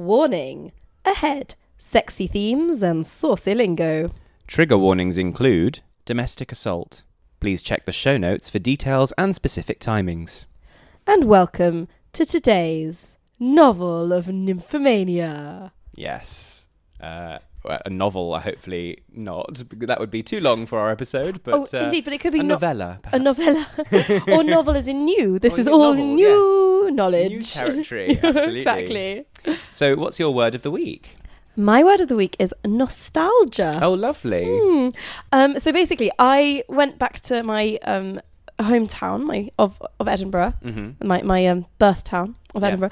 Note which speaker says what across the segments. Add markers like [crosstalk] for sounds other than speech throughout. Speaker 1: Warning ahead, sexy themes and saucy lingo.
Speaker 2: Trigger warnings include domestic assault. Please check the show notes for details and specific timings.
Speaker 1: And welcome to today's novel of nymphomania.
Speaker 2: Yes. Uh, a novel, uh, hopefully not. [laughs] because That would be too long for our episode, but
Speaker 1: oh,
Speaker 2: uh,
Speaker 1: indeed, but it could be
Speaker 2: a
Speaker 1: no-
Speaker 2: novella.
Speaker 1: a
Speaker 2: perhaps.
Speaker 1: novella
Speaker 2: [laughs]
Speaker 1: or novel is in new. This
Speaker 2: Or
Speaker 1: is
Speaker 2: new
Speaker 1: all
Speaker 2: novel,
Speaker 1: new knowledge. [laughs]
Speaker 2: New territory, [laughs] absolutely.
Speaker 1: exactly.
Speaker 2: So, what's your word of the week?
Speaker 1: My word of the week is nostalgia.
Speaker 2: Oh, lovely.
Speaker 1: Hmm. Um, so basically, I went back to my um, hometown, my of of Edinburgh,
Speaker 2: hmm
Speaker 1: my my um, birth town of
Speaker 2: Yeah.
Speaker 1: Edinburgh,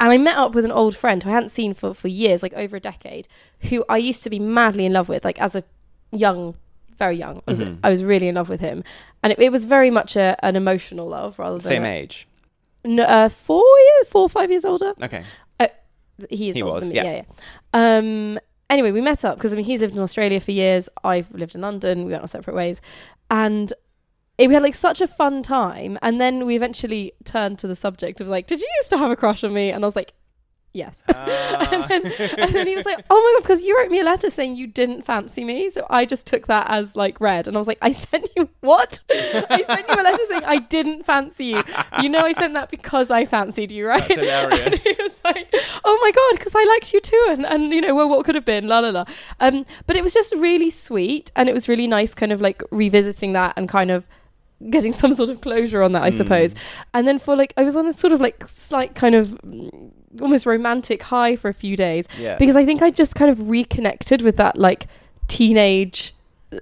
Speaker 1: and I met up with an old friend who I hadn't seen for for years, like over a decade, who I used to be madly in love with, like as a young, very young. I was,
Speaker 2: Mhm.
Speaker 1: I was really in love with him, and it, it was very much a, an emotional love rather than
Speaker 2: Same
Speaker 1: a,
Speaker 2: age.
Speaker 1: N- uh, four years, four or five years older
Speaker 2: Okay.
Speaker 1: he is
Speaker 2: He
Speaker 1: older
Speaker 2: was,
Speaker 1: than me. Yeah. yeah, Um. Anyway, we met up because I mean he's lived in Australia for years. I've lived in London. We went our separate ways, and it, we had like such a fun time. And then we eventually turned to the subject of like, did you used to have a crush on me? And I was like, yes. [laughs]
Speaker 2: Ah.
Speaker 1: [laughs] and, then, and then he was like, oh my god, because you wrote me a letter saying you didn't fancy me. So I just took that as like read, and I was like, I [laughs] sent you what? I sent you a letter saying I didn't fancy you. You know, I sent that because I fancied you, right?
Speaker 2: [laughs] That's hilarious.
Speaker 1: And [laughs] he was like, "Oh my god, because I liked you too," and and you know, well, what could have been, la la la. Um, but it was just really sweet, and it was really nice, kind of like revisiting that and kind of getting some sort of closure on that, I suppose. And then for like, I was on a sort of like slight kind of mm, almost romantic high for a few days
Speaker 2: Yeah. Mm.
Speaker 1: because I think I just kind of reconnected with that like teenage uh,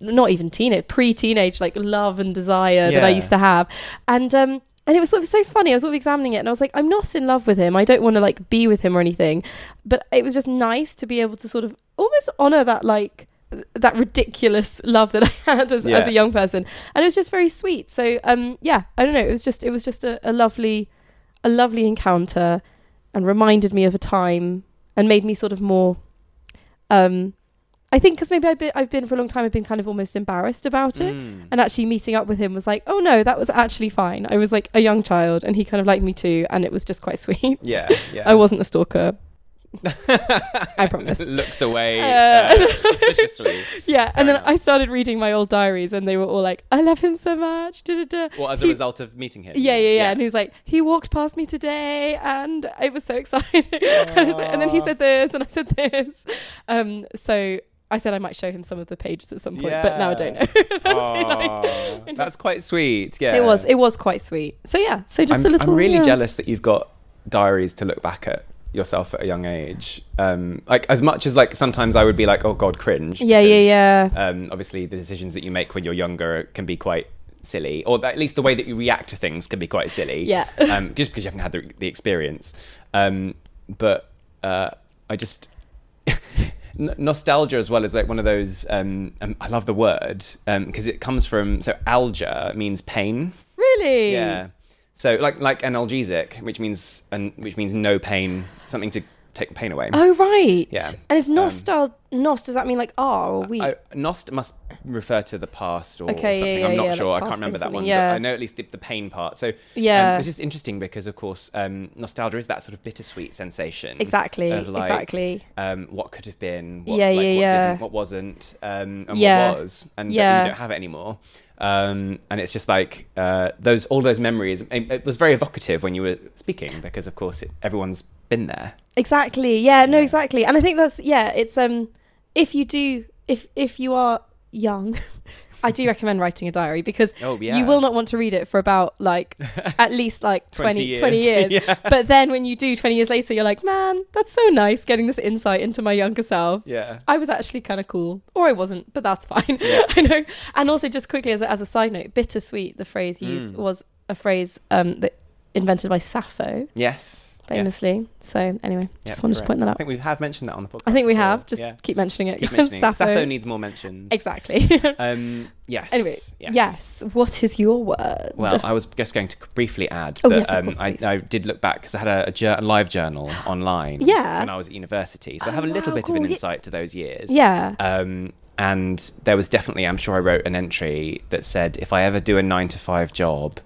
Speaker 1: not even teenage pre-teenage like love and desire that I
Speaker 2: Yeah.
Speaker 1: used to have and um and it was sort of so funny I was sort of examining it and I was like I'm not in love with him I don't want to like be with him or anything but it was just nice to be able to sort of almost honor that like th- that ridiculous love that I [laughs] had as, as
Speaker 2: Yeah.
Speaker 1: a young person and it was just very sweet so um yeah I don't know it was just it was just a, a lovely a lovely encounter and reminded me of a time and made me sort of more um i think because maybe I've been, I've been for a long time i've been kind of almost embarrassed about it
Speaker 2: Mm.
Speaker 1: and actually meeting up with him was like oh no that was actually fine i was like a young child and he kind of liked me too and it was just quite [laughs] sweet
Speaker 2: Yeah. Yeah.
Speaker 1: i wasn't a stalker i promise
Speaker 2: [laughs] Looks away
Speaker 1: Uh, [laughs]
Speaker 2: uh, suspiciously.
Speaker 1: yeah and then
Speaker 2: enough.
Speaker 1: i started reading my old diaries and they were all like i love him so much da, da, da.
Speaker 2: Well, as a
Speaker 1: He-
Speaker 2: result of meeting him.
Speaker 1: Yeah, yeah, yeah, And he was like, he walked past me today, and it was so exciting. [laughs] and, I was like- and then he
Speaker 2: Aw.
Speaker 1: said this, and I said this. Um, so I said I might show him some of the pages at some point, but now I don't know. [laughs]
Speaker 2: Aw,
Speaker 1: That's [laughs] like-
Speaker 2: that's quite sweet. Yeah.
Speaker 1: It was, it was quite sweet. So yeah, so just
Speaker 2: I'm,
Speaker 1: a little.
Speaker 2: I'm really
Speaker 1: yeah.
Speaker 2: jealous that you've got diaries to look back at yourself at a young age. Um, like as much as like sometimes I would be like, oh god, cringe.
Speaker 1: Yeah, yeah,
Speaker 2: because,
Speaker 1: yeah.
Speaker 2: Um, obviously, the decisions that you make when you're younger can be quite silly, or at least the way that you react to things can be quite silly.
Speaker 1: Yeah.
Speaker 2: [laughs] um, just because you haven't had the, the experience. Um, but uh, I just [laughs] N- nostalgia as well is like one of those. Um, um, I love the word because it comes from so algia means pain.
Speaker 1: Really?
Speaker 2: Yeah. So like like analgesic, which means and which means no pain, something to take the pain away.
Speaker 1: Oh right.
Speaker 2: Yeah.
Speaker 1: And it's
Speaker 2: Um,
Speaker 1: nostal nos. Does that mean like R or we?
Speaker 2: I, nost must refer to the past or
Speaker 1: Okay, yeah,
Speaker 2: something.
Speaker 1: yeah,
Speaker 2: I'm not
Speaker 1: yeah,
Speaker 2: sure.
Speaker 1: like
Speaker 2: I
Speaker 1: past
Speaker 2: can't remember that
Speaker 1: something,
Speaker 2: one.
Speaker 1: yeah.
Speaker 2: But I know at least the, the pain part. So um,
Speaker 1: Yeah.
Speaker 2: it's just interesting because of course um, nostalgia is that sort of bittersweet sensation.
Speaker 1: exactly.
Speaker 2: of, like,
Speaker 1: exactly.
Speaker 2: Um, what could have been? What,
Speaker 1: Yeah,
Speaker 2: like,
Speaker 1: yeah,
Speaker 2: what
Speaker 1: yeah.
Speaker 2: Didn't, what wasn't? Um, and
Speaker 1: Yeah.
Speaker 2: what was? And
Speaker 1: Yeah.
Speaker 2: that you don't have it anymore. Um, and it's just like uh, those all those memories. It, it was very evocative when you were speaking because of course it, everyone's been there.
Speaker 1: Exactly. Yeah, no,
Speaker 2: Yeah.
Speaker 1: exactly. And I think that's yeah, it's um if you do if if you are young, [laughs] I do recommend writing a diary because
Speaker 2: Oh yeah.
Speaker 1: you will not want to read it for about
Speaker 2: [laughs]
Speaker 1: like at least like 20
Speaker 2: 20
Speaker 1: 20 years.
Speaker 2: years. [laughs] Yeah.
Speaker 1: But then when you do 20 years later you're like, "Man, that's so nice getting this insight into my younger self."
Speaker 2: Yeah.
Speaker 1: I was actually kind of cool, or I wasn't, but that's fine.
Speaker 2: Yeah.
Speaker 1: [laughs] I know. And also, just quickly as a, as a side note, bittersweet, the phrase used
Speaker 2: Mm.
Speaker 1: was a phrase um, that invented by Sappho,
Speaker 2: Yes.
Speaker 1: famously. So, anyway,
Speaker 2: Yeah,
Speaker 1: just wanted to point
Speaker 2: correct.
Speaker 1: that
Speaker 2: I
Speaker 1: out.
Speaker 2: think we have mentioned that on the podcast.
Speaker 1: I think we
Speaker 2: before.
Speaker 1: have. Just
Speaker 2: yeah.
Speaker 1: keep mentioning it.
Speaker 2: keep
Speaker 1: 'cause
Speaker 2: mentioning.
Speaker 1: [laughs]
Speaker 2: it.
Speaker 1: Sappho.
Speaker 2: Sappho needs more mentions. [laughs]
Speaker 1: Exactly.
Speaker 2: Um. Yes.
Speaker 1: [laughs] Anyway,
Speaker 2: Yes.
Speaker 1: yes. What is your word? [laughs]
Speaker 2: Well, I was just going to briefly add
Speaker 1: Oh,
Speaker 2: that
Speaker 1: yes, of
Speaker 2: um,
Speaker 1: course,
Speaker 2: I,
Speaker 1: please.
Speaker 2: I did look back because I had a, a, jour- a live journal online
Speaker 1: Yeah.
Speaker 2: when I was at university. So I
Speaker 1: Oh,
Speaker 2: have a little
Speaker 1: wow,
Speaker 2: bit of
Speaker 1: cool.
Speaker 2: an
Speaker 1: Ye-
Speaker 2: insight to those years.
Speaker 1: yeah.
Speaker 2: Um, and there was definitely, I'm sure I wrote an entry that said, if I ever do a nine to five job,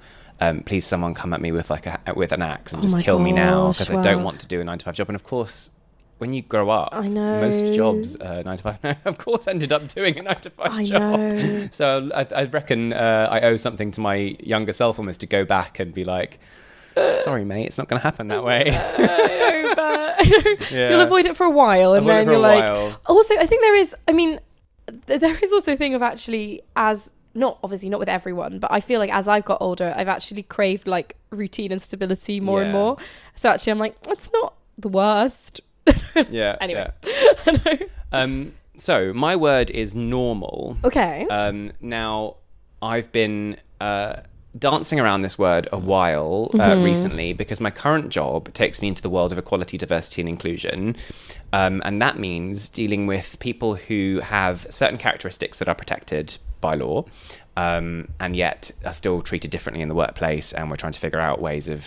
Speaker 2: um, please someone come at me with like a, with an axe and
Speaker 1: Oh
Speaker 2: just
Speaker 1: my
Speaker 2: kill me now
Speaker 1: gosh,
Speaker 2: because I don't
Speaker 1: wow.
Speaker 2: want to do a nine to five job. And of course, when you grow up,
Speaker 1: I know.
Speaker 2: most jobs uh, nine to five. [laughs] No, of course, ended up doing a nine to five
Speaker 1: I
Speaker 2: job.
Speaker 1: know.
Speaker 2: [laughs] So I, I reckon uh, I owe something to my younger self almost to go back and be like,
Speaker 1: [laughs]
Speaker 2: sorry, mate, it's not going to happen that way. [laughs]
Speaker 1: I know, but-
Speaker 2: Yeah.
Speaker 1: You'll avoid it for a while, and
Speaker 2: Avoid it
Speaker 1: then
Speaker 2: for a
Speaker 1: you're like.
Speaker 2: while.
Speaker 1: Also, I think there is. I mean, th- there is also a thing of actually as not obviously not with everyone, but I feel like as I've got older, I've actually craved like routine and stability more and
Speaker 2: Yeah.
Speaker 1: more. So actually, I'm like, it's not the worst.
Speaker 2: yeah.
Speaker 1: Anyway.
Speaker 2: yeah. Um, so my word is normal.
Speaker 1: okay.
Speaker 2: Um, now, I've been uh, dancing around this word a while uh, recently because my current job takes me into the world of equality, diversity, and inclusion. Um, and that means dealing with people who have certain characteristics that are protected by law um, and yet are still treated differently in the workplace. And we're trying to figure out ways of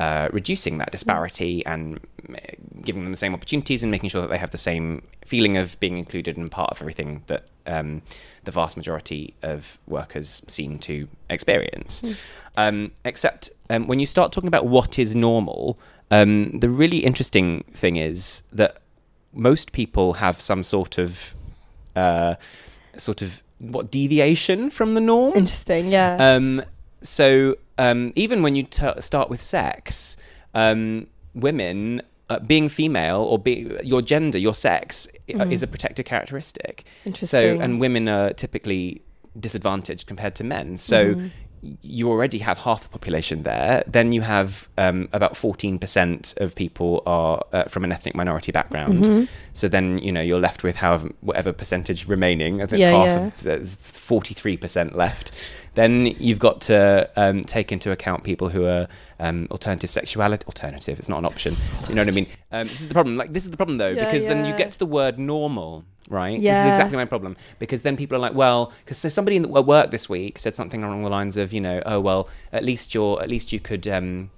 Speaker 2: uh, reducing that disparity and uh, giving them the same opportunities and making sure that they have the same feeling of being included and part of everything that um, the vast majority of workers seem to experience. Um, except um, when you start talking about what is normal, um, the really interesting thing is that most people have some sort of uh, sort of what deviation from the norm.
Speaker 1: Interesting. Yeah.
Speaker 2: Um, so um, even when you t- start with sex, um, women uh, being female or be- your gender, your sex i- uh is a protected characteristic.
Speaker 1: Mm-hmm. Interesting.
Speaker 2: So and women are typically disadvantaged compared to men.
Speaker 1: Mm-hmm.
Speaker 2: So. y- You already have half the population there. Then you have um, about fourteen percent of people are uh, from an ethnic minority background.
Speaker 1: Mm-hmm.
Speaker 2: So then you know you're left with however whatever percentage remaining. I think
Speaker 1: Yeah,
Speaker 2: it's half
Speaker 1: yeah.
Speaker 2: of there's 43% left, then you've got to um, take into account people who are um, alternative sexuality. Alternative, it's not an option. You know what I
Speaker 1: [laughs]
Speaker 2: mean? Um, this is the problem. Like this is the problem though,
Speaker 1: Yeah,
Speaker 2: because then you
Speaker 1: yeah.
Speaker 2: get to the word normal, right? This
Speaker 1: Yeah.
Speaker 2: is exactly my problem. Because then people are like, well, because so somebody in the, at work this week said something along the lines of, you know, oh well, at least you're, at least you could. Um,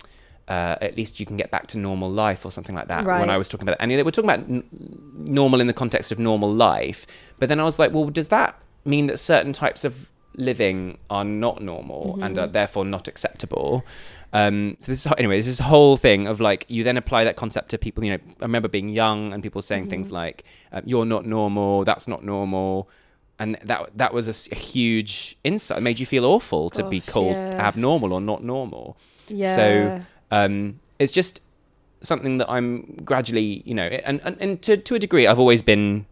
Speaker 2: uh, at least you can get back to normal life or something like that
Speaker 1: Right.
Speaker 2: when I was talking about it. And they were talking about n- normal in the context of normal life. But then I was like, well, does that mean that certain types of living are not normal and
Speaker 1: Mm-hmm.
Speaker 2: are therefore not acceptable? Um, so this is anyway, this is a whole thing of like you then apply that concept to people. You know, I remember being young and people saying things
Speaker 1: Mm-hmm.
Speaker 2: like, uh, "You're not normal. That's not normal." And that that was a, s- a huge insight. It made you feel awful to be
Speaker 1: Gosh,
Speaker 2: called
Speaker 1: yeah.
Speaker 2: abnormal or not normal.
Speaker 1: yeah.
Speaker 2: So um, it's just something that I'm gradually, you know, and, and, and to, to a degree, I've always been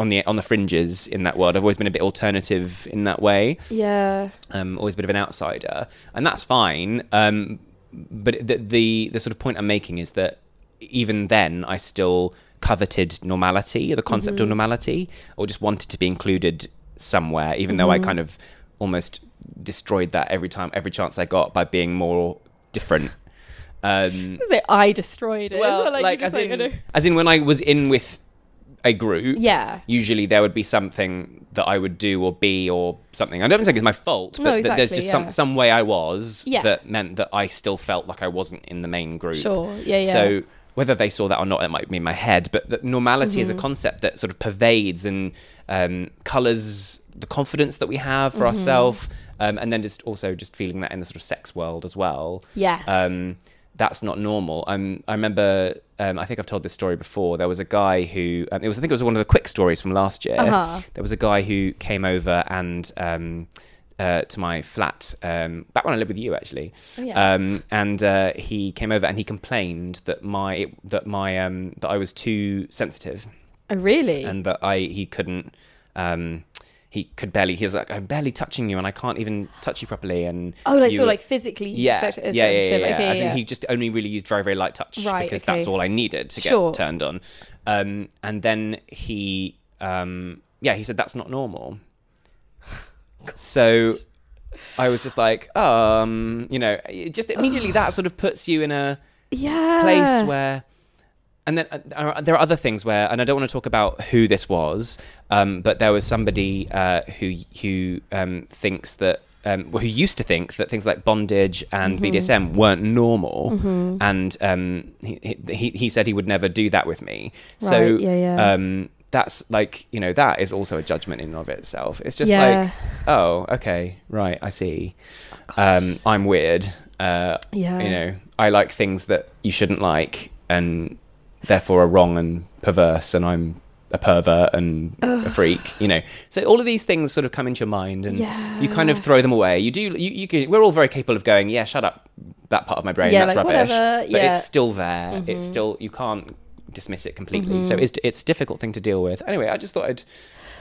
Speaker 2: on the on the fringes in that world. I've always been a bit alternative in that way.
Speaker 1: yeah.
Speaker 2: Um, always a bit of an outsider, and that's fine. Um, but the, the the sort of point I'm making is that even then, I still coveted normality, the concept of normality, or just wanted to be included somewhere, even though I kind of almost destroyed that every time, every chance I got by being more different. Um,
Speaker 1: Say I destroyed it.
Speaker 2: well,
Speaker 1: Isn't it
Speaker 2: like,
Speaker 1: you just,
Speaker 2: as in,
Speaker 1: you know-
Speaker 2: as in when I was in with a group.
Speaker 1: Yeah.
Speaker 2: Usually there would be something that I would do or be or something. I don't think it's my fault, but
Speaker 1: No,
Speaker 2: th- there's
Speaker 1: exactly,
Speaker 2: just
Speaker 1: yeah.
Speaker 2: some some way I was
Speaker 1: Yeah.
Speaker 2: that meant that I still felt like I wasn't in the main group.
Speaker 1: Sure. Yeah. Yeah.
Speaker 2: So whether they saw that or not, it might be in my head. But that normality is a
Speaker 1: Mm-hmm.
Speaker 2: concept that sort of pervades and um, colors the confidence that we have
Speaker 1: Mm-hmm.
Speaker 2: for ourselves, um, and then just also just feeling that in the sort of sex world as well
Speaker 1: yes.
Speaker 2: um, that's not normal. Um, I remember, um, I think I've told this story before. There was a guy who, um, it was, I think it was one of the quick stories from last year.
Speaker 1: Uh-huh.
Speaker 2: There was a guy who came over and um, uh, to my flat, um, back when I lived with you actually.
Speaker 1: Oh, yeah.
Speaker 2: Um, and uh, he came over and he complained that my, that my, um, that I was too sensitive
Speaker 1: oh, really?
Speaker 2: and that I he couldn't um he could barely he was like I'm barely touching you and I can't even touch you properly and
Speaker 1: oh, like
Speaker 2: you-
Speaker 1: so, like physically.
Speaker 2: yeah,
Speaker 1: sect-
Speaker 2: yeah,
Speaker 1: uh,
Speaker 2: yeah, yeah,
Speaker 1: sensitive.
Speaker 2: yeah.
Speaker 1: Okay,
Speaker 2: As in
Speaker 1: yeah.
Speaker 2: he just only really used very, very light touch
Speaker 1: Right,
Speaker 2: because
Speaker 1: okay.
Speaker 2: that's all I needed to get
Speaker 1: Sure.
Speaker 2: turned on. Um, and then he, um, yeah, he said that's not
Speaker 1: [laughs]
Speaker 2: normal. so I was just like, um, you know, it just immediately that sort of puts you in a
Speaker 1: yeah.
Speaker 2: place where and then uh, there are- there are other things where and I don't want to talk about who this was um, but there was somebody uh, who who um, thinks that um, well, who used to think that things like bondage
Speaker 1: Mm-hmm.
Speaker 2: and BDSM weren't normal, and um, he, he he said he would never do that with me. so
Speaker 1: Right, yeah, yeah.
Speaker 2: Um, that's like you know that is also a judgment in and of itself. It's just
Speaker 1: Yeah. Oh,
Speaker 2: like oh okay right I see, um, I'm weird Uh,
Speaker 1: Yeah.
Speaker 2: You know, I like things that you shouldn't like and therefore are wrong and perverse, and I'm a pervert and a freak. You know, so all of these things sort of come into your mind, and you kind of
Speaker 1: Yeah.
Speaker 2: throw them away. You do. You, you can, We're all very capable of going. Yeah, shut up. That part of my brain.
Speaker 1: Yeah,
Speaker 2: that's
Speaker 1: like,
Speaker 2: rubbish.
Speaker 1: whatever,
Speaker 2: But
Speaker 1: yeah. Mm-hmm.
Speaker 2: it's still there. It's still. You can't dismiss it completely. So it's it's a difficult thing to deal with. Anyway, I just thought I'd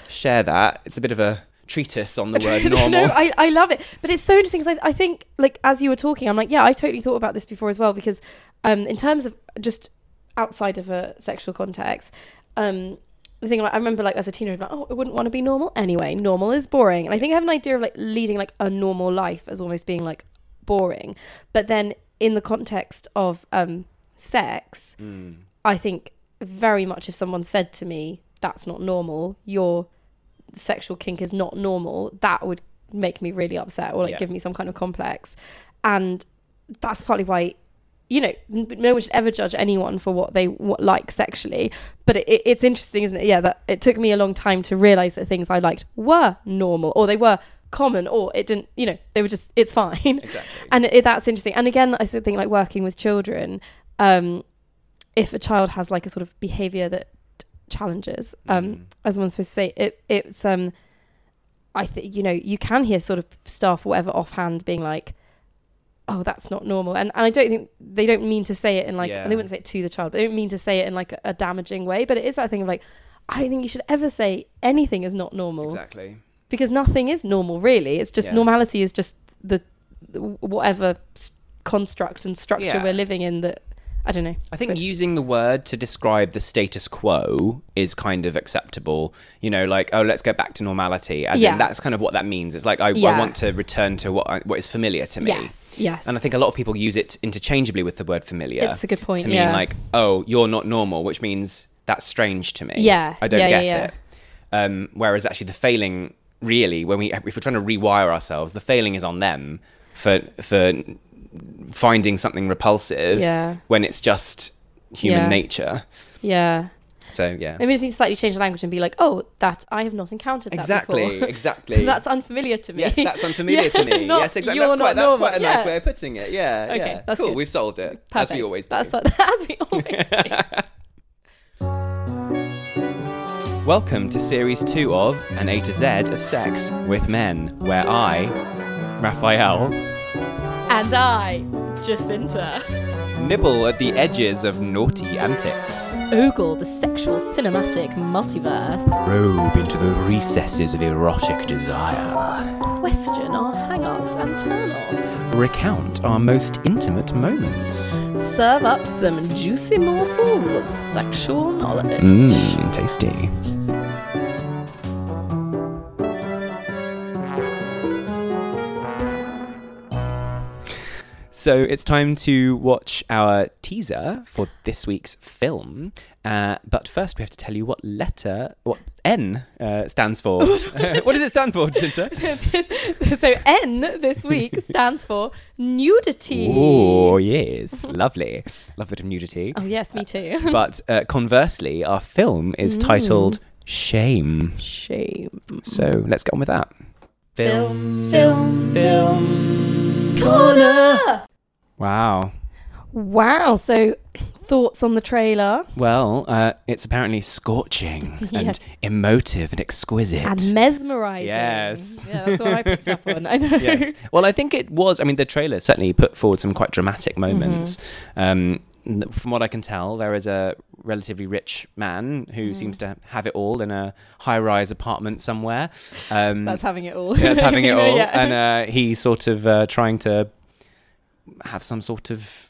Speaker 2: share that. It's a bit of a treatise on the word
Speaker 1: [laughs]
Speaker 2: normal.
Speaker 1: no, I, I love it. But it's so interesting because I, I think, like, as you were talking, I'm like, yeah, I totally thought about this before as well. Because, um, in terms of just outside of a sexual context, um, the thing like, I remember, like, as a teenager, I'm like, oh, I wouldn't want to be normal anyway. Normal is boring. And I think I have an idea of like leading like a normal life as almost being like boring. But then in the context of um, sex,
Speaker 2: Mm.
Speaker 1: I think very much if someone said to me, that's not normal, your sexual kink is not normal, that would make me really upset or like
Speaker 2: Yeah.
Speaker 1: give me some kind of complex. And that's partly why, you know, n- no one should ever judge anyone for what they what, like sexually. But it, it, it's interesting, isn't it? Yeah, that it took me a long time to realize that things I liked were normal or they were common or it didn't, you know, they were just, it's fine
Speaker 2: Exactly.
Speaker 1: and it, that's interesting and again i still think like working with children um if a child has like a sort of behavior that challenges um
Speaker 2: Mm.
Speaker 1: as one's supposed to say it it's um i think you know you can hear sort of staff or whatever offhand being like oh that's not normal and, and i don't think they don't mean to say it in like
Speaker 2: Yeah.
Speaker 1: and they wouldn't say it to the child but they don't mean to say it in like a, a damaging way but it is that thing of like i don't think you should ever say anything is not normal
Speaker 2: Exactly.
Speaker 1: because nothing is normal really it's just
Speaker 2: Yeah.
Speaker 1: normality is just the, the whatever s- construct and structure
Speaker 2: Yeah.
Speaker 1: we're living in that i don't know
Speaker 2: I think
Speaker 1: So-
Speaker 2: using the word to describe the status quo is kind of acceptable. You know, like oh, let's go back to normality. As
Speaker 1: Yeah.
Speaker 2: in, that's kind of what that means. It's like I, I
Speaker 1: Yeah.
Speaker 2: want to return to what I, what is familiar to me.
Speaker 1: yes yes
Speaker 2: And I think a lot of people use it interchangeably with the word familiar.
Speaker 1: It's a good point,
Speaker 2: To mean
Speaker 1: yeah.
Speaker 2: like, oh, you're not normal, which means that's strange to me.
Speaker 1: Yeah,
Speaker 2: I don't
Speaker 1: yeah, yeah,
Speaker 2: get
Speaker 1: yeah.
Speaker 2: it. Um, whereas actually the failing really, when we if we're trying to rewire ourselves, the failing is on them for for finding something repulsive
Speaker 1: Yeah.
Speaker 2: when it's just human
Speaker 1: Yeah.
Speaker 2: nature.
Speaker 1: yeah
Speaker 2: So yeah.
Speaker 1: maybe we just need to slightly change the language and be like oh that i have not encountered that
Speaker 2: Exactly,
Speaker 1: before. [laughs]
Speaker 2: exactly.
Speaker 1: that's unfamiliar to me
Speaker 2: [laughs] Yes,
Speaker 1: [laughs]
Speaker 2: that's unfamiliar
Speaker 1: Yeah,
Speaker 2: to me.
Speaker 1: not,
Speaker 2: yes, exactly.
Speaker 1: "You're
Speaker 2: That's quite,
Speaker 1: not
Speaker 2: that's quite a
Speaker 1: normal."
Speaker 2: nice
Speaker 1: Yeah.
Speaker 2: way of putting it. Yeah,
Speaker 1: Okay,
Speaker 2: yeah.
Speaker 1: that's
Speaker 2: cool.
Speaker 1: good.
Speaker 2: We've solved it as we
Speaker 1: Perfect.
Speaker 2: always do.
Speaker 1: that's [laughs] as we always do
Speaker 2: [laughs] Welcome to series two of An A to Z of Sex with Men, where I, Raphael,
Speaker 1: and i jacinta
Speaker 2: nibble at the edges of naughty antics,
Speaker 1: ogle the sexual cinematic multiverse
Speaker 2: probe into the recesses of erotic desire,
Speaker 1: question our hang-ups and turn-offs
Speaker 2: recount our most intimate moments.
Speaker 1: serve up some juicy morsels of sexual knowledge.
Speaker 2: Mmm, tasty. So it's time to watch our teaser for this week's film. Uh, but first, we have to tell you what letter, what N uh, stands for. [laughs] what does it stand for, Jacinta?
Speaker 1: [laughs] so N this week stands for nudity.
Speaker 2: Oh, yes. Lovely. Love a bit
Speaker 1: [laughs]
Speaker 2: of nudity.
Speaker 1: Oh yes, me too.
Speaker 2: But uh, conversely, our film is titled Shame.
Speaker 1: Shame.
Speaker 2: So let's get on with that.
Speaker 1: Film. Film.
Speaker 2: Film.
Speaker 1: Corner.
Speaker 2: Wow.
Speaker 1: Wow. So thoughts on the trailer?
Speaker 2: Well, uh, it's
Speaker 1: [laughs]
Speaker 2: apparently scorching and
Speaker 1: Yes.
Speaker 2: emotive and exquisite.
Speaker 1: And mesmerizing.
Speaker 2: Yes.
Speaker 1: Yeah, that's what I picked up on. I know.
Speaker 2: [laughs] yes. Well, I think it was. I mean, the trailer certainly put forward some quite dramatic
Speaker 1: Mm-hmm.
Speaker 2: moments. Um, n- from what I can tell, there is a relatively rich man
Speaker 1: Mm.
Speaker 2: who seems to have it all in a high-rise apartment somewhere. Um,
Speaker 1: [laughs] That's having it all.
Speaker 2: yeah,
Speaker 1: [laughs]
Speaker 2: it's having it
Speaker 1: You know,
Speaker 2: all,
Speaker 1: yeah.
Speaker 2: and uh, he's sort of uh, trying to have some sort of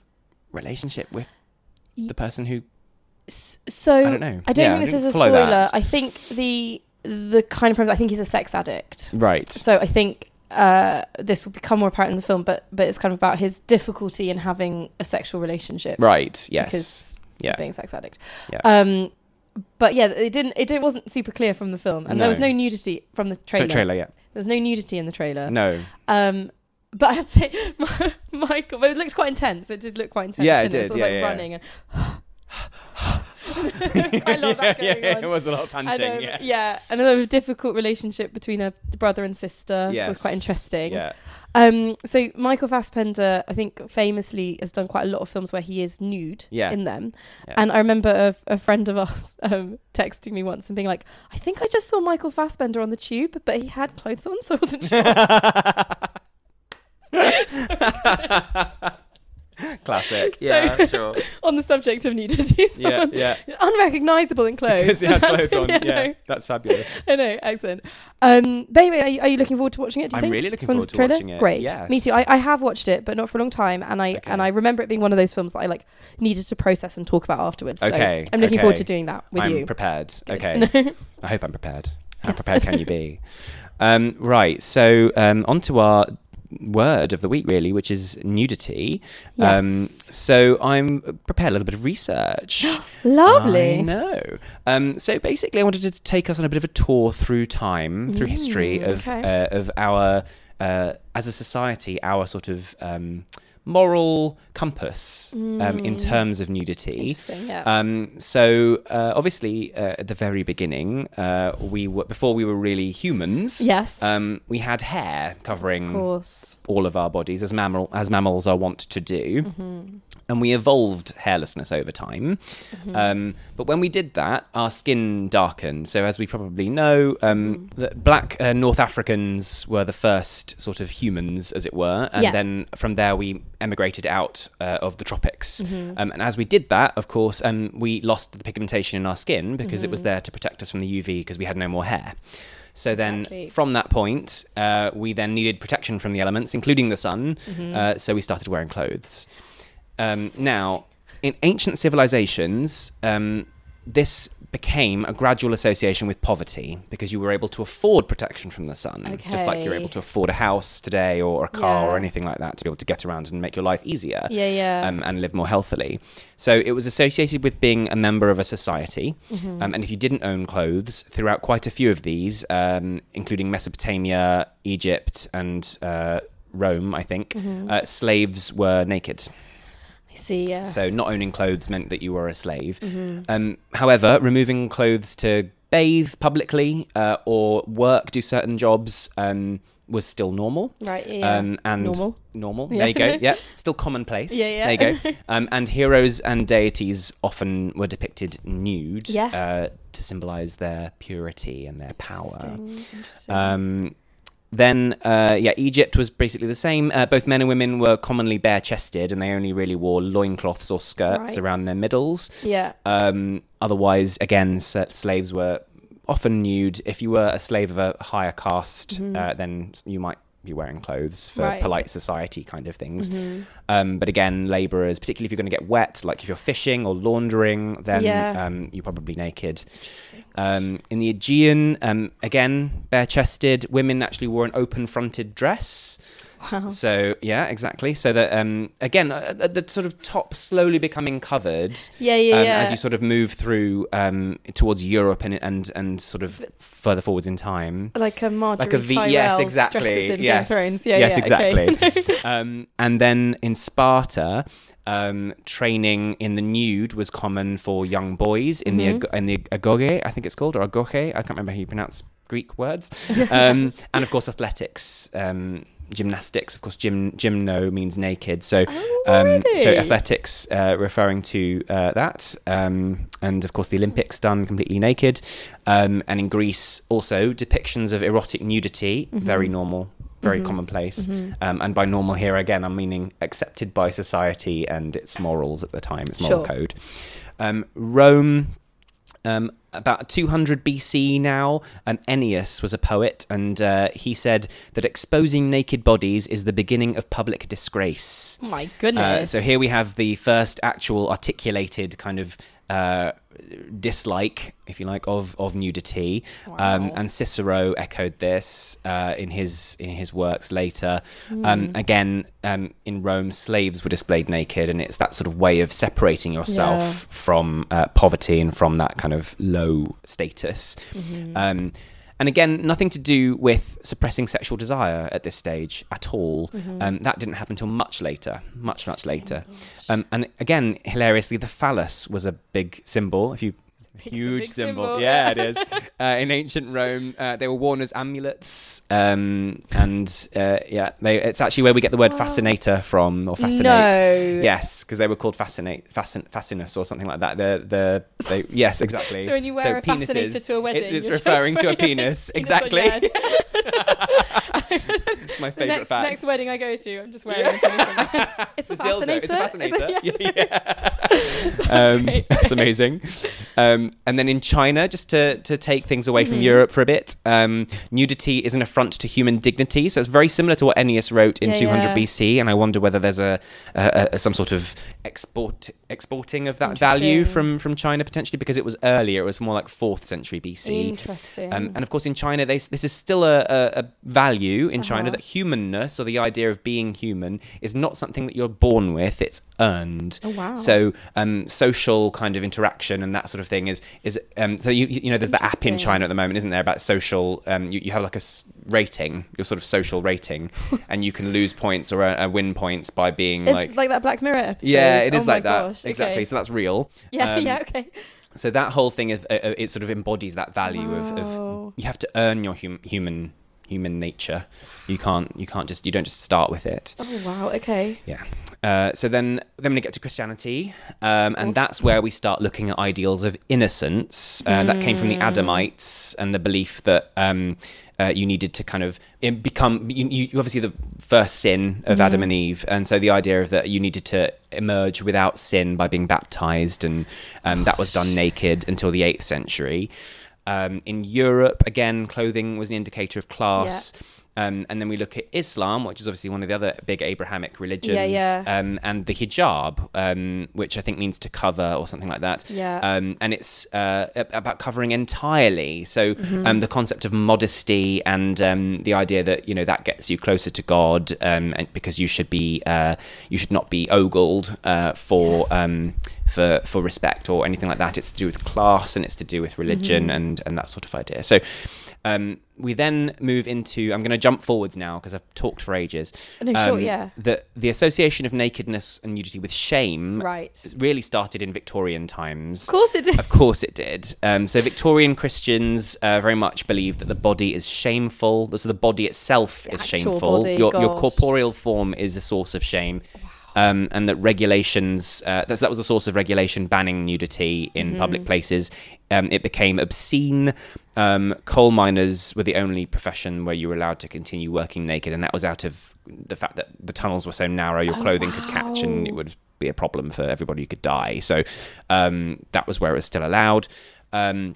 Speaker 2: relationship with
Speaker 1: Ye-
Speaker 2: the person who.
Speaker 1: S- so I
Speaker 2: don't know. Yeah, I
Speaker 1: think this
Speaker 2: didn't
Speaker 1: is a
Speaker 2: follow
Speaker 1: spoiler.
Speaker 2: that.
Speaker 1: I think the the kind of problem. I think he's a sex addict.
Speaker 2: Right.
Speaker 1: So I think uh, this will become more apparent in the film, but but it's kind of about his difficulty in having a sexual relationship
Speaker 2: Right. Yes.
Speaker 1: because
Speaker 2: Yeah.
Speaker 1: being a sex addict.
Speaker 2: Yeah.
Speaker 1: Um, but yeah, it didn't. It didn't, wasn't super clear from the film, and there was
Speaker 2: No.
Speaker 1: no nudity from the
Speaker 2: So
Speaker 1: trailer. Uh,
Speaker 2: trailer. Yeah.
Speaker 1: There was no nudity in the trailer. [laughs]
Speaker 2: No.
Speaker 1: Um, but I have to say, [laughs] my, Michael, but it looked quite intense. It did look quite intense.
Speaker 2: Yeah, it
Speaker 1: didn't It?
Speaker 2: did.
Speaker 1: Sort of
Speaker 2: Yeah,
Speaker 1: like running
Speaker 2: yeah, yeah.
Speaker 1: and. [laughs] There's quite a lot of that
Speaker 2: [laughs] yeah,
Speaker 1: going
Speaker 2: yeah,
Speaker 1: on.
Speaker 2: it was a lot of
Speaker 1: And,
Speaker 2: panting.
Speaker 1: um,
Speaker 2: yes.
Speaker 1: Yeah, and there was a difficult relationship between a brother and sister. So it was
Speaker 2: Yes.
Speaker 1: quite interesting. [laughs]
Speaker 2: Yeah. [laughs]
Speaker 1: Um, so Michael Fassbender, I think, famously has done quite a lot of films where he is nude
Speaker 2: Yeah.
Speaker 1: in them.
Speaker 2: Yeah.
Speaker 1: And I remember a, a friend of ours [laughs] um, texting me once and being like, "I think I just saw Michael Fassbender on the tube, but he had clothes on, so I
Speaker 2: [laughs]
Speaker 1: wasn't sure."
Speaker 2: Classic.
Speaker 1: [laughs] So-
Speaker 2: Yeah, sure.
Speaker 1: on the subject of nudity, [laughs]
Speaker 2: Yeah,
Speaker 1: someone-
Speaker 2: yeah.
Speaker 1: unrecognizable in clothes.
Speaker 2: Because he has
Speaker 1: [laughs] That's-
Speaker 2: clothes on.
Speaker 1: yeah,
Speaker 2: Yeah,
Speaker 1: no.
Speaker 2: that's fabulous.
Speaker 1: I know, excellent. Um, but anyway, are you, are you looking forward to watching it? Do you
Speaker 2: I'm
Speaker 1: think?
Speaker 2: really looking
Speaker 1: From the
Speaker 2: forward to
Speaker 1: trailer?
Speaker 2: watching it,
Speaker 1: Great, me
Speaker 2: yes.
Speaker 1: too. I, I have watched it, but not for a long time, and I
Speaker 2: Okay.
Speaker 1: and I remember it being one of those films that I like needed to process and talk about afterwards.
Speaker 2: Okay,
Speaker 1: so I'm looking forward
Speaker 2: okay.
Speaker 1: to doing that with
Speaker 2: I'm
Speaker 1: you.
Speaker 2: prepared.
Speaker 1: Good.
Speaker 2: Okay.
Speaker 1: [laughs] No.
Speaker 2: I hope I'm prepared. How
Speaker 1: Yes.
Speaker 2: prepared can you
Speaker 1: [laughs]
Speaker 2: be? Um, right. So um, on to our word of the week, really, which is nudity. Um,
Speaker 1: Yes.
Speaker 2: so I'm uh, prepared a little bit of
Speaker 1: [gasps]
Speaker 2: research. [gasps]
Speaker 1: Lovely.
Speaker 2: I know. Um, so basically, I wanted to take us on a bit of a tour through time, through history
Speaker 1: Mm,
Speaker 2: of
Speaker 1: okay.
Speaker 2: uh, of our uh, as a society, our sort of um, moral compass um, in terms of nudity.
Speaker 1: Mm. Interesting, yeah.
Speaker 2: Um, so uh, obviously, uh, at the very beginning, uh, we were before we were really humans.
Speaker 1: Yes.
Speaker 2: Um, we had hair covering
Speaker 1: of course.
Speaker 2: all of our bodies as mammal as mammals are wont to do. And we evolved hairlessness over time. Um, but when we did that, our skin darkened. So, as we probably know, um, that black uh, North Africans were the first sort of humans, as it were. And
Speaker 1: Yeah.
Speaker 2: then from there, we emigrated out uh, of the tropics. Um, and as we did that, of course, um, we lost the pigmentation in our skin because it was there to protect us from the UV because we had no more hair. So then,
Speaker 1: Exactly.
Speaker 2: from that point, uh, we then needed protection from the elements, including the sun.
Speaker 1: Mm-hmm.
Speaker 2: Uh, so we started wearing clothes. Um, now, in ancient civilizations, um, this became a gradual association with poverty because you were able to afford protection from the sun, just like you're
Speaker 1: Okay.
Speaker 2: able to afford a house today or a car
Speaker 1: Yeah.
Speaker 2: or anything like that to be able to get around and make your life easier
Speaker 1: Yeah, yeah.
Speaker 2: um, and live more healthily. So it was associated with being a member of a society.
Speaker 1: Mm-hmm.
Speaker 2: Um, and if you didn't own clothes, throughout quite a few of these, um, including Mesopotamia, Egypt, and uh, Rome, I think, uh, slaves were naked.
Speaker 1: I see. Yeah.
Speaker 2: So not owning clothes meant that you were a slave. Um, however, removing clothes to bathe publicly uh, or work, do certain jobs, um, was still normal.
Speaker 1: right. Yeah. yeah.
Speaker 2: Um, and
Speaker 1: Normal.
Speaker 2: Normal.
Speaker 1: Yeah.
Speaker 2: There you
Speaker 1: [laughs]
Speaker 2: go. Yeah. Still commonplace.
Speaker 1: Yeah, yeah.
Speaker 2: There you go.
Speaker 1: [laughs]
Speaker 2: Um, and heroes and deities often were depicted nude
Speaker 1: Yeah.
Speaker 2: uh, to symbolize their purity and their power.
Speaker 1: Interesting, interesting.
Speaker 2: Um, then, uh, yeah, Egypt was basically the same. Uh, both men and women were commonly bare chested and they only really wore loincloths or skirts
Speaker 1: Right.
Speaker 2: around their middles.
Speaker 1: yeah.
Speaker 2: Um, otherwise, again, s- slaves were often nude. If you were a slave of a higher caste, uh, then you might be wearing clothes for
Speaker 1: Mm-hmm. Right.
Speaker 2: polite society kind of things.
Speaker 1: mm-hmm.
Speaker 2: Um, but again, laborers, particularly if you're going to get wet, like if you're fishing or laundering, then
Speaker 1: Yeah.
Speaker 2: um, you're probably naked.
Speaker 1: Interesting.
Speaker 2: Um, in the Aegean, um, again, bare chested, women actually wore an open fronted dress.
Speaker 1: Wow.
Speaker 2: So, yeah, exactly. So that, um, again, uh, uh, the sort of top slowly becoming covered
Speaker 1: Yeah, yeah,
Speaker 2: um,
Speaker 1: yeah.
Speaker 2: as you sort of move through um, towards Europe and and and sort of further forwards in time.
Speaker 1: like a Marjorie
Speaker 2: Like a V,
Speaker 1: Tyrell
Speaker 2: yes,
Speaker 1: dresses
Speaker 2: exactly,
Speaker 1: in
Speaker 2: yes,
Speaker 1: Game of Thrones. Yeah,
Speaker 2: yes,
Speaker 1: yeah, okay.
Speaker 2: exactly.
Speaker 1: [laughs]
Speaker 2: um, and then in Sparta, um, training in the nude was common for young boys
Speaker 1: Mm-hmm.
Speaker 2: in the ag- in the agoge, I think it's called, or agoge. I can't remember how you pronounce Greek
Speaker 1: [laughs]
Speaker 2: words. Um, and of course, athletics, um, gymnastics. Of course, gym gymno means naked. So
Speaker 1: Oh,
Speaker 2: um, so
Speaker 1: really?
Speaker 2: athletics uh, referring to uh, that um, and of course the olympics done completely naked um, and in greece also depictions of erotic nudity
Speaker 1: Mm-hmm.
Speaker 2: very normal very commonplace um, and by normal here again i'm meaning accepted by society and its morals at the time its moral
Speaker 1: Sure.
Speaker 2: code um, rome um, about 200 BC now, um, Ennius was a poet, and uh, he said that exposing naked bodies is the beginning of public disgrace.
Speaker 1: My
Speaker 2: Uh,
Speaker 1: goodness.
Speaker 2: so here we have the first actual articulated kind of uh, dislike, if you like, of of nudity. Um,
Speaker 1: Wow.
Speaker 2: and Cicero echoed this uh, in his in his works later.
Speaker 1: Hmm.
Speaker 2: Um, again, um, in Rome, slaves were displayed naked, and it's that sort of way of separating yourself
Speaker 1: Yeah. Hmm.
Speaker 2: from uh, poverty and from that kind of low status. Um, And again, nothing to do with suppressing sexual desire at this stage at all.
Speaker 1: Mm-hmm. Hmm.
Speaker 2: Um, that didn't happen until much later, much, much later.
Speaker 1: Oh,
Speaker 2: Um, and again, hilariously, the phallus was a big symbol. If you
Speaker 1: It's a
Speaker 2: huge
Speaker 1: big
Speaker 2: symbol.
Speaker 1: [laughs] symbol.
Speaker 2: Yeah, it is. Uh, in ancient Rome, uh, they were worn as amulets, um, and uh, yeah, they, it's actually where we get the word
Speaker 1: Wow.
Speaker 2: fascinator from, or fascinate.
Speaker 1: No.
Speaker 2: Yes, because they were called fascinate, fascin, fascinus, or something like that. The the
Speaker 1: [laughs]
Speaker 2: they, yes, exactly.
Speaker 1: So when you wear a fascinator to a wedding,
Speaker 2: it's, it's
Speaker 1: you're just
Speaker 2: referring
Speaker 1: [laughs]
Speaker 2: to a
Speaker 1: wearing a
Speaker 2: penis.
Speaker 1: penis on
Speaker 2: exactly.
Speaker 1: your head.
Speaker 2: Yes. it's my
Speaker 1: The
Speaker 2: [laughs] favorite
Speaker 1: next,
Speaker 2: fact.
Speaker 1: next wedding I go to, I'm just wearing
Speaker 2: Yeah.
Speaker 1: a
Speaker 2: [laughs]
Speaker 1: penis. It's a
Speaker 2: dildo. It's a
Speaker 1: fascinator.
Speaker 2: fascinator.
Speaker 1: Is it-
Speaker 2: yeah.
Speaker 1: [laughs] That's
Speaker 2: um,
Speaker 1: great.
Speaker 2: that's amazing. Um, and then in China, just to, to take things away from
Speaker 1: Mhm.
Speaker 2: Europe for a bit, um, nudity is an affront to human dignity. So it's very similar to what Ennius wrote in
Speaker 1: Yeah,
Speaker 2: 200
Speaker 1: yeah.
Speaker 2: BC. And I wonder whether there's a, a, a some sort of export exporting of that value
Speaker 1: Interesting.
Speaker 2: from from China potentially because it was earlier. It was more like fourth century BC.
Speaker 1: Interesting.
Speaker 2: Um, and of course, in China, they, this is still a, a, a value in China
Speaker 1: Uh-huh.
Speaker 2: that humanness or the idea of being human is not something that you're born with; it's earned.
Speaker 1: Oh, wow.
Speaker 2: So um, social kind of interaction and that sort of thing is is um, so you you know there's the app in
Speaker 1: Interesting.
Speaker 2: China at the moment, isn't there, about social? Um, you, you have like a s- rating, your sort of social
Speaker 1: [laughs]
Speaker 2: rating, and you can lose points or uh, uh, win points by being
Speaker 1: it's
Speaker 2: like.
Speaker 1: like, that Black Mirror episode.
Speaker 2: yeah, it
Speaker 1: Oh
Speaker 2: is
Speaker 1: my
Speaker 2: like that.
Speaker 1: gosh, okay.
Speaker 2: Exactly. So that's real.
Speaker 1: Yeah,
Speaker 2: Um,
Speaker 1: yeah, okay.
Speaker 2: so that whole thing is uh, uh, it sort of embodies that value of, of
Speaker 1: Wow.
Speaker 2: you have to earn your hum- human human nature. You can't you can't just you don't just start with it.
Speaker 1: Oh wow, okay.
Speaker 2: Yeah. Uh, so then, then we get to Christianity, um, and
Speaker 1: Awesome.
Speaker 2: that's where we start looking at ideals of innocence. Uh, That came from the Adamites and the belief that um, uh, you needed to kind of im- become. You, you you- obviously the first sin of Adam and Eve, and so the idea of that you needed to emerge without sin by being baptized, and um, that was done naked until the eighth century. Um, in Europe, again, clothing was an indicator of class. Um, and then we look at Islam, which is obviously one of the other big Abrahamic religions,
Speaker 1: yeah.
Speaker 2: Um, and the hijab, um, which I think means to cover or something like that.
Speaker 1: Yeah.
Speaker 2: Um, and it's uh, a- about covering entirely. So
Speaker 1: Mm-hmm.
Speaker 2: um, the concept of modesty and um, the idea that you know that gets you closer to God, um, and because you should be uh, you should not be ogled uh, for um, for for respect or anything like that. It's to do with class and it's to do with religion
Speaker 1: Mm-hmm.
Speaker 2: and and that sort of idea. So. Um, we then move into. I'm going to jump forwards now because I've talked for ages.
Speaker 1: No, sure, yeah.
Speaker 2: Um, The the association of nakedness and nudity with shame
Speaker 1: Right.
Speaker 2: really started in Victorian times.
Speaker 1: Of course it did.
Speaker 2: Of course it did. Um, so Victorian Christians uh, very much believe that the body is shameful. So the body itself
Speaker 1: The
Speaker 2: is
Speaker 1: actual
Speaker 2: shameful.
Speaker 1: body,
Speaker 2: your, your
Speaker 1: gosh.
Speaker 2: corporeal form is a source of shame. Um, and that regulations, uh, that's, that was a source of regulation banning nudity in
Speaker 1: Mm-hmm.
Speaker 2: public places. Um, it became obscene. Um, coal miners were the only profession where you were allowed to continue working naked, and that was out of the fact that the tunnels were so narrow, your
Speaker 1: Oh,
Speaker 2: clothing could catch, and it
Speaker 1: wow.
Speaker 2: would be a problem for everybody who could die. So um, that was where it was still allowed. Um,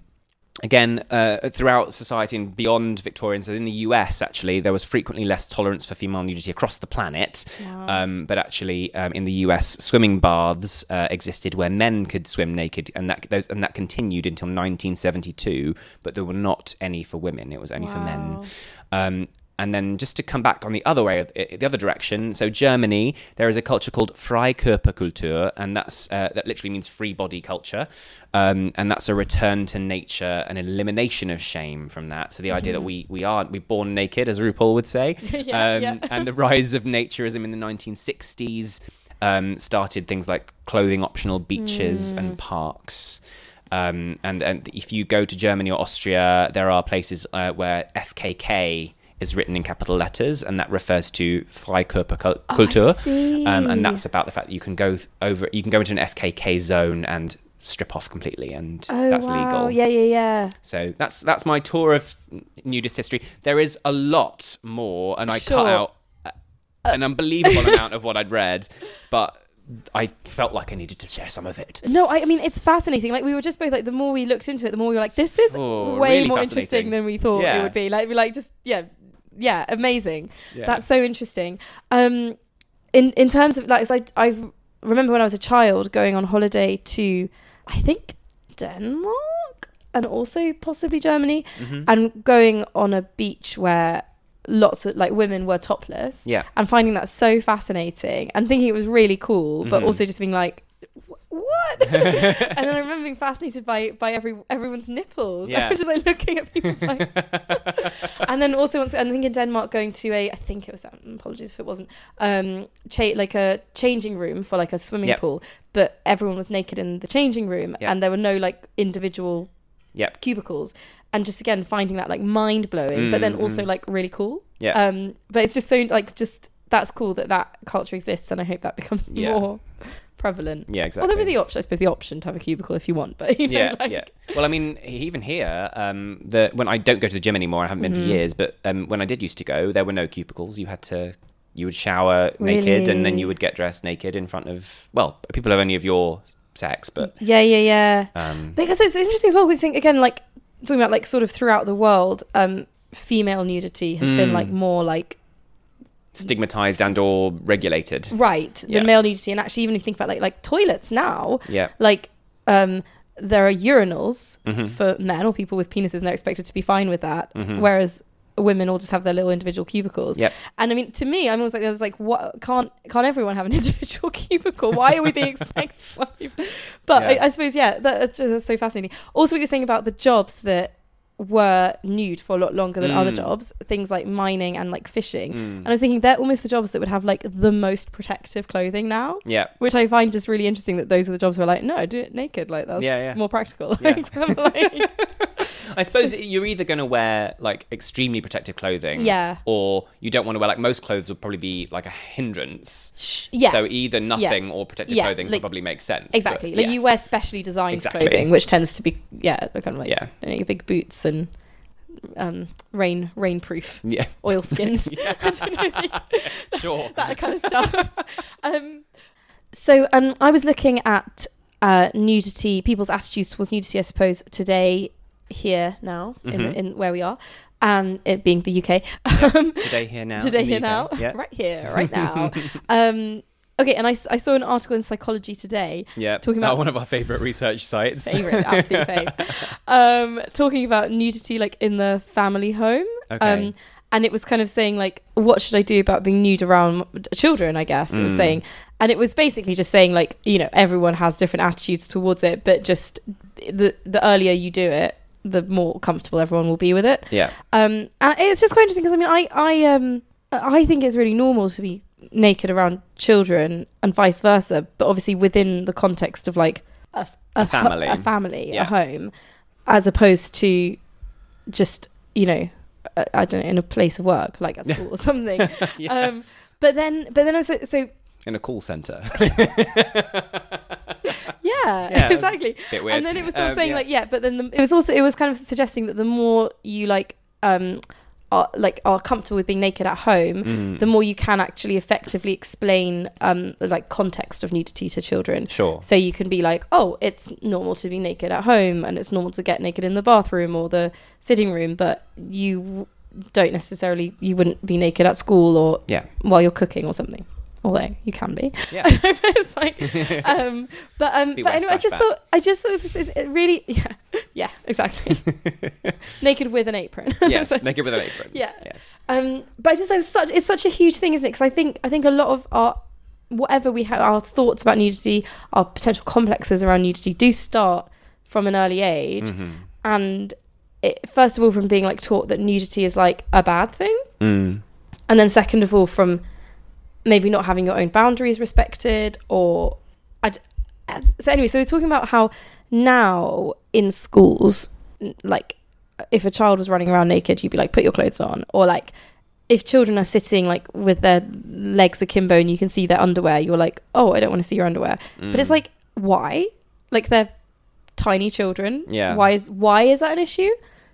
Speaker 2: again, uh, throughout society and beyond Victorian, so in the US actually, there was frequently less tolerance for female nudity across the planet. Um, but actually, um, in the US, swimming baths uh, existed where men could swim naked, and that those, and that continued until 1972. But there were not any for women; it was only for men.
Speaker 1: Wow.
Speaker 2: Um, and then just to come back on the other way, i- the other direction. So Germany, there is a culture called Freikörperkultur, and that's uh, that literally means free body culture, um, and that's a return to nature, an elimination of shame from that. So the idea that we we aren't we born naked, as RuPaul would say,
Speaker 1: Mm-hmm. [laughs]
Speaker 2: Um,
Speaker 1: Yeah, yeah.
Speaker 2: and the rise of naturism in the 1960s um, started things like clothing optional beaches and parks. Um, and, and if you go to Germany or Austria, there are places uh, where FKK is written in capital letters, and that refers to Freikörperkultur. um, and that's about the fact that you can go th- over, you can go into an FKK zone and strip off completely, and
Speaker 1: Oh,
Speaker 2: that's
Speaker 1: wow.
Speaker 2: legal.
Speaker 1: Yeah, yeah, yeah.
Speaker 2: So that's that's my tour of nudist history. There is a lot more, and I cut
Speaker 1: Sure.
Speaker 2: out a- an unbelievable [laughs] amount of what I'd read, but I felt like I needed to share some of it.
Speaker 1: No, I, I mean it's fascinating. Like we were just both like the more we looked into it, the more we were like, this is
Speaker 2: Oh,
Speaker 1: way
Speaker 2: really
Speaker 1: more
Speaker 2: fascinating.
Speaker 1: interesting than we thought
Speaker 2: Yeah.
Speaker 1: it would be. Like we like just yeah, yeah, amazing.
Speaker 2: Yeah.
Speaker 1: That's so interesting. Um, in in terms of like, 'cause I I remember when I was a child going on holiday to, I think Denmark and also possibly Germany,
Speaker 2: Mhm.
Speaker 1: and going on a beach where lots of like women were topless
Speaker 2: yeah.
Speaker 1: and finding that so fascinating and thinking it was really cool, but
Speaker 2: Mhm.
Speaker 1: also just being like, "Wh-
Speaker 2: [laughs]
Speaker 1: what? and then I remember being fascinated by by every everyone's nipples. [laughs]
Speaker 2: Yeah.
Speaker 1: I was just like looking at people's
Speaker 2: [laughs]
Speaker 1: like. and then also once I think in Denmark going to a I think it was um, apologies if it wasn't um cha- like a changing room for like a swimming
Speaker 2: Yep.
Speaker 1: pool, but everyone was naked in the changing room
Speaker 2: Yep.
Speaker 1: and there were no like individual
Speaker 2: Yep.
Speaker 1: cubicles. And just again finding that like mind blowing, but then
Speaker 2: Mm,
Speaker 1: also
Speaker 2: mm.
Speaker 1: like really cool.
Speaker 2: Yeah.
Speaker 1: Um, but it's just so like just that's cool that that culture exists, and I hope that becomes
Speaker 2: Yeah.
Speaker 1: more prevalent.
Speaker 2: Yeah, exactly.
Speaker 1: Although with the option, I suppose the option to have a cubicle if you want, but [laughs] you know,
Speaker 2: yeah,
Speaker 1: like,
Speaker 2: yeah. Well, I mean, he- even here, um, the when I don't go to the gym anymore, I haven't been
Speaker 1: Mhm.
Speaker 2: for years. But um, when I did used to go, there were no cubicles. You had to, you would shower naked, and then
Speaker 1: Really?
Speaker 2: you would get dressed naked in front of well, people of only of your sex, but
Speaker 1: yeah, yeah, yeah.
Speaker 2: um,
Speaker 1: Because it's interesting as well. We think again, like talking about like sort of throughout the world, um, female nudity has been
Speaker 2: Mm.
Speaker 1: like more like
Speaker 2: stigmatized and or regulated.
Speaker 1: right
Speaker 2: Yeah.
Speaker 1: than male nudity, and actually even if you think about like like toilets now,
Speaker 2: Yeah.
Speaker 1: like um, there are urinals
Speaker 2: Mhm.
Speaker 1: for men or people with penises, and they're expected to be fine with that,
Speaker 2: Mhm.
Speaker 1: whereas women all just have their little individual cubicles.
Speaker 2: Yep.
Speaker 1: And I mean, to me, I'm always like, I was like, what? Can't can't everyone have an [laughs] individual cubicle? Why are we
Speaker 2: [laughs]
Speaker 1: being expected? But
Speaker 2: Yeah.
Speaker 1: I, I suppose, yeah, that- that's just that's so fascinating. Also, what you're saying about the jobs that were nude for a lot longer than other
Speaker 2: Mm.
Speaker 1: jobs, things like mining and like fishing.
Speaker 2: Mm.
Speaker 1: And I was thinking they're almost the jobs that would have like the most protective clothing now
Speaker 2: Yeah.
Speaker 1: which I find just really interesting that those are the jobs where like, no, do it naked. Like that's
Speaker 2: Yeah, yeah.
Speaker 1: more practical.
Speaker 2: Yeah.
Speaker 1: [laughs] Like, I'm
Speaker 2: [laughs]
Speaker 1: like-
Speaker 2: I suppose you're either going to wear like extremely protective clothing,
Speaker 1: Yeah.
Speaker 2: or you don't want to wear like most clothes would probably be like a hindrance.
Speaker 1: Shh. yeah,
Speaker 2: So either nothing or protective
Speaker 1: Yeah,
Speaker 2: clothing
Speaker 1: like-
Speaker 2: probably makes sense. but
Speaker 1: exactly. Like you
Speaker 2: yes.
Speaker 1: wear specially designed
Speaker 2: Exactly.
Speaker 1: clothing, which tends to be yeah, like kind of like
Speaker 2: Yeah.
Speaker 1: you know, your big boots and um, rain rainproof
Speaker 2: Yeah. [laughs]
Speaker 1: oil skins, [laughs]
Speaker 2: Sure.
Speaker 1: that kind of [laughs] stuff. um, so um, I was looking at uh, nudity, people's attitudes towards nudity, I suppose, today here now in,
Speaker 2: Mhm.
Speaker 1: in where we are, and it being the UK. Um,
Speaker 2: Today here now.
Speaker 1: today
Speaker 2: in the
Speaker 1: here
Speaker 2: UK.
Speaker 1: now
Speaker 2: Yeah.
Speaker 1: right here
Speaker 2: [laughs]
Speaker 1: right now um okay and I, s- I saw an article in psychology today
Speaker 2: Yeah.
Speaker 1: Talking
Speaker 2: Now
Speaker 1: about-
Speaker 2: one of our favorite research sites.
Speaker 1: favorite absolute fave um talking about nudity like in the family home
Speaker 2: [laughs] Okay.
Speaker 1: um and it was kind of saying like what should i do about being nude around children i guess it was
Speaker 2: Mm.
Speaker 1: saying and it was basically just saying like you know everyone has different attitudes towards it but just the the earlier you do it the more comfortable everyone will be with it [laughs]
Speaker 2: yeah.
Speaker 1: um, and it's just quite interesting because I mean, I, I, um, I think it's really normal to be naked around children and vice versa, but obviously within the context of like a,
Speaker 2: A family.
Speaker 1: a family,
Speaker 2: Yeah.
Speaker 1: a home, as opposed to just you know, I, I don't know, in a place of work like
Speaker 2: [laughs]
Speaker 1: at school or something.
Speaker 2: Yeah.
Speaker 1: um, but then, but then also, so
Speaker 2: In a
Speaker 1: [laughs]
Speaker 2: call center. [laughs]
Speaker 1: yeah,
Speaker 2: that's
Speaker 1: exactly.
Speaker 2: Bit weird.
Speaker 1: And then it was sort of
Speaker 2: Um,
Speaker 1: saying like, yeah, but then the, it was also it was kind of suggesting that the more you like um are like are comfortable with being naked at home,
Speaker 2: Mm.
Speaker 1: the more you can actually effectively explain um the, like context of nudity to children.
Speaker 2: Sure.
Speaker 1: So you can be like, oh, it's normal to be naked at home, and it's normal to get naked in the bathroom or the sitting room, but you w- don't necessarily you wouldn't be naked at school or [laughs]
Speaker 2: Yeah.
Speaker 1: while you're cooking or something. Although you can be. [laughs]
Speaker 2: Yeah.
Speaker 1: it's
Speaker 2: [laughs]
Speaker 1: like um but um
Speaker 2: Be
Speaker 1: but
Speaker 2: wet
Speaker 1: anyway i
Speaker 2: splash
Speaker 1: just
Speaker 2: back.
Speaker 1: thought i just thought it was just it, it really [laughs] yeah yeah
Speaker 2: [laughs]
Speaker 1: exactly naked with an apron [laughs]
Speaker 2: yes. Naked with an apron.
Speaker 1: Yeah.
Speaker 2: Yes.
Speaker 1: um but i just it's such it's such a huge thing isn't it because i think i think a lot of our whatever we have our thoughts about nudity our potential complexes around nudity do start from an early age
Speaker 2: Mhm.
Speaker 1: and it, first of all from being like taught that nudity is like a bad thing
Speaker 2: Mm.
Speaker 1: and then second of all from maybe not having your own boundaries respected or I'd, I'd- so anyway so they're talking about how now in schools n- like if a child was running around naked you'd be like put your clothes on or like if children are sitting like with their legs akimbo and you can see their underwear you're like oh i don't want to see your underwear but it's
Speaker 2: Mm.
Speaker 1: like why like they're tiny children
Speaker 2: Yeah.
Speaker 1: why is why is that an issue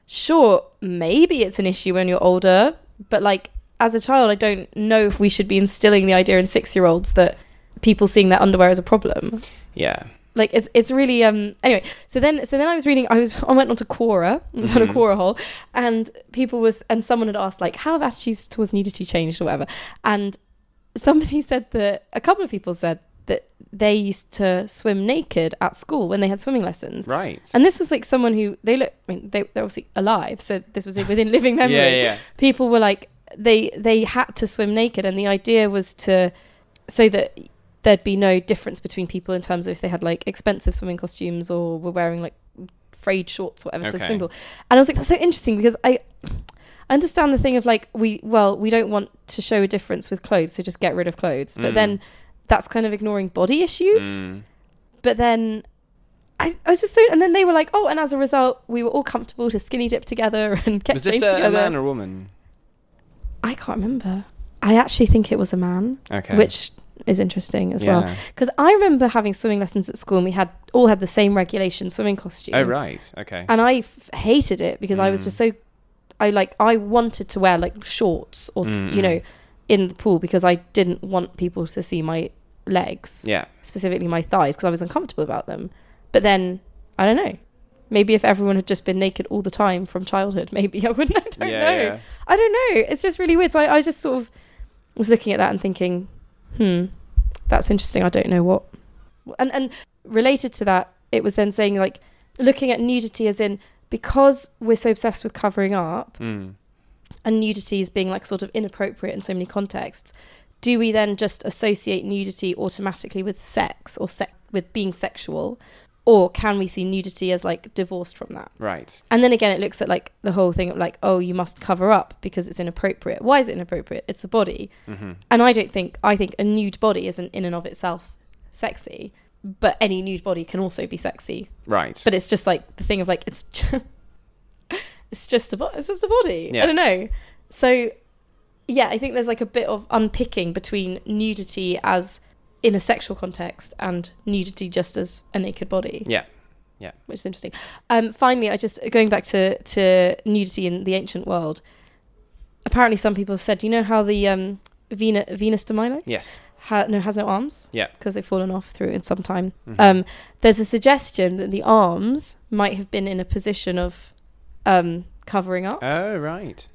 Speaker 1: sure maybe it's an issue when you're older but like as a child i don't know if we should be instilling the idea in six year olds that people seeing their underwear is a problem
Speaker 2: Yeah.
Speaker 1: like it's it's really um anyway so then so then i was reading i was [laughs] i went onto quora down a
Speaker 2: Mhm.
Speaker 1: quora hole and people was and someone had asked like how have attitudes towards nudity changed or whatever and somebody [laughs] said that a couple of people said that they used to swim naked at school when they had swimming lessons
Speaker 2: Right.
Speaker 1: and this was like someone who they look i mean they, they're obviously alive so this was within living memory
Speaker 2: [laughs] Yeah. Yeah.
Speaker 1: people were like they they had to swim naked and the idea was to so that there'd be no difference between people in terms of if they had like expensive swimming costumes or were wearing like frayed shorts or whatever to the
Speaker 2: Okay.
Speaker 1: swimming pool. And I was like, that's so interesting because I I understand the thing of like we well we don't want to show a difference with clothes, so just get rid of clothes. But
Speaker 2: Mm.
Speaker 1: then that's kind of ignoring body issues.
Speaker 2: Mm.
Speaker 1: But then. I, I was just so, and then they were like, "Oh," and as a result, we were all comfortable to skinny dip together [laughs] and get
Speaker 2: Was this
Speaker 1: changed
Speaker 2: a, a
Speaker 1: together.
Speaker 2: man or a woman?
Speaker 1: I can't remember. I actually think it was a man,
Speaker 2: Okay.
Speaker 1: which is interesting as well.
Speaker 2: Yeah.
Speaker 1: Because I remember having swimming lessons at school, and we had all had the same regulation swimming costume.
Speaker 2: Oh right. Okay.
Speaker 1: And I f- hated it because I was
Speaker 2: Mm.
Speaker 1: just so, I like I wanted to wear like shorts or s
Speaker 2: Mm,
Speaker 1: you
Speaker 2: mm.
Speaker 1: know, in the pool because I didn't want people to see my legs,
Speaker 2: yeah.
Speaker 1: specifically my thighs, because I was uncomfortable about them. But then I don't know. Maybe if everyone had just been naked all the time from childhood, [laughs] maybe I wouldn't. I don't
Speaker 2: yeah,
Speaker 1: know.
Speaker 2: yeah.
Speaker 1: I don't know. It's just really weird. So I, I just sort of was looking at that and thinking, hmm, that's interesting. I don't know what. And and related to that, it was then saying like looking at nudity as in because we're so obsessed with covering up
Speaker 2: Mm.
Speaker 1: and nudity is being like sort of inappropriate in so many contexts, do we then just associate nudity automatically with sex or sex with being sexual? Or can we see nudity as like divorced from that?
Speaker 2: Right.
Speaker 1: And then again, it looks at like the whole thing of like, oh, you must cover up because it's inappropriate. Why is it inappropriate? It's a body.
Speaker 2: Mm-hmm.
Speaker 1: And I don't think, I think a nude body isn't in and of itself sexy, but any nude body can also be sexy.
Speaker 2: Right.
Speaker 1: But it's just like the thing of like, it's just, [laughs] it's just a, bo- it's just a body.
Speaker 2: Yeah.
Speaker 1: I don't know. So yeah, I think there's like a bit of unpicking between nudity as in a sexual context and nudity just as a naked body
Speaker 2: yeah.
Speaker 1: which is interesting. Um, finally, I just going back to to nudity in the ancient world. Apparently, some people have said, you know how the um, Venus, Venus de Milo
Speaker 2: Yes.
Speaker 1: ha- no has no arms,
Speaker 2: Yeah.
Speaker 1: because they've fallen off through in some time.
Speaker 2: Mhm.
Speaker 1: Um, there's a suggestion that the arms might have been in a position of um, covering up,
Speaker 2: Oh right.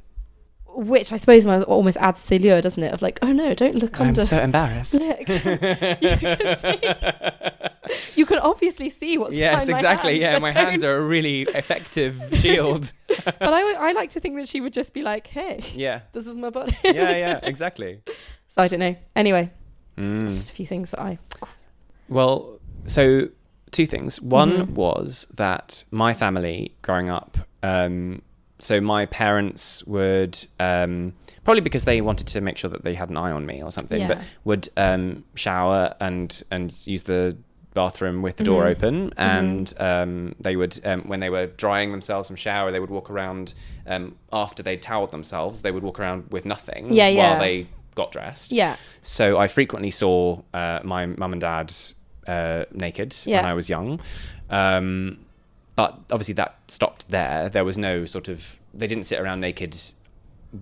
Speaker 1: which I suppose might- almost adds to the allure, doesn't it? Of like, oh no, don't look
Speaker 2: I'm
Speaker 1: under. [laughs]
Speaker 2: so embarrassed. [laughs]
Speaker 1: you can obviously see what's
Speaker 2: yes,
Speaker 1: behind my
Speaker 2: exactly.
Speaker 1: hands,
Speaker 2: yeah,
Speaker 1: but
Speaker 2: my
Speaker 1: don't-
Speaker 2: hands are a
Speaker 1: [laughs]
Speaker 2: really effective shield.
Speaker 1: But I, I like to think that she would just be like, hey.
Speaker 2: yeah.
Speaker 1: This is my body.
Speaker 2: Yeah,
Speaker 1: [laughs]
Speaker 2: yeah, exactly.
Speaker 1: So I don't know. Anyway, it's
Speaker 2: Mm.
Speaker 1: just a few things that I.
Speaker 2: Well, so two things. One
Speaker 1: Mhm.
Speaker 2: was that my family growing up, um, so my parents would um, probably because they wanted to make sure that they had an eye on me or something, but
Speaker 1: Yeah.
Speaker 2: would um, shower and and use the bathroom with the door
Speaker 1: Mhm.
Speaker 2: open and um, they would um, when they were drying themselves from shower they would walk around um, after they toweled themselves they would walk around with nothing
Speaker 1: Yeah, yeah.
Speaker 2: while they got dressed
Speaker 1: Yeah.
Speaker 2: so I frequently saw uh, my mum and dad uh, naked
Speaker 1: Yeah.
Speaker 2: when I was young. Um, but obviously that stopped there. There was no sort of, they didn't sit around naked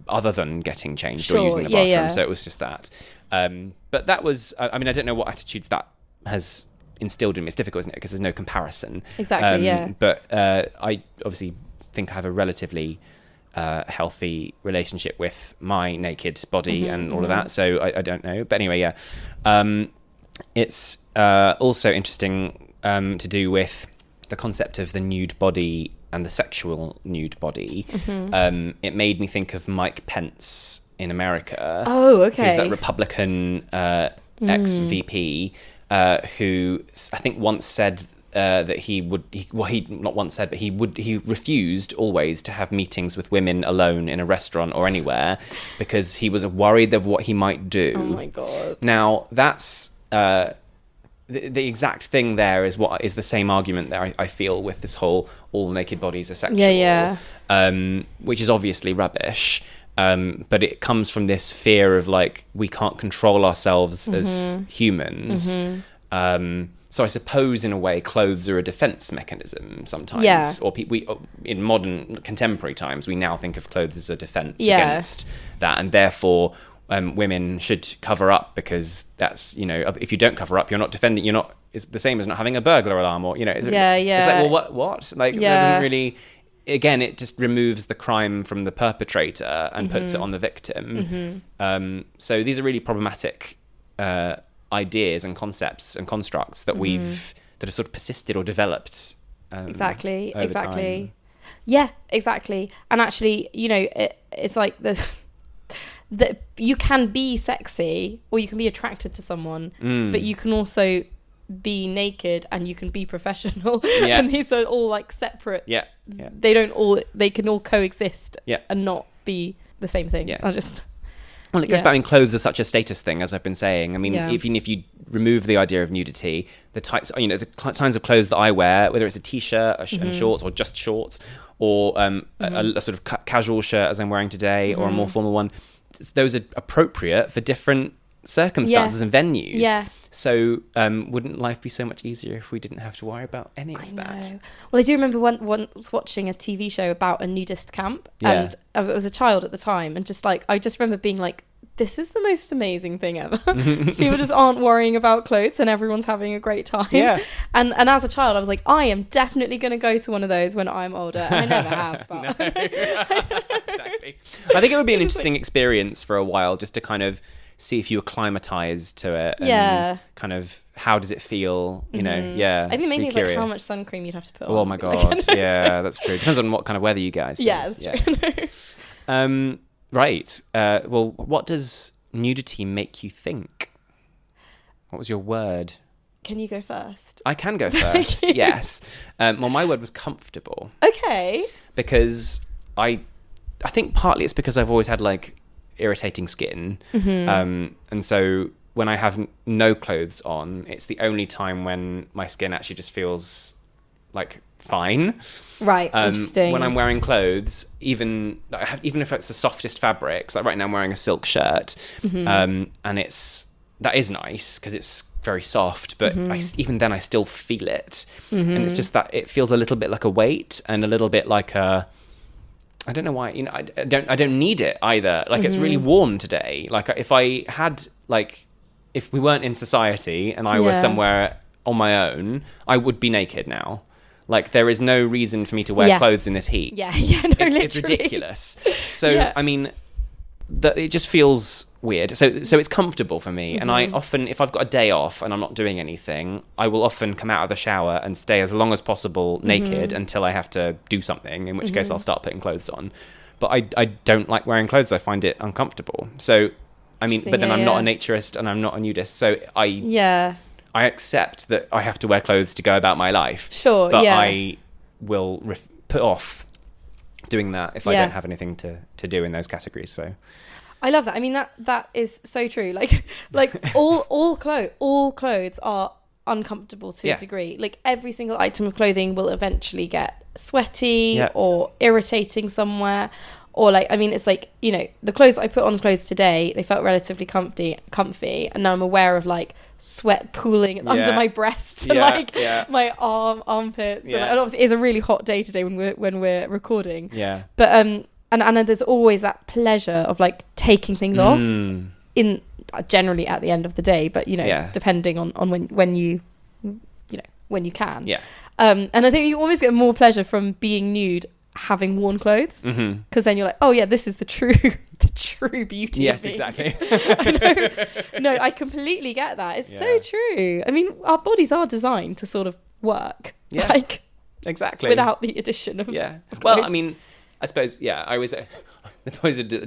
Speaker 2: other than getting changed or
Speaker 1: Sure,
Speaker 2: using the
Speaker 1: yeah,
Speaker 2: bathroom.
Speaker 1: yeah.
Speaker 2: So it was just that. Um, but that was, I I mean, I don't know what attitudes that has instilled in me. It's difficult, isn't it? Because there's no comparison. Um,
Speaker 1: Exactly, yeah.
Speaker 2: But uh, I obviously think I have a relatively uh, healthy relationship with my naked body
Speaker 1: Mm-hmm,
Speaker 2: and all of that. So I, I don't know. But anyway, yeah. Um, it's uh, also interesting um, to do with the concept of the nude body and the sexual nude body.
Speaker 1: Mm-hmm.
Speaker 2: Um, it made me think of Mike Pence in America.
Speaker 1: Oh,
Speaker 2: Who's
Speaker 1: okay. Hmm.
Speaker 2: that Republican uh, ex VP uh, who s- I think once said uh, that he would, he, well, he not once said, but he would, he refused always to have meetings with women alone in a restaurant or anywhere because he was worried of what he might do.
Speaker 1: Oh my god.
Speaker 2: Now that's uh, the, the exact thing. There is what is the same argument that I, I feel with this whole all naked bodies are sexual,
Speaker 1: Yeah, yeah.
Speaker 2: Um, which is obviously rubbish. Um, but it comes from this fear of like we can't control ourselves as
Speaker 1: Mm-hmm.
Speaker 2: humans. Um, so I suppose in a way, clothes are a defense mechanism sometimes.
Speaker 1: Yeah.
Speaker 2: Or pe- we uh, in modern contemporary times, we now think of clothes as a defense
Speaker 1: Yeah.
Speaker 2: against that, and therefore um, women should cover up because that's you know if you don't cover up, you're not defending. You're not. It's the same as not having a burglar alarm or you know. it's-
Speaker 1: Yeah,
Speaker 2: It's
Speaker 1: yeah.
Speaker 2: like well, what what like that
Speaker 1: Yeah.
Speaker 2: doesn't really. Again, it just removes the crime from the perpetrator and puts
Speaker 1: Mm-hmm.
Speaker 2: it on the victim. Um, so these are really problematic uh, ideas and concepts and constructs
Speaker 1: Mm-hmm.
Speaker 2: that we've that have sort of persisted or developed. um,
Speaker 1: Exactly.
Speaker 2: over
Speaker 1: Exactly.
Speaker 2: time.
Speaker 1: [laughs] Yeah. Exactly. And actually, you know, it, it's like there's that you can be sexy or you can be attracted to someone,
Speaker 2: Mm.
Speaker 1: but you can also be naked and you can be professional. [laughs]
Speaker 2: Yeah.
Speaker 1: and these are all like separate.
Speaker 2: Yeah. Yeah.
Speaker 1: They don't all. They can all coexist.
Speaker 2: Yeah.
Speaker 1: And not be the same thing.
Speaker 2: Yeah.
Speaker 1: I just.
Speaker 2: Well, it goes
Speaker 1: Yeah.
Speaker 2: back. I mean, clothes are such a status thing, as I've been saying. I mean,
Speaker 1: Yeah.
Speaker 2: even if you remove the idea of nudity, the types, you know, the cl- kinds of clothes that I wear, whether it's a t-shirt a sh-
Speaker 1: Mm-hmm.
Speaker 2: and shorts, or just shorts, or um, a- a, a sort of ca- casual shirt as I'm wearing today, or a
Speaker 1: Mm-hmm.
Speaker 2: more formal one, it's- those are appropriate for different circumstances and venues.
Speaker 1: Yeah.
Speaker 2: So, um, wouldn't life be so much easier if we didn't have to worry about any of
Speaker 1: I
Speaker 2: that?
Speaker 1: know. Well, I do remember one, once watching a TV show about a nudist camp,
Speaker 2: Yeah.
Speaker 1: and I was a child at the time, and just like I just remember being like, "This is the most amazing thing
Speaker 2: [laughs]
Speaker 1: ever." [laughs] People just aren't worrying about clothes, and everyone's having a great time.
Speaker 2: Yeah.
Speaker 1: [laughs] And and as a child, I was like, "I am definitely going to go to one of those when I'm older." And I
Speaker 2: [laughs]
Speaker 1: never have, but [laughs]
Speaker 2: exactly. I think it would be an interesting experience for a while just to kind of see if you acclimatize to it. and
Speaker 1: Yeah.
Speaker 2: Kind of how does it feel? You know, yeah.
Speaker 1: Mm-hmm. I think
Speaker 2: be
Speaker 1: mainly it's like how
Speaker 2: curious.
Speaker 1: much sun cream you'd have to put on. [laughs]
Speaker 2: Oh my
Speaker 1: Like,
Speaker 2: god!
Speaker 1: it's like-
Speaker 2: yeah, that's true. Depends on what kind of weather you guys.
Speaker 1: Yeah,
Speaker 2: get.
Speaker 1: that's true. [laughs]
Speaker 2: Yeah. Um. Right. Uh. Well, what does nudity make you think? What was your word?
Speaker 1: Can you go first?
Speaker 2: I
Speaker 1: [laughs]
Speaker 2: can go first.
Speaker 1: you.
Speaker 2: yes. Um, well, my word was comfortable
Speaker 1: Okay.
Speaker 2: because I I think partly it's because I've always had like irritating skin, um, and so when I have n- no clothes on, it's the only time when my skin actually just feels like fine.
Speaker 1: Right.
Speaker 2: Um,
Speaker 1: interesting.
Speaker 2: when I'm wearing clothes, even like, I have- even if it's the softest fabrics, like right now I'm wearing a silk shirt,
Speaker 1: Mm-hmm.
Speaker 2: um, and it's that is nice because it's very soft, but
Speaker 1: Mm-hmm.
Speaker 2: I s even then I still feel it, and it's just that it feels a little bit like a weight and a little bit like a I don't know why you know I, I don't I don't need it either. Like it's really
Speaker 1: Mm-hmm.
Speaker 2: warm today. Like if I had like if we weren't in society and I were
Speaker 1: Yeah.
Speaker 2: somewhere on my own, I would be naked now. Like there is no reason for me to wear
Speaker 1: Yeah.
Speaker 2: clothes in this heat. [laughs]
Speaker 1: yeah. Yeah. No. [laughs]
Speaker 2: It's,
Speaker 1: literally.
Speaker 2: it's ridiculous. So
Speaker 1: Yeah.
Speaker 2: I mean that it just feels weird. So so it's comfortable for me and I
Speaker 1: Mm-hmm.
Speaker 2: often if I've got a day off and I'm not doing anything, I will often come out of the shower and stay as long as possible
Speaker 1: Mm-hmm.
Speaker 2: naked until I have to do something, in which case I'll start putting clothes on. But I I don't like wearing clothes. I find it uncomfortable. So I mean,
Speaker 1: Interesting,
Speaker 2: but then
Speaker 1: yeah,
Speaker 2: I'm not a
Speaker 1: yeah.
Speaker 2: naturist and I'm not a nudist, so I
Speaker 1: Yeah.
Speaker 2: I accept that I have to wear clothes to go about my life.
Speaker 1: Sure,
Speaker 2: but
Speaker 1: yeah.
Speaker 2: I will ref- put off doing that if I
Speaker 1: Yeah.
Speaker 2: don't have anything to, to do in those categories.
Speaker 1: [laughs]
Speaker 2: So
Speaker 1: I love that. I mean that that is so true. Like [laughs] like all all clothes all clothes are uncomfortable to
Speaker 2: Yeah.
Speaker 1: a degree. Like every single item of clothing will eventually get sweaty
Speaker 2: Yeah.
Speaker 1: or irritating somewhere. Or like I mean it's like, you know, the clothes I put on clothes today, they felt relatively comfy comfy and now I'm aware of like sweat pooling under
Speaker 2: Yeah.
Speaker 1: my breast [laughs] and
Speaker 2: Yeah,
Speaker 1: like
Speaker 2: yeah.
Speaker 1: my arm armpits. And,
Speaker 2: Yeah.
Speaker 1: like- and obviously it's a really hot day today when we're when we're recording
Speaker 2: yeah,
Speaker 1: but um and and there's always that pleasure of like taking things [laughs] off
Speaker 2: Mm.
Speaker 1: in uh, generally at the end of the day but you know
Speaker 2: Yeah.
Speaker 1: depending on on when when you you know when you can
Speaker 2: yeah,
Speaker 1: um and i think you always get more pleasure from being nude having worn clothes because [laughs]
Speaker 2: Mhm.
Speaker 1: then you're like oh yeah this is the true [laughs] the true beauty of
Speaker 2: yes,
Speaker 1: being-
Speaker 2: exactly. [laughs]
Speaker 1: no i completely get that it's so
Speaker 2: Yeah.
Speaker 1: true i mean our bodies are designed to sort of work
Speaker 2: Yeah.
Speaker 1: like
Speaker 2: exactly.
Speaker 1: without the addition [laughs] of
Speaker 2: yeah.
Speaker 1: of
Speaker 2: Well, I
Speaker 1: clothes.
Speaker 2: mean, I suppose yeah. I [laughs] was uh, the toys are d-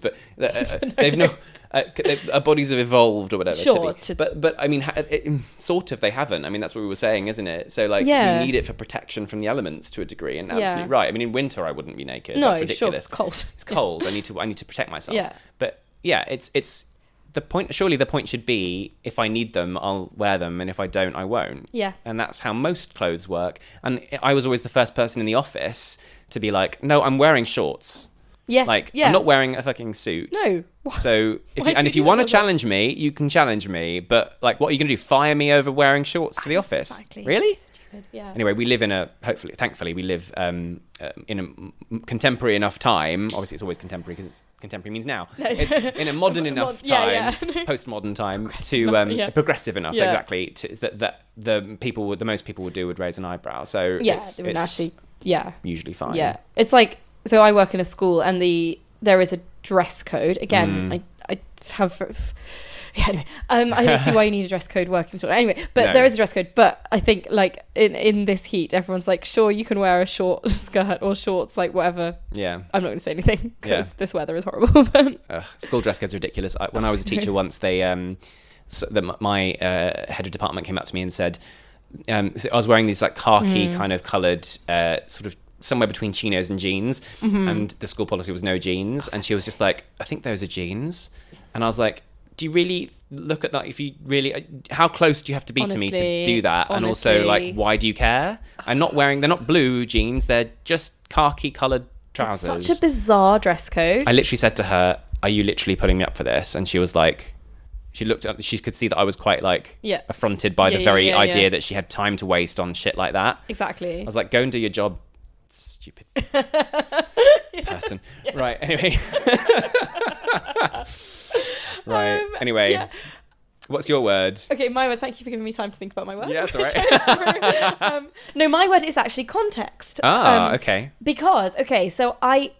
Speaker 1: [laughs]
Speaker 2: but uh, uh, they've no. Uh, c- they- our bodies have evolved or whatever. to
Speaker 1: Sure,
Speaker 2: be-
Speaker 1: to-
Speaker 2: but but I mean, ha- it, it- sort of they haven't. I mean, that's what we were saying, isn't it? So like,
Speaker 1: Yeah.
Speaker 2: we need it for protection from the elements to a degree, and
Speaker 1: Yeah.
Speaker 2: absolutely right. I mean, in winter I wouldn't be naked.
Speaker 1: no
Speaker 2: that's
Speaker 1: sure
Speaker 2: ridiculous.
Speaker 1: it's cold
Speaker 2: It's cold. I need to I need to protect myself.
Speaker 1: Yeah.
Speaker 2: But yeah, it's it's the point. Surely the point should be if I need them, I'll wear them, and if I don't, I won't
Speaker 1: yeah
Speaker 2: and that's how most clothes work. And I was always the first person in the office to be like, "No, I'm wearing shorts.
Speaker 1: Yeah.
Speaker 2: Like,
Speaker 1: Eh, yeah.
Speaker 2: I'm not wearing a fucking suit."
Speaker 1: No. Why-
Speaker 2: So, if
Speaker 1: why
Speaker 2: you, and
Speaker 1: do
Speaker 2: if
Speaker 1: you
Speaker 2: you want to
Speaker 1: do that?
Speaker 2: challenge me, you can challenge me. But like, what are you going to do? Fire me over wearing shorts to the office?
Speaker 1: Exactly.
Speaker 2: Really?
Speaker 1: Stupid. Yeah.
Speaker 2: Anyway, we live in a hopefully, thankfully, we live um, uh, in a m- m- contemporary enough time. Obviously, it's always contemporary because contemporary means now. in, in
Speaker 1: [laughs]
Speaker 2: a modern enough time,
Speaker 1: yeah, yeah. [laughs]
Speaker 2: postmodern time, to um,
Speaker 1: yeah.
Speaker 2: progressive enough
Speaker 1: Yeah.
Speaker 2: exactly to, that that the people would, the most people would do would raise an eyebrow. So
Speaker 1: Yeah.
Speaker 2: it's,
Speaker 1: they would
Speaker 2: it's
Speaker 1: actually. Yeah.
Speaker 2: usually fine.
Speaker 1: Yeah. It's like so. I
Speaker 2: Mm.
Speaker 1: work in a school, and the there is a dress code. Again, I I have yeah, anyway, um, I don't see why you need a dress code working sort. Anyway, but
Speaker 2: No.
Speaker 1: there is a dress code. But I think like in in this heat, everyone's like, sure, you can wear a short [laughs] skirt or shorts, like whatever.
Speaker 2: Yeah.
Speaker 1: I'm not going to say anything because
Speaker 2: Yeah.
Speaker 1: this weather is horrible. [laughs] but
Speaker 2: Ugh, school dress code's ridiculous. I, when I was a
Speaker 1: [laughs]
Speaker 2: teacher once, they um, so the, my uh, head of department came up to me and said, um, so I was wearing these like khaki
Speaker 1: Mm.
Speaker 2: kind of coloured, uh, sort of somewhere between chinos and jeans,
Speaker 1: Mm-hmm.
Speaker 2: and the school policy was no jeans,
Speaker 1: Oh,
Speaker 2: and she was just like, I think those are jeans, and I was like. Do you really look at that? If you really, uh, how close do you have to be to me to
Speaker 1: Honestly,
Speaker 2: do that? And also, like,
Speaker 1: honestly.
Speaker 2: why do you care? I'm not wearing. They're not blue jeans. They're just khaki coloured
Speaker 1: it's
Speaker 2: trousers.
Speaker 1: such a bizarre dress code.
Speaker 2: I literally said to her, "Are you literally putting me up for this?" And she was like, she looked at, she could see that I was quite like
Speaker 1: Yeah.
Speaker 2: affronted by
Speaker 1: Yeah,
Speaker 2: the
Speaker 1: yeah,
Speaker 2: very
Speaker 1: yeah,
Speaker 2: idea
Speaker 1: yeah.
Speaker 2: that she had time to waste on shit like that.
Speaker 1: exactly.
Speaker 2: I was like, "Go and do your job,
Speaker 1: [laughs]
Speaker 2: stupid person." Right. Anyway. right.
Speaker 1: Um,
Speaker 2: anyway,
Speaker 1: yeah.
Speaker 2: what's your word?
Speaker 1: Okay, my word. Thank you for giving me time to think about my word.
Speaker 2: Yeah, that's
Speaker 1: [laughs]
Speaker 2: all right.
Speaker 1: um, no, my word is actually context.
Speaker 2: Ah,
Speaker 1: Um,
Speaker 2: okay.
Speaker 1: Because okay, so I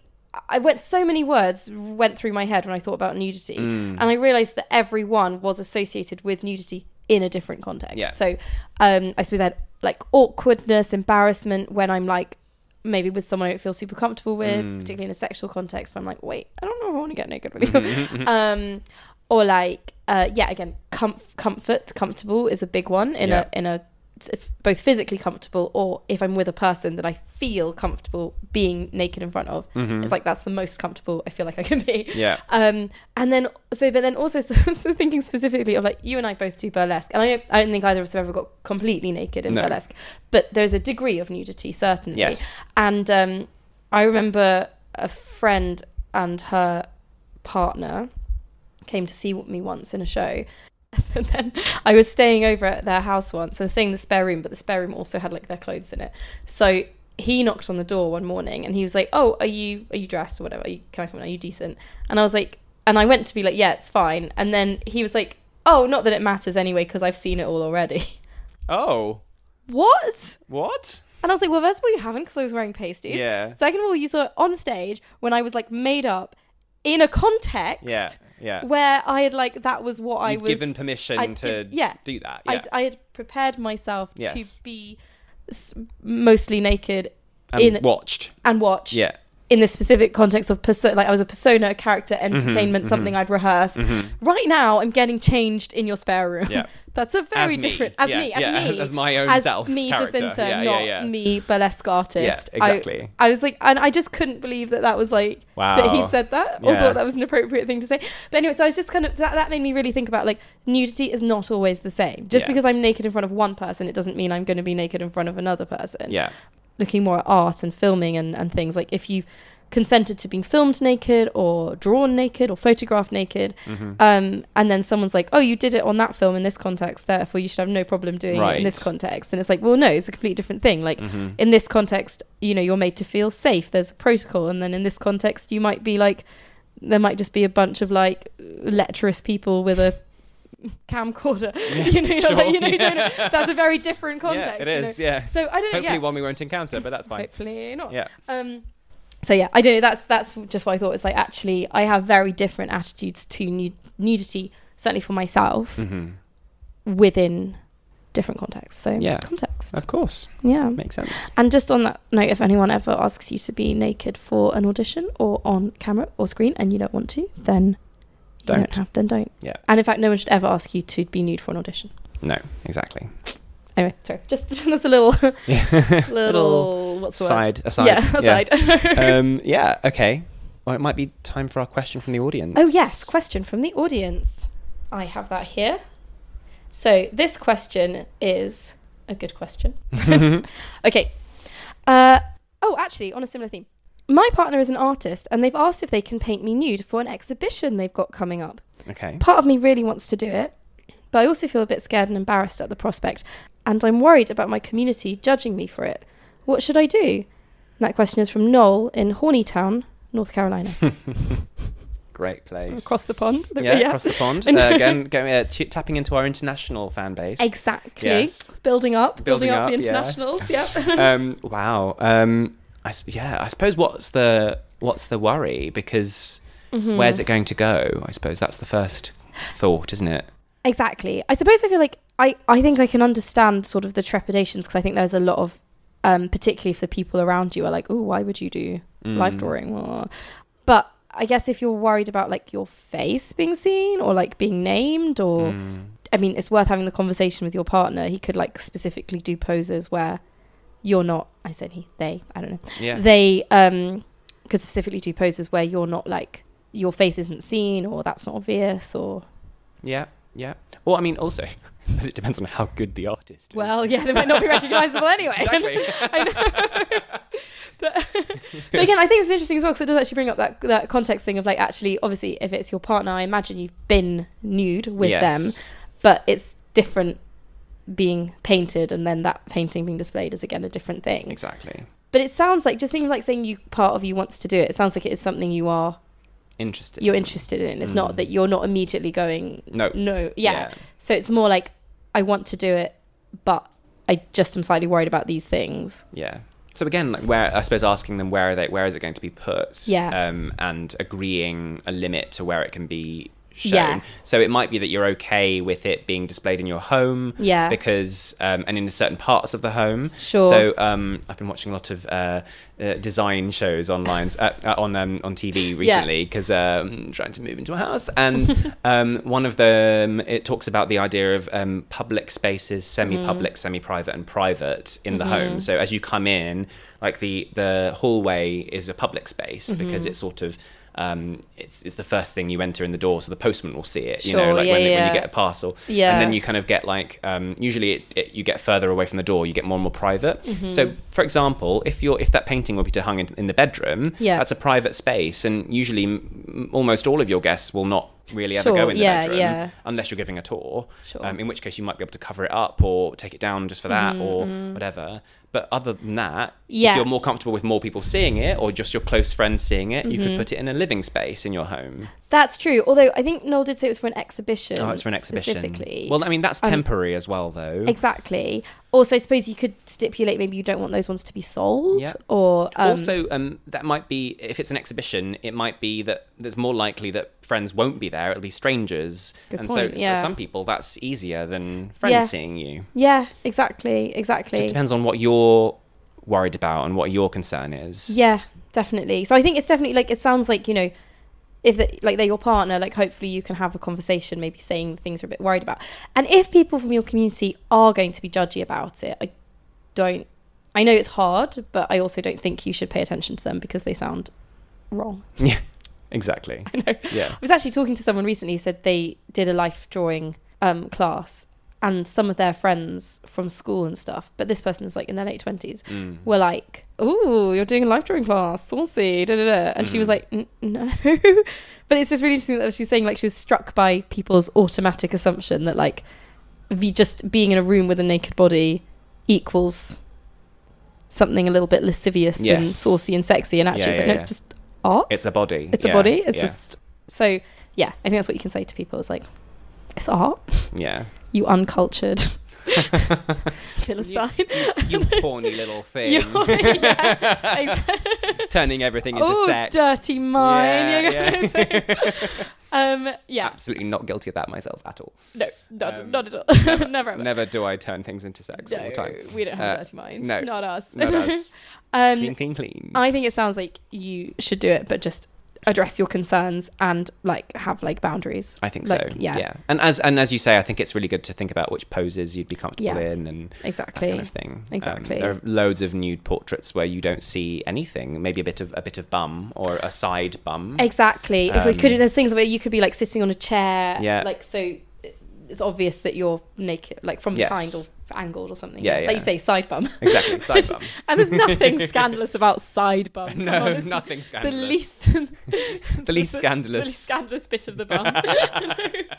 Speaker 1: I went so many words went through my head when I thought about nudity,
Speaker 2: Mm.
Speaker 1: and I realized that every one was associated with nudity in a different context.
Speaker 2: Yeah.
Speaker 1: So um, I suppose I had like awkwardness, embarrassment when I'm like maybe with someone I don't feel super comfortable with,
Speaker 2: Mm.
Speaker 1: particularly in a sexual context. Where I'm like, wait, I don't know if I want to get naked with
Speaker 2: Mm-hmm,
Speaker 1: you. um, or like, uh, yeah, again, com- comfort, comfortable is a big one in
Speaker 2: Yeah.
Speaker 1: a in a if both physically comfortable or if I'm with a person that I feel comfortable being naked in front of.
Speaker 2: Mm-hmm.
Speaker 1: It's like that's the most comfortable I feel like I can be. [laughs]
Speaker 2: Yeah.
Speaker 1: Um, and then so, but then also [laughs] so, so thinking specifically of like you and I both do burlesque, and I don't, I don't think either of us have ever got completely naked in
Speaker 2: No.
Speaker 1: burlesque, but there's a degree of nudity certainly.
Speaker 2: Yes.
Speaker 1: And um, I remember a friend and her partner came to see me once in a show. [laughs] And then I was staying over at their house once and staying in the spare room, but the spare room also had like their clothes in it. So he knocked on the door one morning and he was like, "Oh, are you are you dressed or whatever? Are you, can I come in? Are you decent?" And I was like, and I went to be like, "Yeah, it's fine." And then he was like, "Oh, not that it matters anyway, because I've seen it all already." [laughs]
Speaker 2: Oh,
Speaker 1: what?
Speaker 2: what?
Speaker 1: And I was like, well, first of all, you haven't because I was wearing pasties.
Speaker 2: Yeah.
Speaker 1: Second of all, you saw it on stage when I was like made up in a context
Speaker 2: Yeah. Yeah.
Speaker 1: where I had like, that was what I
Speaker 2: You'd
Speaker 1: was.
Speaker 2: given permission
Speaker 1: I'd
Speaker 2: to
Speaker 1: give- yeah.
Speaker 2: do that. Yeah.
Speaker 1: I'd- I had prepared myself
Speaker 2: Yes.
Speaker 1: to be s- mostly naked
Speaker 2: and
Speaker 1: in-
Speaker 2: watched.
Speaker 1: and watched
Speaker 2: Yeah.
Speaker 1: in this specific context of persona. Like I was a persona, a character,
Speaker 2: Mm-hmm,
Speaker 1: entertainment, something I'd rehearsed. Right now, I'm getting changed in your spare room.
Speaker 2: Yeah.
Speaker 1: [laughs] That's a very
Speaker 2: me.
Speaker 1: different as
Speaker 2: Yeah,
Speaker 1: me, as
Speaker 2: yeah, [laughs]
Speaker 1: me,
Speaker 2: as my own
Speaker 1: as
Speaker 2: self
Speaker 1: me,
Speaker 2: character.
Speaker 1: Jacinta,
Speaker 2: Yeah, yeah,
Speaker 1: not
Speaker 2: yeah.
Speaker 1: me, burlesque artist.
Speaker 2: Yeah,
Speaker 1: I-
Speaker 2: exactly.
Speaker 1: I, was like, and I just couldn't believe that that was like that
Speaker 2: Wow.
Speaker 1: he'd said that or
Speaker 2: Yeah.
Speaker 1: thought that was an appropriate thing to say. But anyway, so I was just kind of that, that made me really think about like nudity is not always the same. Just
Speaker 2: Yeah.
Speaker 1: because I'm naked in front of one person, it doesn't mean I'm going to be naked in front of another person
Speaker 2: Yeah.
Speaker 1: looking more at art and filming and, and things like if you consented to being filmed naked or drawn naked or photographed naked
Speaker 2: Mm-hmm.
Speaker 1: um, and then someone's like oh you did it on that film in this context therefore you should have no problem doing it in this
Speaker 2: Right.
Speaker 1: context and it's like well no it's a completely different thing like
Speaker 2: Mm-hmm.
Speaker 1: in this context you know you're made to feel safe there's a protocol and then in this context you might be like there might just be a bunch of like lecherous people with a camcorder [laughs] you know, you're like,
Speaker 2: sure.
Speaker 1: you know you don't
Speaker 2: [laughs]
Speaker 1: know. that's a very different context
Speaker 2: yeah, it
Speaker 1: you know.
Speaker 2: is. Yeah.
Speaker 1: so i don't know [laughs]
Speaker 2: Hopefully
Speaker 1: yeah
Speaker 2: one we won't encounter, but that's fine.
Speaker 1: Hopefully not.
Speaker 2: Yeah.
Speaker 1: Um, so yeah, I don't know. That's that's just what I thought. It's like actually, I have very different attitudes to nu- nudity, certainly for myself,
Speaker 2: Hmm. Mm-hmm.
Speaker 1: within different contexts. So
Speaker 2: Yeah.
Speaker 1: context.
Speaker 2: Of course.
Speaker 1: Yeah.
Speaker 2: Makes sense.
Speaker 1: And just on that note, if anyone ever asks you to be naked for an audition or on camera or screen, and you don't want to, then you don't,
Speaker 2: Don't.
Speaker 1: have. Then don't.
Speaker 2: Yeah.
Speaker 1: And in fact, no one should ever ask you to be nude for an audition.
Speaker 2: No, exactly. [laughs]
Speaker 1: Anyway, sorry. Just [laughs] that's a little
Speaker 2: Yeah.
Speaker 1: little what's the word?
Speaker 2: side
Speaker 1: [laughs]
Speaker 2: aside.
Speaker 1: Yeah, aside. [laughs]
Speaker 2: um, yeah, okay. Well, it might be time for our question from the audience.
Speaker 1: Oh, yes. Question from the audience. I have that here. So, this question is a good question.
Speaker 2: Mm-hmm.
Speaker 1: [laughs] okay. Uh, oh, actually, on a similar theme. My partner is an artist, and they've asked if they can paint me nude for an exhibition they've got coming up.
Speaker 2: Okay.
Speaker 1: Part of me really wants to do it, but I also feel a bit scared and embarrassed at the prospect, and I'm worried about my community judging me for it. What should I do? And that question is from Noel in Hornytown, North Carolina,
Speaker 2: Great place.
Speaker 1: [laughs] across the pond.
Speaker 2: yeah,
Speaker 1: [laughs]
Speaker 2: across the pond. Uh, again, go, uh, t- tapping into our international fan base.
Speaker 1: Exactly.
Speaker 2: Yes.
Speaker 1: Building up, building,
Speaker 2: Building
Speaker 1: up, the
Speaker 2: up, yes.
Speaker 1: internationals.
Speaker 2: [laughs]
Speaker 1: Yep.
Speaker 2: um, wow. Um, I s yeah, I suppose what's Mm-hmm.
Speaker 1: Hmm.
Speaker 2: the what's the worry because where's it going to go? I suppose that's the first thought, isn't it?
Speaker 1: Exactly. I suppose I feel like I, I think I can understand sort of the trepidations because I think there's a lot of, um, particularly if the people around you are like, oh, why would you do live
Speaker 2: Mm.
Speaker 1: drawing? Or- But I guess if you're worried about like your face being seen or like being named or
Speaker 2: Mm.
Speaker 1: I mean, it's worth having the conversation with your partner. He could like specifically do poses where you're not. I said he, they. I don't know.
Speaker 2: Yeah.
Speaker 1: They um could specifically do poses where you're not like your face isn't seen or that's not obvious or
Speaker 2: yeah. Yeah. Well, I mean, also, [laughs] it depends on how good the artist is.
Speaker 1: well, yeah, they might not be recognizable anyway.
Speaker 2: [laughs]
Speaker 1: [laughs]
Speaker 2: Exactly.
Speaker 1: I
Speaker 2: [laughs]
Speaker 1: know. but, but again, I think it's interesting as well because it does actually bring up that that context thing of like actually, obviously, if it's your partner, I imagine you've been nude with them.
Speaker 2: Yes.
Speaker 1: but it's different being painted and then that painting being displayed is again a different thing
Speaker 2: Exactly.
Speaker 1: but it sounds like just even like saying you part of you wants to do it it sounds like it is something you are
Speaker 2: Interesting.
Speaker 1: you're interested in it's not
Speaker 2: Mm.
Speaker 1: that you're not immediately going
Speaker 2: No.
Speaker 1: no yeah. so it's more like i want to do it but i just am slightly worried about these things
Speaker 2: Yeah. So again, like where I suppose asking them where are they where is it going to be put?
Speaker 1: Yeah.
Speaker 2: Um, and agreeing a limit to where it can be shown.
Speaker 1: Yeah.
Speaker 2: So it might be that you're okay with it being displayed in your home.
Speaker 1: Yeah.
Speaker 2: Because um, and in certain parts of the home.
Speaker 1: Sure.
Speaker 2: So um, I've been watching a lot of uh, uh, design shows online uh, uh, on um, on TV recently because um, trying to move into a house
Speaker 1: [laughs]
Speaker 2: and um, one of them it talks about the idea of um, public spaces, semi-public,
Speaker 1: Mm-hmm.
Speaker 2: semi-private, and private in the home. So as you come in, like the the hallway is a public space
Speaker 1: Mm-hmm.
Speaker 2: because it's sort of um, it's it's the first thing you enter in the door, so the postman will see it. You know,
Speaker 1: Sure,
Speaker 2: like
Speaker 1: yeah,
Speaker 2: when, when
Speaker 1: yeah.
Speaker 2: you get a parcel,
Speaker 1: Yeah.
Speaker 2: and then you kind of get like um, usually it, it, you get further away from the door, you get more and more private.
Speaker 1: Mm-hmm.
Speaker 2: So for example, if you're if that painting were to hung in, in the bedroom,
Speaker 1: Yeah.
Speaker 2: that's a private space, and usually m- almost all of your guests will not really ever go
Speaker 1: Sure,
Speaker 2: in the
Speaker 1: yeah,
Speaker 2: bedroom
Speaker 1: yeah.
Speaker 2: unless you're giving a tour.
Speaker 1: Sure. Mm-hmm,
Speaker 2: Um, in which case you might be able to cover it up or take it down just for that or whatever. But other than that,
Speaker 1: Yeah.
Speaker 2: if you're more comfortable with more people seeing it or just your close friends seeing it, you
Speaker 1: Mm-hmm.
Speaker 2: could put it in a living space in your home.
Speaker 1: that's true although i think noel did say it was for an exhibition
Speaker 2: Oh, it's for an exhibition.
Speaker 1: specifically
Speaker 2: Well, I mean that's
Speaker 1: Um,
Speaker 2: temporary as well, though.
Speaker 1: Exactly. Also, I suppose you could stipulate maybe you don't want those ones to be sold,
Speaker 2: Yeah.
Speaker 1: or um,
Speaker 2: also, um, that might be if it's an exhibition, it might be that there's more likely that friends won't be there; it'll be strangers.
Speaker 1: Good
Speaker 2: and
Speaker 1: point,
Speaker 2: so,
Speaker 1: yeah.
Speaker 2: for some people, that's easier than friends
Speaker 1: Yeah.
Speaker 2: seeing you.
Speaker 1: yeah, exactly,
Speaker 2: It just
Speaker 1: exactly.
Speaker 2: depends on what you're worried about and what your concern is.
Speaker 1: Yeah, definitely. So I think it's definitely like it sounds like you know, if the, like they're your partner, like hopefully you can have a conversation, maybe saying the things you're a bit worried about, and if people from your community are going to be judgy about it, I don't. I know it's hard, but I also don't think you should pay attention to them because they sound wrong.
Speaker 2: [laughs] Yeah, exactly.
Speaker 1: I know.
Speaker 2: Yeah.
Speaker 1: I was actually talking to someone recently who said they did a life drawing um, class and some of their friends from school and stuff, but this person was like in their late 20s,
Speaker 2: Mm.
Speaker 1: were like, Ooh, you're doing a life drawing class, saucy, da da da. And she was
Speaker 2: Mhm.
Speaker 1: like, "N- No. [laughs] but it's just really interesting that she was saying, like, she was struck by people's automatic assumption that, like, v- just being in a room with a naked body equals something a little bit lascivious and
Speaker 2: Yes.
Speaker 1: saucy and sexy. And actually,
Speaker 2: Yeah,
Speaker 1: it's like,
Speaker 2: yeah,
Speaker 1: no,
Speaker 2: yeah.
Speaker 1: it's just art
Speaker 2: It's a body.
Speaker 1: it's
Speaker 2: Yeah,
Speaker 1: a body it's
Speaker 2: yeah,
Speaker 1: just so yeah i think that's what you can say to people is like it's art
Speaker 2: yeah.
Speaker 1: you
Speaker 2: [laughs]
Speaker 1: uncultured [laughs] philistine [laughs]
Speaker 2: You horny little thing. [laughs]
Speaker 1: You're- [laughs] yeah, exactly.
Speaker 2: Turning everything into
Speaker 1: oh
Speaker 2: sex.
Speaker 1: dirty mind
Speaker 2: Yeah,
Speaker 1: You're gonna
Speaker 2: yeah. [laughs]
Speaker 1: say- um yeah
Speaker 2: Absolutely not guilty of that myself at all.
Speaker 1: no not,
Speaker 2: Um,
Speaker 1: not at all [laughs] never ever
Speaker 2: Never do I turn things into sex all the
Speaker 1: no,
Speaker 2: time.
Speaker 1: we don't have
Speaker 2: Uh,
Speaker 1: dirty mind
Speaker 2: no.
Speaker 1: not us [laughs]
Speaker 2: Not us. clean,
Speaker 1: um
Speaker 2: clean, clean.
Speaker 1: i think it sounds like you should do it but just address your concerns and like have like boundaries
Speaker 2: I think
Speaker 1: like,
Speaker 2: so.
Speaker 1: yeah.
Speaker 2: Yeah. And as and as you say, I think it's really good to think about which poses you'd be comfortable
Speaker 1: Yeah.
Speaker 2: in and that
Speaker 1: exactly
Speaker 2: kind of thing. Um,
Speaker 1: Exactly.
Speaker 2: there are loads of nude portraits where you don't see anything. Maybe a bit of a bit of bum or a side bum.
Speaker 1: Exactly. so it could,
Speaker 2: Um,
Speaker 1: there's things where you could be like sitting on a chair.
Speaker 2: Yeah.
Speaker 1: Like so, it's obvious that you're naked, like from
Speaker 2: Yes.
Speaker 1: behind or angled or something.
Speaker 2: Yeah,
Speaker 1: Like
Speaker 2: yeah.
Speaker 1: you say, side bum. [laughs]
Speaker 2: Exactly, side bum. [laughs]
Speaker 1: and there's nothing scandalous about side bum. Come on,
Speaker 2: no,
Speaker 1: it's
Speaker 2: nothing
Speaker 1: The
Speaker 2: scandalous.
Speaker 1: least, [laughs]
Speaker 2: the least
Speaker 1: the least
Speaker 2: scandalous.
Speaker 1: scandalous bit of the bum.
Speaker 2: [laughs]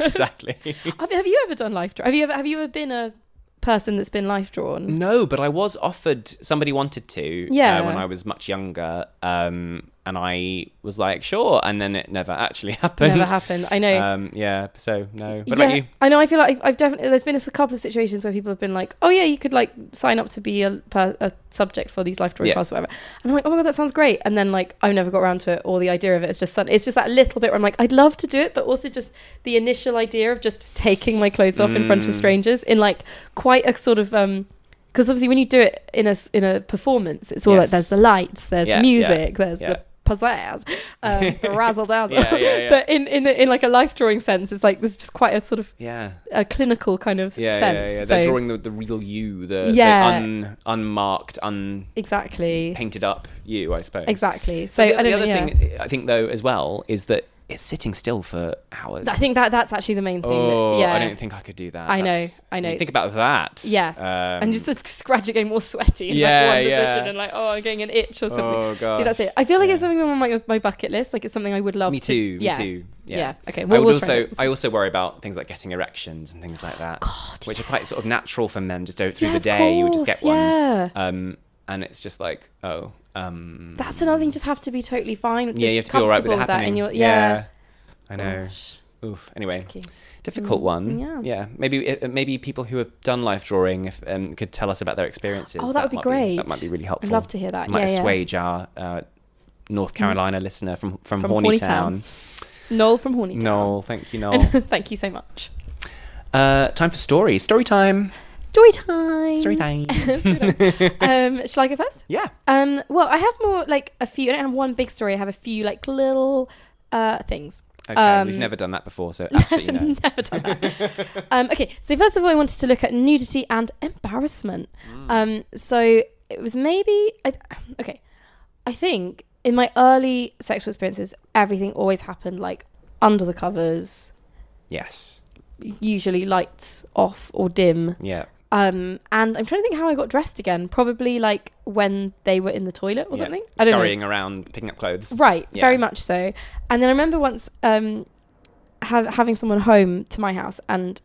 Speaker 2: exactly.
Speaker 1: [laughs] have, have you ever done life draw? Have you ever have you ever been a person that's been life drawn?
Speaker 2: No, but I was offered. Somebody wanted to. uh,
Speaker 1: Yeah.
Speaker 2: when I was much younger, um, and I was like, sure, and then it never actually [laughs] happened.
Speaker 1: Never happened. I know.
Speaker 2: Um, yeah. So no. What
Speaker 1: yeah, [laughs]
Speaker 2: about you?
Speaker 1: I know. I feel like I've, I've definitely there's been a couple of situations where people have been like, "Oh yeah, you could like sign up to be a, per, a subject for these life drawing
Speaker 2: Yeah.
Speaker 1: class, or whatever." And I'm like, "Oh my god, that sounds great!" And then like I've never got around to it, or the idea of it. It's just sun- it's just that little bit where I'm like, "I'd love to do it," but also just the initial idea of just taking my clothes off in front
Speaker 2: Mm.
Speaker 1: of strangers in like quite a sort of um. Because obviously, when you do it in a s- in a performance, it's all like
Speaker 2: Yes.
Speaker 1: there's the lights, there's
Speaker 2: Yeah, yeah,
Speaker 1: the music, there's
Speaker 2: yeah.
Speaker 1: the pizzazz, um, razzle dazzle.
Speaker 2: [laughs] Yeah, yeah, yeah.
Speaker 1: but in in the, in like a life drawing sense, it's like there's just quite a sort of
Speaker 2: Yeah.
Speaker 1: a clinical kind of
Speaker 2: Yeah,
Speaker 1: sense.
Speaker 2: yeah, yeah.
Speaker 1: So
Speaker 2: They're drawing the, the real you, the,
Speaker 1: Yeah.
Speaker 2: the un, unmarked, un
Speaker 1: exactly,
Speaker 2: painted up you, I suppose.
Speaker 1: exactly. So
Speaker 2: So the,
Speaker 1: I
Speaker 2: the
Speaker 1: don't
Speaker 2: other
Speaker 1: know. Yeah.
Speaker 2: thing I think though as well is that it's sitting still for hours.
Speaker 1: I think that that's actually the main thing. that-
Speaker 2: Oh,
Speaker 1: yeah,
Speaker 2: I don't think I could do that.
Speaker 1: I know,
Speaker 2: That's-
Speaker 1: I know.
Speaker 2: you think about that.
Speaker 1: Yeah.
Speaker 2: Um,
Speaker 1: and just, just gradually getting more sweaty in
Speaker 2: Yeah,
Speaker 1: like one
Speaker 2: yeah.
Speaker 1: position and like oh, I'm getting an itch or something.
Speaker 2: Oh god.
Speaker 1: See, that's it. I feel like
Speaker 2: Yeah.
Speaker 1: it's something on my my bucket list. Like it's something I would love.
Speaker 2: Me
Speaker 1: to-
Speaker 2: too.
Speaker 1: yeah.
Speaker 2: Me too. Yeah.
Speaker 1: Yeah. Okay.
Speaker 2: I
Speaker 1: Well,
Speaker 2: would
Speaker 1: we'll try
Speaker 2: also.
Speaker 1: that.
Speaker 2: I also worry about things like getting erections and things like that,
Speaker 1: God,
Speaker 2: which are quite sort of natural for men. Just over through
Speaker 1: Yeah,
Speaker 2: the
Speaker 1: of
Speaker 2: day, you would just get
Speaker 1: course, Yeah.
Speaker 2: one. Um, and it's just like, oh, um,
Speaker 1: That's another thing. Just have to be totally fine. Just
Speaker 2: yeah, you have to be all
Speaker 1: comfortable
Speaker 2: right with it
Speaker 1: that
Speaker 2: happening.
Speaker 1: in your yeah.
Speaker 2: I know.
Speaker 1: Gosh,
Speaker 2: Oof. Anyway,
Speaker 1: tricky. Mm,
Speaker 2: difficult one.
Speaker 1: yeah.
Speaker 2: Yeah. Maybe it- maybe people who have done life drawing if, um, could tell us about their experiences.
Speaker 1: Oh, that would be
Speaker 2: might that
Speaker 1: great.
Speaker 2: might be really helpful.
Speaker 1: I'd love to hear that.
Speaker 2: Might
Speaker 1: yeah, yeah.
Speaker 2: assuage our uh, North Carolina listener from from,
Speaker 1: From
Speaker 2: Horny,
Speaker 1: Horny
Speaker 2: Town.
Speaker 1: Town. Noel from Horny
Speaker 2: Noel, thank you,
Speaker 1: Town.
Speaker 2: Noel.
Speaker 1: [laughs] Thank you so much.
Speaker 2: uh, time for story. Story time.
Speaker 1: Story time. [laughs]
Speaker 2: Story time. [laughs]
Speaker 1: um, shall I go first?
Speaker 2: yeah.
Speaker 1: Um, well, I have more like a few. I don't have one big story. I have a few like little uh, things.
Speaker 2: Okay. We've
Speaker 1: Um,
Speaker 2: never done [laughs] that
Speaker 1: [laughs]
Speaker 2: before, so absolutely no.
Speaker 1: Never done that. um, okay, so first of all, I wanted to look at nudity and embarrassment.
Speaker 2: Hmm.
Speaker 1: Um, so it was maybe I, okay. I think in my early sexual experiences, everything always happened like under the covers,
Speaker 2: Yes.
Speaker 1: usually lights off or dim.
Speaker 2: Yeah.
Speaker 1: Um, and I'm trying to think how I got dressed again. Probably like when they were in the toilet or
Speaker 2: Yeah.
Speaker 1: something. I don't know.
Speaker 2: Scurrying around, picking up
Speaker 1: [laughs]
Speaker 2: clothes.
Speaker 1: Right,
Speaker 2: Yeah.
Speaker 1: very much so. And then I remember once um, ha- having someone home to my house and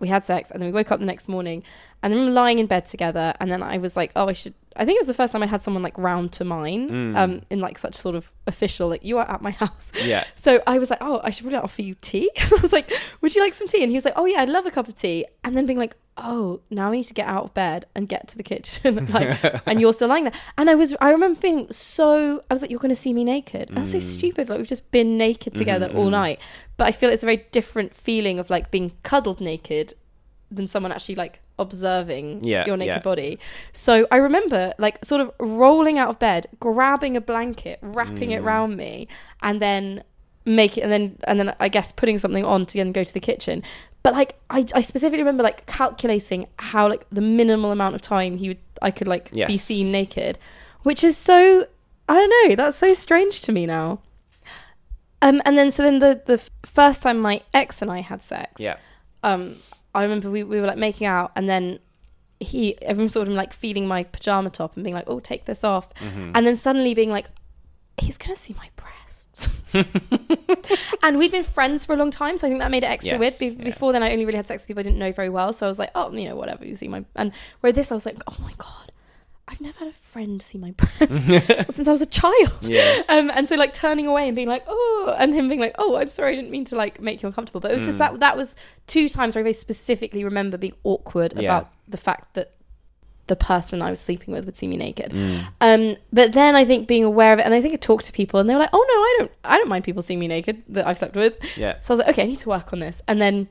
Speaker 1: we had sex and then we woke up the next morning and then we were lying in bed together and then I was like, oh, I should. I think it was the first time I had someone like round to mine
Speaker 2: Mm.
Speaker 1: um, in like such sort of official, like, you are at my [laughs] house.
Speaker 2: Yeah.
Speaker 1: So I was like, oh, I should probably offer you tea. [laughs] so I was like, would you like some tea? And he was like, oh yeah, I'd love a cup of tea. And then being like, oh, now I need to get out of bed and get to the kitchen, [laughs] like, and you're still lying there. And I was, I remember feeling so, I was like, you're going to see me naked. And That's so
Speaker 2: Mm.
Speaker 1: stupid. Like we've just been
Speaker 2: Mm-hmm,
Speaker 1: naked together all night. But I feel it's a very different feeling of like being cuddled naked than someone actually like observing
Speaker 2: Yeah,
Speaker 1: your naked
Speaker 2: yeah.
Speaker 1: body. So I remember like sort of rolling out of bed, grabbing a blanket, wrapping
Speaker 2: Mm.
Speaker 1: it round me, and then make it and then and then I guess putting something on to then go to the kitchen. But like I, I specifically remember like calculating how like the minimal amount of time he would I could like be
Speaker 2: Yes.
Speaker 1: seen naked, which is so I don't know that's so strange to me now. Um, and then so then the the f- first time my ex and I had sex,
Speaker 2: Yeah.
Speaker 1: um I remember we, we were like making out and then he everyone sort of like feeling my pajama top and being like, Oh, take this off
Speaker 2: Mm-hmm.
Speaker 1: [laughs] and then suddenly being like, He's gonna see my
Speaker 2: [laughs]
Speaker 1: breasts And we'd been friends for a long time, so I think that made it extra
Speaker 2: Yes,
Speaker 1: weird. Be-
Speaker 2: yeah.
Speaker 1: Before then I only really had sex with people I didn't know very well, so I was like, Oh, you know, whatever, you see my and where this I was like, Oh my god, I've never had a friend see my [laughs]
Speaker 2: [laughs]
Speaker 1: breasts since I was a child.
Speaker 2: Yeah.
Speaker 1: Um, and so like turning away and being like, oh, and him being like, oh, I'm sorry, I didn't mean to like make you uncomfortable. But it was just
Speaker 2: Hmm.
Speaker 1: that that was two times where I very specifically remember being awkward
Speaker 2: Yeah.
Speaker 1: about the fact that the person I was sleeping with would see me naked.
Speaker 2: Mm.
Speaker 1: Um, but then I think being aware of it, and I think I talked to people, and they were like, oh no, I don't, I don't mind people seeing me naked that I've slept with.
Speaker 2: Yeah.
Speaker 1: So I was like, okay, I need to work on this. And then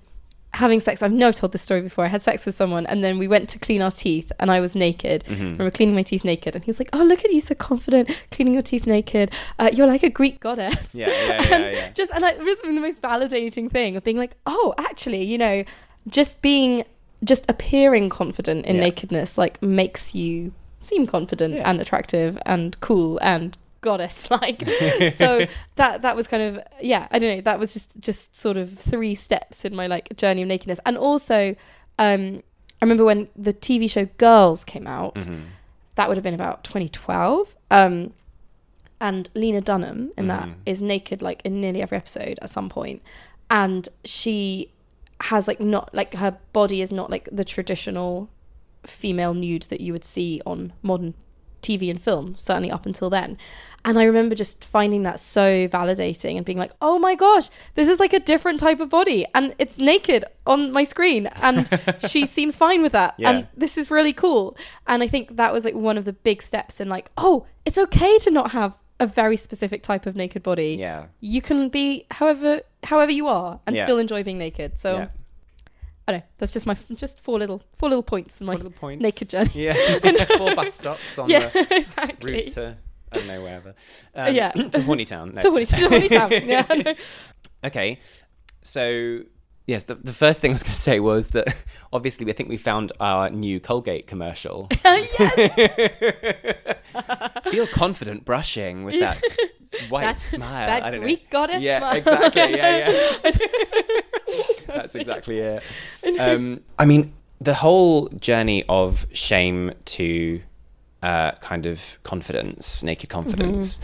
Speaker 1: having sex, I've never told this story before. I had sex with someone, and then we went to clean our teeth, and I was naked.
Speaker 2: Mm-hmm.
Speaker 1: I remember cleaning my teeth naked, and he was like, "Oh, look at you, so confident, cleaning your teeth naked. Uh, you're like a Greek goddess."
Speaker 2: Yeah, yeah, yeah,
Speaker 1: [laughs] And
Speaker 2: yeah.
Speaker 1: Just and I, it was the most validating thing of being like, "Oh, actually, you know, just being, just appearing confident in
Speaker 2: Yeah.
Speaker 1: nakedness, like makes you." seem confident
Speaker 2: Yeah.
Speaker 1: and attractive and cool and goddess [laughs] like
Speaker 2: [laughs]
Speaker 1: so that that was kind of yeah i don't know that was just just sort of three steps in my like journey of nakedness and also um i remember when the tv show girls came out
Speaker 2: Mm-hmm.
Speaker 1: that would have been about 2012 um and lena dunham in that is naked like in nearly every episode at some point and she has like not like her body is not like the traditional female nude that you would see on modern TV and film, certainly up until then. And I remember just finding that so validating and being like, oh my gosh, this is like a different type of body. And it's naked on my screen. And she seems fine with that.
Speaker 2: Yeah.
Speaker 1: And this is really cool. And I think that was like one of the big steps in like, oh, it's okay to not have a very specific type of naked body.
Speaker 2: Yeah.
Speaker 1: You can be however however you are and
Speaker 2: Yeah.
Speaker 1: still enjoy being naked. So
Speaker 2: yeah.
Speaker 1: I don't know. That's just my just four little four little points in my
Speaker 2: What are the points?
Speaker 1: naked journey. [laughs]
Speaker 2: Yeah. Four bus stops on
Speaker 1: yeah,
Speaker 2: the
Speaker 1: [laughs] exactly.
Speaker 2: route to I don't know wherever. Um,
Speaker 1: Yeah.
Speaker 2: [clears throat] to Horny Town.
Speaker 1: [laughs]
Speaker 2: No.
Speaker 1: To Horny- to Horny
Speaker 2: [laughs]
Speaker 1: Town. Yeah, I
Speaker 2: Uh,
Speaker 1: know.
Speaker 2: Okay. So yes, the, the first thing I was going to say was that [laughs] obviously we think we found our new Colgate
Speaker 1: [laughs]
Speaker 2: commercial.
Speaker 1: Oh,
Speaker 2: [laughs] Feel confident brushing
Speaker 1: [laughs]
Speaker 2: with that white
Speaker 1: That-
Speaker 2: smile. I
Speaker 1: that
Speaker 2: don't
Speaker 1: Greek
Speaker 2: know.
Speaker 1: goddess [laughs]
Speaker 2: Yeah,
Speaker 1: smile.
Speaker 2: exactly. Yeah, yeah. [laughs] That's exactly it. Um, I mean, the whole journey of shame to uh, kind of confidence, naked confidence,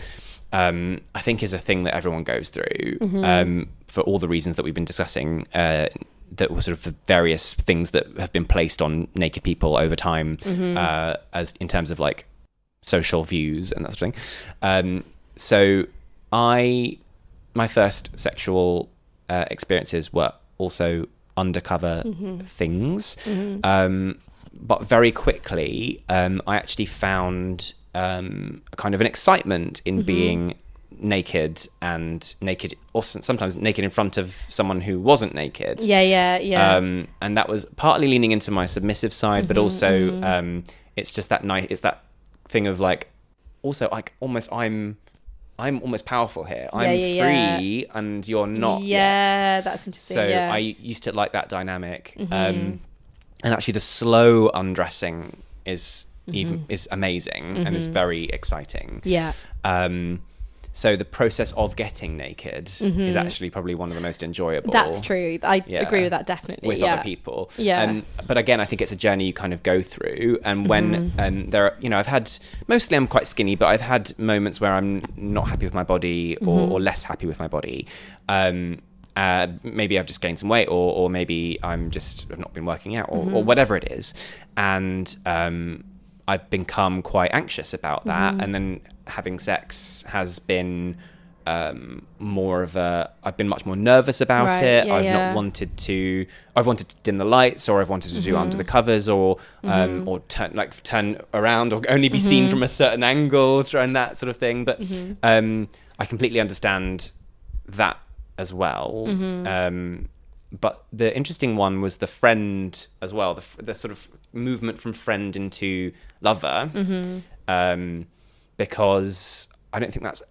Speaker 2: um, I think is a thing that everyone goes through um, for all the reasons that we've been discussing. Uh, that were sort of the various things that have been placed on naked people over time, uh, as in terms of like social views and that sort of thing. Um, so I, my first sexual uh, experiences were also undercover things,
Speaker 1: Mm-hmm.
Speaker 2: um, but very quickly um, I actually found um, a kind of an excitement in being naked and naked, or s- sometimes naked in front of someone who wasn't naked.
Speaker 1: Yeah, yeah, yeah. Mm-hmm,
Speaker 2: Um, and that was partly leaning into my submissive side, but also um, it's just that night. It's that thing of like, also like almost I'm, I'm almost powerful here. I'm
Speaker 1: yeah, yeah.
Speaker 2: free, and you're not. yet.
Speaker 1: yeah, that's interesting.
Speaker 2: So
Speaker 1: yeah. Mm-hmm.
Speaker 2: I used to like that dynamic. Um, and actually, the slow undressing is
Speaker 1: Mm-hmm.
Speaker 2: even is amazing and is very exciting.
Speaker 1: yeah,
Speaker 2: Um, so the process of getting naked is actually probably one of the most enjoyable
Speaker 1: Mm-hmm. that's true. I
Speaker 2: Yeah.
Speaker 1: agree with that definitely.
Speaker 2: with
Speaker 1: yeah.
Speaker 2: other people.
Speaker 1: Yeah.
Speaker 2: Um, but again, I think it's a journey you kind of go through. And when
Speaker 1: Mm-hmm.
Speaker 2: um, there are, you know, I've had mostly I'm quite skinny, but I've had moments where I'm not happy with my body or,
Speaker 1: Mm-hmm.
Speaker 2: or less happy with my body. Um, uh, maybe I've just gained some weight, or, or maybe I'm just I've not been working out, or,
Speaker 1: Mm-hmm.
Speaker 2: or whatever it is, and um, I've become quite anxious about that.
Speaker 1: Mm-hmm.
Speaker 2: And then having sex has been um, more of a I've been much more nervous about
Speaker 1: Right,
Speaker 2: it.
Speaker 1: yeah,
Speaker 2: I've
Speaker 1: yeah.
Speaker 2: not wanted wanted to I've wanted to dim the lights or I've wanted to do
Speaker 1: Mm-hmm.
Speaker 2: under the covers or um, or turn like turn around or only be
Speaker 1: Mm-hmm.
Speaker 2: seen from a certain angle try and that sort of thing but um, I completely understand that as well
Speaker 1: Mm-hmm.
Speaker 2: um, but the interesting one was the friend as well the, f- the sort of movement from friend into lover um, because I don't think that's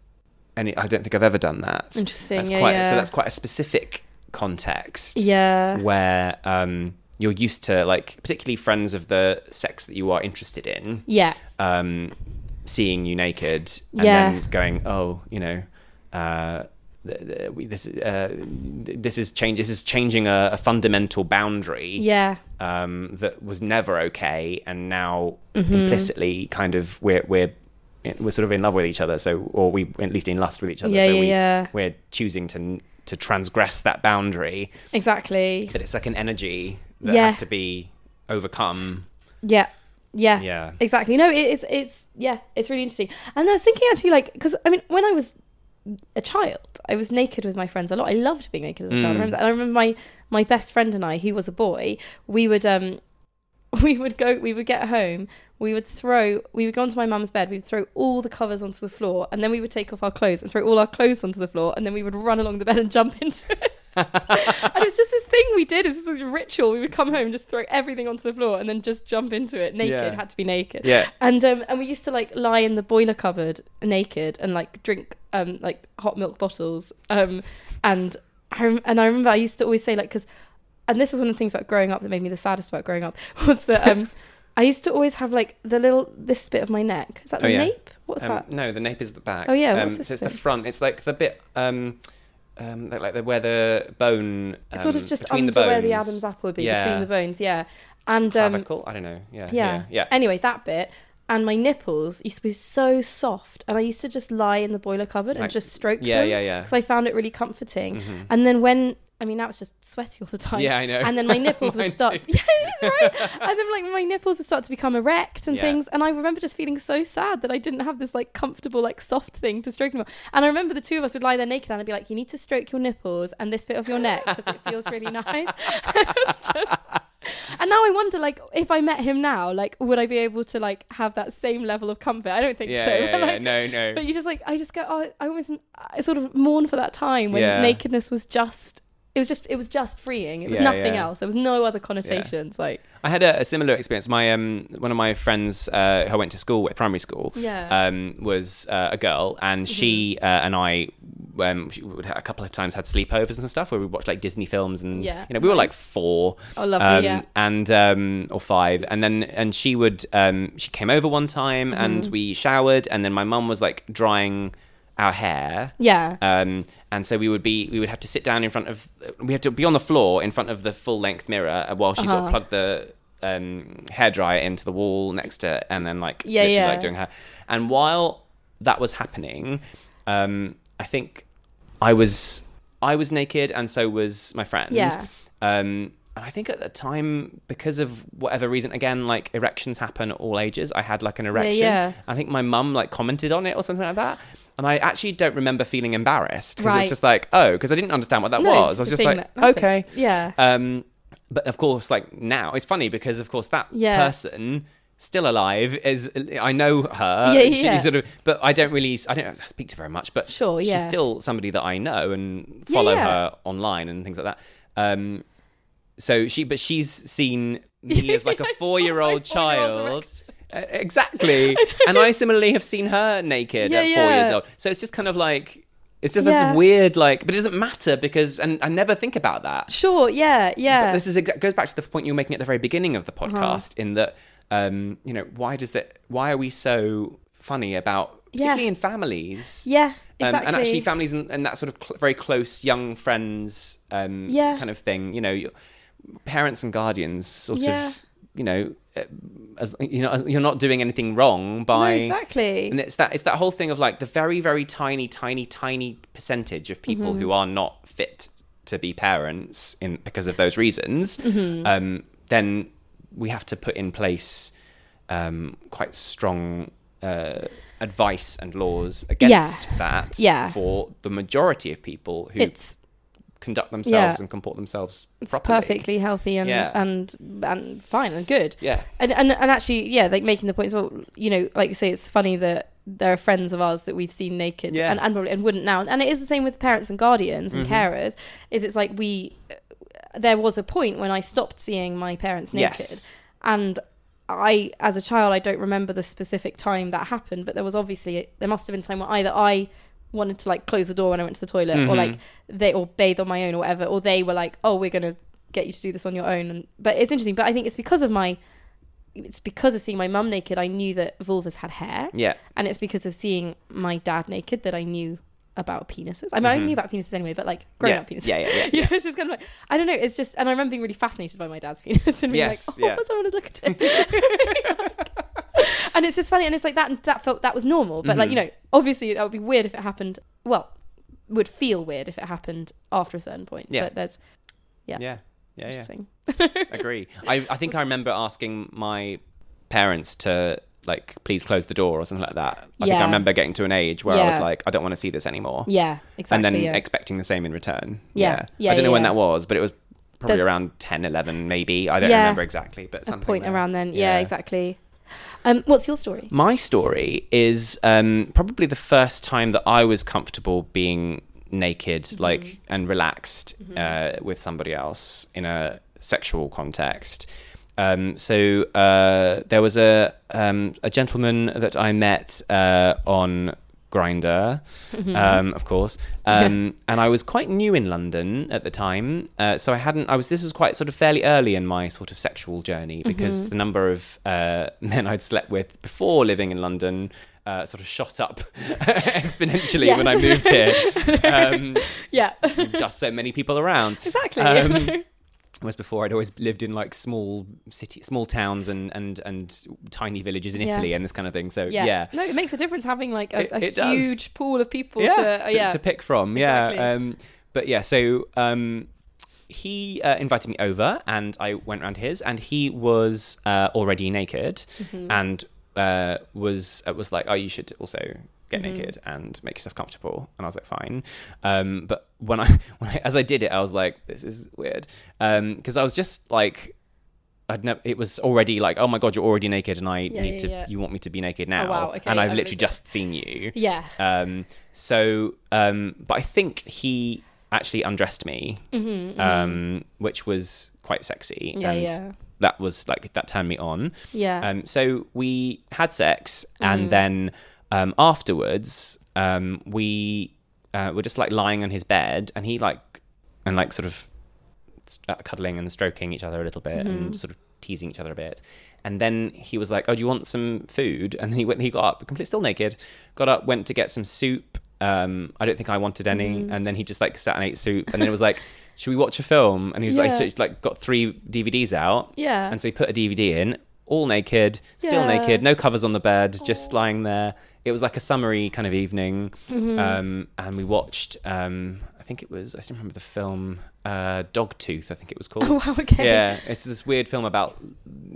Speaker 2: any I don't think I've ever done that
Speaker 1: Interesting,
Speaker 2: that's
Speaker 1: yeah,
Speaker 2: quite, so
Speaker 1: yeah.
Speaker 2: that's quite a specific context
Speaker 1: yeah.
Speaker 2: where um, you're used to like particularly friends of the sex that you are interested in
Speaker 1: Yeah.
Speaker 2: um, seeing you naked and
Speaker 1: Yeah.
Speaker 2: then going oh you know uh, th- th- we, this uh, th- this is change this is changing a, a fundamental boundary
Speaker 1: Yeah.
Speaker 2: um, that was never okay, and now
Speaker 1: Mm-hmm.
Speaker 2: implicitly, kind of, we're we're we're sort of in love with each other, so or we at least in lust with each other.
Speaker 1: Yeah,
Speaker 2: so
Speaker 1: yeah,
Speaker 2: we,
Speaker 1: yeah.
Speaker 2: We're choosing to to transgress that boundary,
Speaker 1: Exactly.
Speaker 2: but it's like an energy that
Speaker 1: Yeah.
Speaker 2: has to be overcome.
Speaker 1: Yeah. Yeah. [laughs]
Speaker 2: Yeah.
Speaker 1: Exactly. No, it- it's it's yeah, it's really interesting. And I was thinking actually like cuz I mean when I was a child, I was naked with my friends a lot. I loved being naked as a
Speaker 2: Mm.
Speaker 1: child. I remember that. And I remember my my best friend and I, who was a boy, we would um [laughs] we would go we would get home, we would throw we would go onto my mum's bed, we would throw all the covers onto the floor, and then we would take off our clothes and throw all our clothes onto the floor, and then we would run along the bed and jump [laughs] into
Speaker 2: [laughs]
Speaker 1: it. and it's just this thing we did. It was just this ritual. We would come home, and just throw everything onto the floor, and then just jump into it naked.
Speaker 2: Yeah.
Speaker 1: Had to be naked.
Speaker 2: Yeah.
Speaker 1: And um, and we used to like lie in the boiler cupboard naked and like drink um like hot milk bottles. Um, and I rem- and I remember I used to always say like because, and this was one of the things about growing up that made me the saddest about growing up [laughs] was that um. I used to always have like the little this bit of my neck. Is that
Speaker 2: Oh,
Speaker 1: the
Speaker 2: yeah.
Speaker 1: nape? What's
Speaker 2: um,
Speaker 1: that?
Speaker 2: No, the nape is at the back.
Speaker 1: Oh, yeah,
Speaker 2: um,
Speaker 1: what's this
Speaker 2: so it's the
Speaker 1: thing?
Speaker 2: front. It's like the bit um, um, like, like the where the bone
Speaker 1: It's sort
Speaker 2: um,
Speaker 1: of just
Speaker 2: between
Speaker 1: under
Speaker 2: the
Speaker 1: where the
Speaker 2: bones,
Speaker 1: Adam's apple would be
Speaker 2: Yeah.
Speaker 1: between the bones. Yeah, and um,
Speaker 2: clavicle. I don't know. Yeah,
Speaker 1: yeah.
Speaker 2: yeah, yeah.
Speaker 1: Anyway, that bit and my nipples used to be so soft, and I used to just lie in the boiler cupboard and
Speaker 2: Like-
Speaker 1: just stroke
Speaker 2: yeah,
Speaker 1: them.
Speaker 2: Mm-hmm. yeah, yeah.
Speaker 1: Because I found it really comforting. And then when I mean, now it's just sweaty all the time.
Speaker 2: Yeah, I know.
Speaker 1: And then
Speaker 2: [laughs]
Speaker 1: my nipples
Speaker 2: Mine
Speaker 1: would [laughs] start.
Speaker 2: too.
Speaker 1: Yeah, it's
Speaker 2: [laughs]
Speaker 1: right. And then like my nipples would start to become erect and
Speaker 2: Yeah.
Speaker 1: things. And I remember just feeling so sad that I didn't have this like comfortable like soft thing to stroke them. on. And I remember the two of us would lie there naked, and I'd be like, "You need to stroke your nipples and this bit of your neck because it feels
Speaker 2: [laughs]
Speaker 1: really nice." [laughs] It was just- And now I wonder, like, if I met him now, like, would I be able to like have that same level of comfort? I don't think
Speaker 2: yeah,
Speaker 1: so.
Speaker 2: yeah,
Speaker 1: But,
Speaker 2: yeah.
Speaker 1: [laughs] like,
Speaker 2: no, no.
Speaker 1: but you just like I just go oh I almost I sort of mourn for that time when
Speaker 2: Yeah.
Speaker 1: nakedness was just it was just it was just freeing it was
Speaker 2: Yeah,
Speaker 1: nothing
Speaker 2: yeah.
Speaker 1: else there was no other connotations like
Speaker 2: I had a, a similar experience. My um, one of my friends uh, who I went to school with, primary school,
Speaker 1: Yeah. Mm-hmm.
Speaker 2: um, was uh, a girl, and she uh, and I. Um, she would a couple of times had sleepovers and stuff where we watched like Disney films and
Speaker 1: Yeah.
Speaker 2: you know we were like
Speaker 1: Nice.
Speaker 2: four
Speaker 1: Oh, lovely,
Speaker 2: um,
Speaker 1: yeah.
Speaker 2: and um, or five and then and she would um, she came over one time and
Speaker 1: Mm-hmm.
Speaker 2: we showered and then my mum was like drying our hair
Speaker 1: yeah
Speaker 2: um, and so we would be we would have to sit down in front of we had to be on the floor in front of the full length mirror uh, while she sort
Speaker 1: Uh-huh.
Speaker 2: of plugged the um, hairdryer into the wall next to and then like
Speaker 1: Yeah,
Speaker 2: literally
Speaker 1: yeah.
Speaker 2: like doing her. And while that was happening, um, I think I was I was naked and so was my friend.
Speaker 1: Yeah.
Speaker 2: Um, and I think at the time, because of whatever reason, again, like erections happen at all ages. I had like an erection.
Speaker 1: yeah.
Speaker 2: I think my mum like commented on it or something like that. And I actually don't remember feeling embarrassed because
Speaker 1: Right.
Speaker 2: it's just like, oh, because I didn't understand what that
Speaker 1: No,
Speaker 2: was.
Speaker 1: it's
Speaker 2: I
Speaker 1: just
Speaker 2: was just
Speaker 1: a thing
Speaker 2: like,
Speaker 1: that- nothing.
Speaker 2: okay.
Speaker 1: Yeah.
Speaker 2: Um, but of course, like now, it's funny because of course that
Speaker 1: Yeah.
Speaker 2: person still alive is I know her.
Speaker 1: Yeah, yeah,
Speaker 2: She
Speaker 1: yeah.
Speaker 2: sort of, but I don't really, I don't speak to her very much. But
Speaker 1: Sure,
Speaker 2: she's
Speaker 1: yeah.
Speaker 2: still somebody that I know and
Speaker 1: Yeah,
Speaker 2: follow
Speaker 1: yeah.
Speaker 2: her online and things like that. Um, so she, but she's seen
Speaker 1: [laughs]
Speaker 2: me as like
Speaker 1: I
Speaker 2: a
Speaker 1: saw my
Speaker 2: four-year-old
Speaker 1: four-year-old
Speaker 2: child. Uh,
Speaker 1: [laughs]
Speaker 2: Exactly, and I similarly have seen her naked
Speaker 1: Yeah,
Speaker 2: at four years
Speaker 1: yeah.
Speaker 2: old. So it's just kind of like it's just
Speaker 1: Yeah.
Speaker 2: this weird, like, but it doesn't matter because, and I never think about that.
Speaker 1: sure yeah yeah Uh-huh.
Speaker 2: But this is exa- goes back to the point you were making at the very beginning of the podcast, in that, um, you know, why does that? Why are we so funny about,
Speaker 1: Yeah.
Speaker 2: particularly in families?
Speaker 1: yeah exactly
Speaker 2: Um, and actually, families and, and that sort of cl- very close young friends um,
Speaker 1: Yeah.
Speaker 2: kind of thing. You know, your parents and guardians sort
Speaker 1: Yeah.
Speaker 2: of, you know, uh, as, you know, as, you're not doing anything wrong
Speaker 1: no,
Speaker 2: by
Speaker 1: exactly
Speaker 2: and it's that it's that whole thing of like the very very tiny tiny tiny percentage of people
Speaker 1: Mm-hmm.
Speaker 2: who are not fit to be parents in because of those reasons.
Speaker 1: Mm-hmm.
Speaker 2: Um, then we have to put in place um, quite strong uh, advice and laws against that
Speaker 1: Yeah.
Speaker 2: for the majority of people who
Speaker 1: it's
Speaker 2: conduct
Speaker 1: yeah.
Speaker 2: themselves and comport themselves
Speaker 1: it's
Speaker 2: properly.
Speaker 1: perfectly healthy and
Speaker 2: Yeah.
Speaker 1: and and fine and good
Speaker 2: Yeah.
Speaker 1: and, and and actually yeah like making the point as well you know like you say it's funny that there are friends of ours that we've seen naked
Speaker 2: Yeah. Mm-hmm.
Speaker 1: and and, probably, and wouldn't now and it is the same with parents and guardians and carers is it's like we there was a point when i stopped seeing my parents naked
Speaker 2: Yes.
Speaker 1: and i as a child i don't remember the specific time that happened but there was obviously there must have been a time where either i wanted to like close the door when i went to the toilet or like they or bathe on my own or whatever or they were like oh we're gonna get you to do this on your own and but it's interesting but i think it's because of my it's because of seeing my mum naked I knew that vulvas had hair,
Speaker 2: Yeah.
Speaker 1: and it's because of seeing my dad naked that I knew about penises. I mean, I knew about penises anyway, but like grown
Speaker 2: Mm-hmm. yeah.
Speaker 1: up penises.
Speaker 2: yeah. Yeah. Yeah.
Speaker 1: [laughs] You know, it's just kind of like I don't know. It's just, and I remember being really fascinated by my dad's [laughs] penis and being
Speaker 2: Yes,
Speaker 1: like, "Oh,
Speaker 2: yeah.
Speaker 1: I want to look at it." [laughs] and it's just funny, and it's like that. And that felt that was normal, but
Speaker 2: Mm-hmm.
Speaker 1: like you know, obviously that would be weird if it happened. Well, would feel weird if it happened after a certain point.
Speaker 2: Yeah.
Speaker 1: But there's Yeah.
Speaker 2: Yeah. Yeah. Yeah.
Speaker 1: interesting.
Speaker 2: agree.
Speaker 1: [laughs]
Speaker 2: I, I think I remember asking my parents to like please close the door or something like that. I think
Speaker 1: Yeah.
Speaker 2: I remember getting to an age where I was
Speaker 1: Yeah.
Speaker 2: like, I don't want to see this anymore,
Speaker 1: Yeah, exactly.
Speaker 2: and then
Speaker 1: yeah.
Speaker 2: expecting the same in return.
Speaker 1: Yeah. Yeah,
Speaker 2: I don't know
Speaker 1: yeah,
Speaker 2: when
Speaker 1: yeah.
Speaker 2: that was, but it was probably
Speaker 1: There's-
Speaker 2: around 10, 11 maybe. I don't
Speaker 1: Yeah.
Speaker 2: remember exactly, but
Speaker 1: a
Speaker 2: something
Speaker 1: point
Speaker 2: there.
Speaker 1: around then. Yeah, exactly. Um, what's your
Speaker 2: [laughs]
Speaker 1: story? [laughs]
Speaker 2: My story is um, probably the first time that I was comfortable being naked, like and relaxed uh, with somebody else in a sexual context. Um, so uh, there was a um, a gentleman that I met uh, on Grinder,
Speaker 1: Mm-hmm.
Speaker 2: um, of
Speaker 1: [laughs]
Speaker 2: course, um, and I was quite new in London at the time, uh, so I hadn't. I was this was quite sort of fairly early in my sort of sexual journey
Speaker 1: Mm-hmm.
Speaker 2: because the number of uh, [laughs] men I'd slept with before living in London uh, sort of shot up [laughs] exponentially when I moved here.
Speaker 1: [laughs]
Speaker 2: Um,
Speaker 1: Yeah.
Speaker 2: just so many people around.
Speaker 1: Exactly. [laughs]
Speaker 2: Um, Whereas before, I'd always lived in like small city, small towns, and and and tiny villages in
Speaker 1: Yeah.
Speaker 2: Italy and this kind of thing. So
Speaker 1: yeah.
Speaker 2: yeah,
Speaker 1: No, it makes a difference having like a,
Speaker 2: It-
Speaker 1: a
Speaker 2: it does.
Speaker 1: huge pool of people
Speaker 2: yeah,
Speaker 1: to, uh,
Speaker 2: to,
Speaker 1: yeah.
Speaker 2: to pick from. Yeah.
Speaker 1: Exactly.
Speaker 2: Um, but yeah, so um, he uh, invited me over, and I went round his, and he was uh, already naked,
Speaker 1: Mm-hmm. Mm.
Speaker 2: and uh, was uh, was like, "Oh, you should also get
Speaker 1: Mm-hmm.
Speaker 2: naked and make yourself comfortable." And I was like, "Fine," um, but when I [laughs] when I, as I did it, I was like, "This is weird," because I was just like. I'd never, it was already like, oh my god, you're already naked, and I
Speaker 1: Yeah,
Speaker 2: need
Speaker 1: yeah,
Speaker 2: to.
Speaker 1: yeah. Oh,
Speaker 2: You want me to be naked now,
Speaker 1: wow, okay,
Speaker 2: and I've
Speaker 1: I'm
Speaker 2: literally
Speaker 1: with you.
Speaker 2: just seen you.
Speaker 1: Yeah.
Speaker 2: Um, so, um, but I think he actually undressed me, Um, which was quite sexy.
Speaker 1: Mm-hmm. Mm. Yeah,
Speaker 2: and
Speaker 1: yeah.
Speaker 2: That was like, that turned me on.
Speaker 1: Yeah. Mm.
Speaker 2: Um, so we had sex, and then um, afterwards, um, we uh, were just like lying on his bed, and he like, and like sort of s- uh, cuddling and stroking each other a little bit
Speaker 1: Mm-hmm.
Speaker 2: and sort of teasing each other a bit. And then he was like, "Oh, do you want some food?" And then he went. He got up, completely still naked, got up, went to get some soup. Um, I don't think I wanted any.
Speaker 1: Mm.
Speaker 2: And then he just like sat and ate soup. And then it was like, "Should we watch a film?" And he was like,
Speaker 1: Yeah.
Speaker 2: so, "Like got three DVDs out."
Speaker 1: yeah. [laughs]
Speaker 2: And so he put a DVD in, all naked, still
Speaker 1: Yeah.
Speaker 2: naked, no covers on the bed, just lying there. It was like a summery kind of evening.
Speaker 1: Mm-hmm.
Speaker 2: Um, and we watched, um, I think it was, I still remember the film uh, Dogtooth, I think it was called.
Speaker 1: oh wow. [laughs] Okay.
Speaker 2: Yeah, it's this weird film about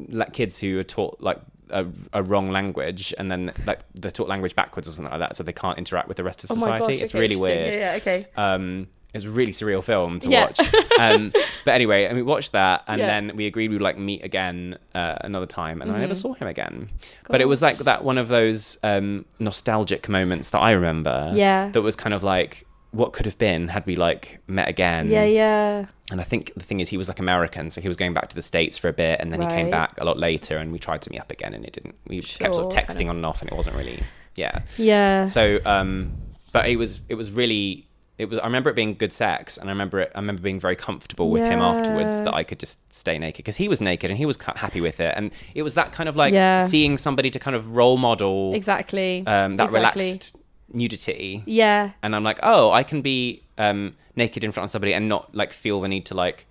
Speaker 2: like kids who are taught like a, a wrong language, and then like they're taught language backwards or something like that, so they can't interact with the rest of
Speaker 1: Oh my
Speaker 2: society.
Speaker 1: gosh.
Speaker 2: it's
Speaker 1: okay,
Speaker 2: really
Speaker 1: interesting.
Speaker 2: weird.
Speaker 1: Yeah, yeah. Okay.
Speaker 2: Um, it was a really surreal film to
Speaker 1: Yeah.
Speaker 2: watch. Um,
Speaker 1: [laughs]
Speaker 2: but anyway, and we watched that, and
Speaker 1: Yeah.
Speaker 2: then we agreed we would like meet again uh, another time, and then I
Speaker 1: Mm-hmm.
Speaker 2: never saw him again. But it was like that one of those um, nostalgic moments that I remember.
Speaker 1: Yeah.
Speaker 2: That was kind of like what could have been had we like met again.
Speaker 1: Yeah. Yeah.
Speaker 2: And I think the thing is, he was like American, so he was going back to the states for a bit, and then he came
Speaker 1: Right.
Speaker 2: back a lot later, and we tried to meet up again, and it didn't. We just kept sort of
Speaker 1: Sure,
Speaker 2: texting
Speaker 1: kind of.
Speaker 2: on and off, and it wasn't really, yeah.
Speaker 1: Yeah.
Speaker 2: So, um, but it was it was really it was. I remember it being good sex, and I remember it. I remember being very comfortable with him afterwards
Speaker 1: Yeah.
Speaker 2: that I could just stay naked because he was naked and he was ca- happy with it, and it was that kind of like
Speaker 1: Yeah.
Speaker 2: seeing somebody to kind of role model
Speaker 1: exactly.
Speaker 2: um, that
Speaker 1: exactly.
Speaker 2: relaxed nudity,
Speaker 1: Yeah.
Speaker 2: and I'm like, oh, I can be um, naked in front of somebody and not like feel the need to like,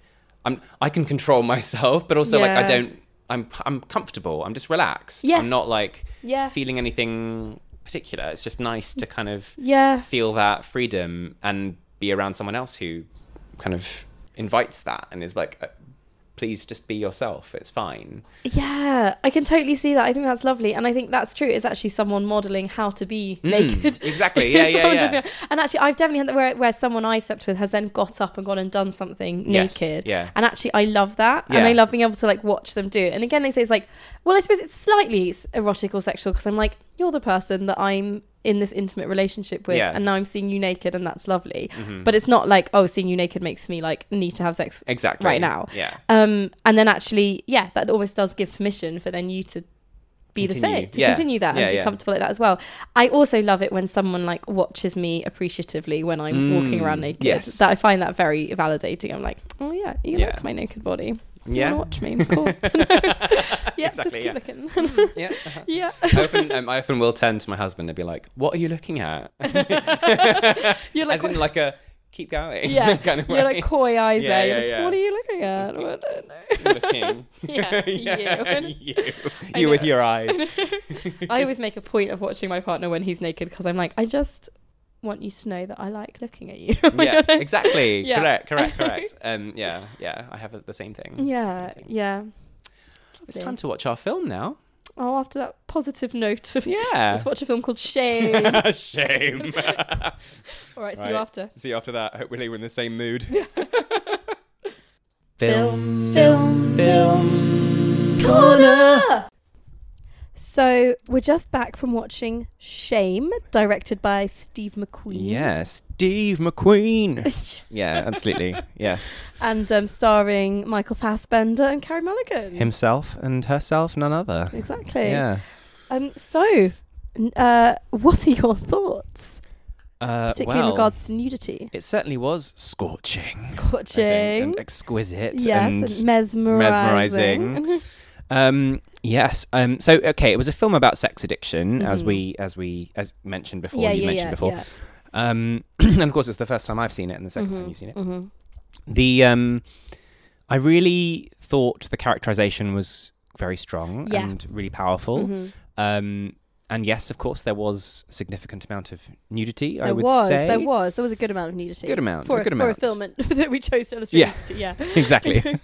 Speaker 2: I'm I can control [laughs] myself, but also like I
Speaker 1: Yeah.
Speaker 2: don't. I'm I'm comfortable. I'm just relaxed.
Speaker 1: Yeah.
Speaker 2: I'm not like
Speaker 1: Yeah.
Speaker 2: feeling anything particular. It's just nice to kind of
Speaker 1: Yeah.
Speaker 2: feel that freedom and be around someone else who kind of invites that and is like, uh, please just be yourself. It's fine.
Speaker 1: Yeah, I can totally see that. I think that's lovely, and I think that's true. It's actually someone modeling how to be
Speaker 2: Mm,
Speaker 1: naked. [laughs]
Speaker 2: exactly. Yeah, yeah,
Speaker 1: Someone
Speaker 2: yeah.
Speaker 1: just- and actually, I've definitely had that where, where someone I've slept with has then got up and gone and done something
Speaker 2: Yes,
Speaker 1: naked.
Speaker 2: yeah.
Speaker 1: And actually, I love that, and
Speaker 2: Yeah.
Speaker 1: I love being able to like watch them do it. And again, they say it's like, well, I suppose it's slightly s- erotic or sexual because I'm like, you're the person that I'm in this intimate relationship with,
Speaker 2: Yeah. Mm-hmm.
Speaker 1: and now I'm seeing you naked, and that's lovely. But it's not like, oh, seeing you naked makes me like need to have sex
Speaker 2: Exactly.
Speaker 1: right now.
Speaker 2: Yeah.
Speaker 1: Um, and then actually, yeah, that almost does give permission for then you to be the
Speaker 2: Continue.
Speaker 1: same, to
Speaker 2: Yeah.
Speaker 1: continue that
Speaker 2: Yeah,
Speaker 1: and be
Speaker 2: yeah.
Speaker 1: comfortable like that as well. I also love it when someone like watches me appreciatively when I'm walking
Speaker 2: Mm,
Speaker 1: around naked.
Speaker 2: yes.
Speaker 1: That I find that very validating. I'm like, oh yeah, you
Speaker 2: Yeah.
Speaker 1: like my naked body. So
Speaker 2: Yeah.
Speaker 1: you want to watch
Speaker 2: [laughs]
Speaker 1: me? Cool. [laughs] yeah, just
Speaker 2: Exactly,
Speaker 1: keep
Speaker 2: yeah.
Speaker 1: looking. [laughs]
Speaker 2: [laughs] yeah. uh-huh.
Speaker 1: yeah.
Speaker 2: I often, um, I often will turn to my husband and be like, "What are you looking at?"
Speaker 1: [laughs] You're like,
Speaker 2: As in, like a keep going.
Speaker 1: yeah,
Speaker 2: [laughs] kind of
Speaker 1: you're
Speaker 2: way.
Speaker 1: like coy eyes
Speaker 2: Yeah,
Speaker 1: there. You're
Speaker 2: yeah,
Speaker 1: like,
Speaker 2: yeah.
Speaker 1: What are you looking at? I don't know.
Speaker 2: looking.
Speaker 1: [laughs]
Speaker 2: [laughs]
Speaker 1: Yeah, you.
Speaker 2: you.
Speaker 1: I
Speaker 2: You with
Speaker 1: know.
Speaker 2: your eyes. [laughs]
Speaker 1: I always make a point of watching my partner when he's naked because I'm like, I just want you to know that I like looking at you. [laughs]
Speaker 2: yeah, exactly.
Speaker 1: Yeah. [laughs]
Speaker 2: Correct, correct, correct. Um, yeah, yeah. I have the same thing.
Speaker 1: Yeah,
Speaker 2: Same thing.
Speaker 1: yeah.
Speaker 2: It's time to watch our
Speaker 1: [laughs]
Speaker 2: film now.
Speaker 1: Oh, after that positive note of
Speaker 2: Yeah. [laughs]
Speaker 1: let's watch a film called Shame. [laughs]
Speaker 2: Shame.
Speaker 1: All right, see
Speaker 2: Right.
Speaker 1: you after.
Speaker 2: See you after that. Hopefully, we're in the same
Speaker 1: [laughs]
Speaker 2: mood.
Speaker 1: Film. Film.
Speaker 2: Film.
Speaker 1: So we're just back from watching Shame, directed by Steve McQueen.
Speaker 2: Yes,
Speaker 1: [laughs]
Speaker 2: Steve McQueen. yeah, absolutely. Yes.
Speaker 1: And um, starring Michael Fassbender and Carrie Mulligan.
Speaker 2: Himself and herself, none other.
Speaker 1: Exactly.
Speaker 2: Yeah.
Speaker 1: Um, so, n- uh, what are your thoughts,
Speaker 2: Uh,
Speaker 1: particularly
Speaker 2: well,
Speaker 1: in regards to nudity?
Speaker 2: It certainly was scorching. I
Speaker 1: Scorching.
Speaker 2: think, and exquisite.
Speaker 1: yes,
Speaker 2: and-
Speaker 1: and mesmerizing. [laughs]
Speaker 2: Um, yes. Um, so okay, it was a film about sex addiction, as
Speaker 1: Mhm.
Speaker 2: we as we as mentioned before.
Speaker 1: yeah,
Speaker 2: you
Speaker 1: yeah,
Speaker 2: mentioned
Speaker 1: yeah,
Speaker 2: before.
Speaker 1: yeah.
Speaker 2: Um, [clears throat] and of course, it's the first time I've seen it, and the 2nd time
Speaker 1: Mhm,
Speaker 2: you've seen it.
Speaker 1: mhm.
Speaker 2: The um, I really thought the characterization was very strong
Speaker 1: Yeah. Mm-hmm.
Speaker 2: and really powerful.
Speaker 1: Mhm.
Speaker 2: Um, and yes, of course, there was a significant amount of nudity. I
Speaker 1: there
Speaker 2: would
Speaker 1: was,
Speaker 2: say
Speaker 1: there was, there was a good amount of nudity.
Speaker 2: Good amount,
Speaker 1: for
Speaker 2: a good
Speaker 1: for
Speaker 2: amount.
Speaker 1: a film and- [laughs] that we chose to illustrate
Speaker 2: Yeah.
Speaker 1: nudity. Yeah,
Speaker 2: [laughs]
Speaker 1: [laughs]
Speaker 2: exactly.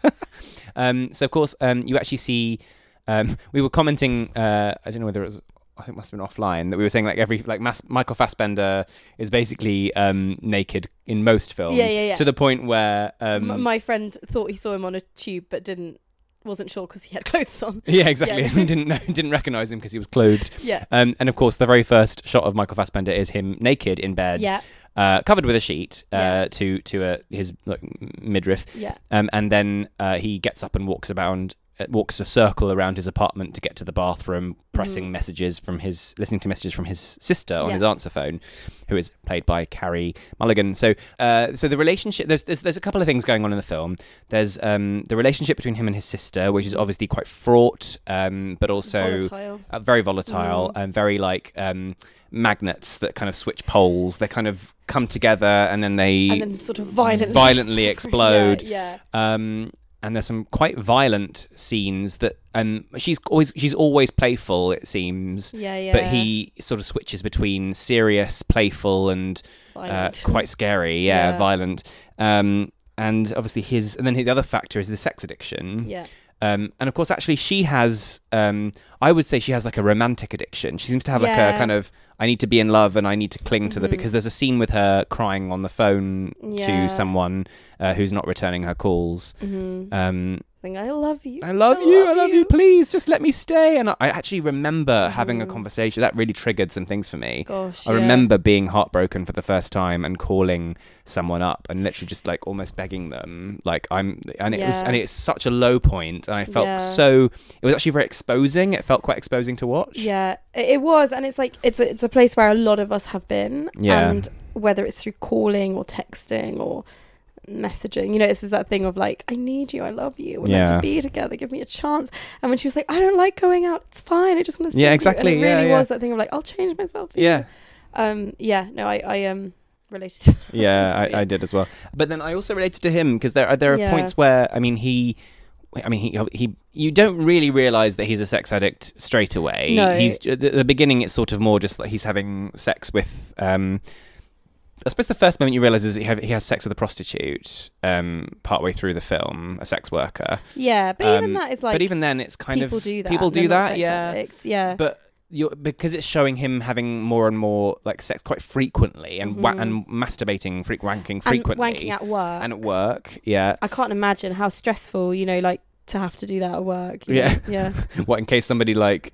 Speaker 2: um, so of course, um, you actually see. Um, [laughs] we were commenting. Uh, I don't know whether it was. I think it must have been offline that we were saying like every like Mas- Michael Fassbender is basically um, naked in most films.
Speaker 1: Yeah, yeah, yeah.
Speaker 2: To the point where. Um,
Speaker 1: M- my friend thought he saw him on a tube, but didn't, wasn't sure because he had [laughs] clothes on.
Speaker 2: [laughs] yeah, exactly.
Speaker 1: Yeah.
Speaker 2: [laughs] didn't know, didn't recognize him because he was clothed.
Speaker 1: Yeah,
Speaker 2: Um, and of course, the very first shot of Michael Fassbender is him naked in bed,
Speaker 1: yeah,
Speaker 2: uh, covered with a sheet uh,
Speaker 1: Yeah.
Speaker 2: to to uh, his like, m- midriff,
Speaker 1: yeah.
Speaker 2: Um, and then uh, he gets up and walks around, uh, walks a circle around his apartment to get to the bathroom, pressing
Speaker 1: Mhm.
Speaker 2: messages from his, listening to messages from his sister on
Speaker 1: Yeah.
Speaker 2: his answer phone, who is played by Carrie Mulligan. So, uh, so the relationship there's, there's there's a couple of things going on in the film. There's um, the relationship between him and his sister, which is obviously quite fraught, um, but also
Speaker 1: Volatile.
Speaker 2: uh, very volatile
Speaker 1: Mm.
Speaker 2: and very like um, magnets that kind of switch poles. They kind of come together and then they
Speaker 1: and then sort of violently, [laughs]
Speaker 2: violently explode.
Speaker 1: Yeah,
Speaker 2: um, and there's some quite violent scenes that um, she's always she's always playful it seems,
Speaker 1: yeah, yeah. yeah.
Speaker 2: but he sort of switches between serious, playful, and uh,
Speaker 1: Violent.
Speaker 2: quite scary, yeah,
Speaker 1: Yeah.
Speaker 2: violent. Um, and obviously his and then the other factor is the sex addiction.
Speaker 1: yeah.
Speaker 2: Um, and of course, actually, she has, um, I would say she has like a romantic addiction. She seems to have like a
Speaker 1: Yeah.
Speaker 2: kind of, I need to be in love and I need to cling to the,
Speaker 1: Mhm.
Speaker 2: because there's a scene with her crying on the phone
Speaker 1: Yeah.
Speaker 2: to someone uh, who's not returning her calls.
Speaker 1: Mm-hmm.
Speaker 2: Um,
Speaker 1: Thing I love you.
Speaker 2: I love you, I love you.
Speaker 1: you.
Speaker 2: please just let me stay. And I, I actually remember having a
Speaker 1: Mhm.
Speaker 2: conversation that really triggered some things for me.
Speaker 1: Gosh,
Speaker 2: I
Speaker 1: yeah.
Speaker 2: remember being heartbroken for the first time and calling someone up and literally just like almost begging them. Like I'm, and it was,
Speaker 1: Yeah.
Speaker 2: and it's such a low point, and I felt
Speaker 1: Yeah.
Speaker 2: so. It was actually very exposing. It felt quite exposing to watch.
Speaker 1: Yeah, it, it was, and it's like it's a, it's a place where a lot of us have been,
Speaker 2: Yeah.
Speaker 1: and whether it's through calling or texting or messaging, you know, it's just that thing of like, I need you, I love you, we're meant
Speaker 2: Yeah.
Speaker 1: to be together, give me a chance. And when she was like, I don't like going out, it's fine, I just want to.
Speaker 2: Yeah,
Speaker 1: You.
Speaker 2: exactly,
Speaker 1: And it
Speaker 2: yeah,
Speaker 1: really
Speaker 2: yeah.
Speaker 1: was that thing of like, I'll change myself. for you."
Speaker 2: Yeah,
Speaker 1: Um. Yeah. No, I. I um. Related. [laughs]
Speaker 2: yeah,
Speaker 1: That's
Speaker 2: I, I
Speaker 1: weird.
Speaker 2: did as well. But then I also related to him because there are there are
Speaker 1: Yeah.
Speaker 2: points where I mean he, I mean he he you don't really realize that he's a sex addict straight away.
Speaker 1: No.
Speaker 2: He's at the, the beginning. It's sort of more just like he's having sex with. um I suppose the first moment you realize is he, have, he has sex with a prostitute um, partway through the film, a sex worker.
Speaker 1: Yeah, but
Speaker 2: Um,
Speaker 1: even that is like
Speaker 2: but even then, it's kind
Speaker 1: people
Speaker 2: of
Speaker 1: do that.
Speaker 2: people
Speaker 1: and they're
Speaker 2: do
Speaker 1: not
Speaker 2: that,
Speaker 1: sex
Speaker 2: yeah.
Speaker 1: addicts, Yeah.
Speaker 2: but you're, because it's showing him having more and more like sex quite frequently and wa-
Speaker 1: Mhm.
Speaker 2: and masturbating, freak wanking
Speaker 1: and
Speaker 2: frequently,
Speaker 1: wanking at work.
Speaker 2: and at work,
Speaker 1: [laughs]
Speaker 2: yeah.
Speaker 1: I can't imagine how stressful, you know, like to have to do that at work. you
Speaker 2: Yeah.
Speaker 1: know?
Speaker 2: [laughs]
Speaker 1: Yeah.
Speaker 2: What in case somebody like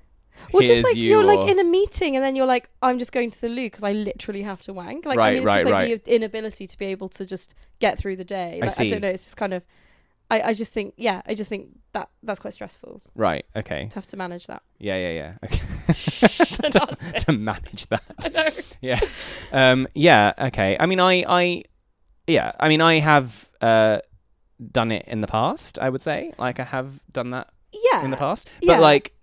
Speaker 1: Well,
Speaker 2: hears
Speaker 1: just like
Speaker 2: you?
Speaker 1: you are like
Speaker 2: or-
Speaker 1: in a meeting and then you're like, I'm just going to the loo because I literally have to wank. Like,
Speaker 2: Right,
Speaker 1: I mean, it's
Speaker 2: right,
Speaker 1: just like the inability to be able to just get through the day.
Speaker 2: I
Speaker 1: Like,
Speaker 2: see.
Speaker 1: don't know. It's just kind of, I, I just think, yeah, I just think that that's quite stressful
Speaker 2: right, okay,
Speaker 1: to have to manage
Speaker 2: [laughs]
Speaker 1: that.
Speaker 2: yeah, yeah, yeah. Okay. [laughs]
Speaker 1: Don't
Speaker 2: to,
Speaker 1: ask it.
Speaker 2: to manage that,
Speaker 1: I know.
Speaker 2: um, yeah, okay. I mean, I, I, yeah, I mean, I have uh, done it in the past. I would say, like, I have done that
Speaker 1: Yeah.
Speaker 2: in the past, but
Speaker 1: yeah.
Speaker 2: like,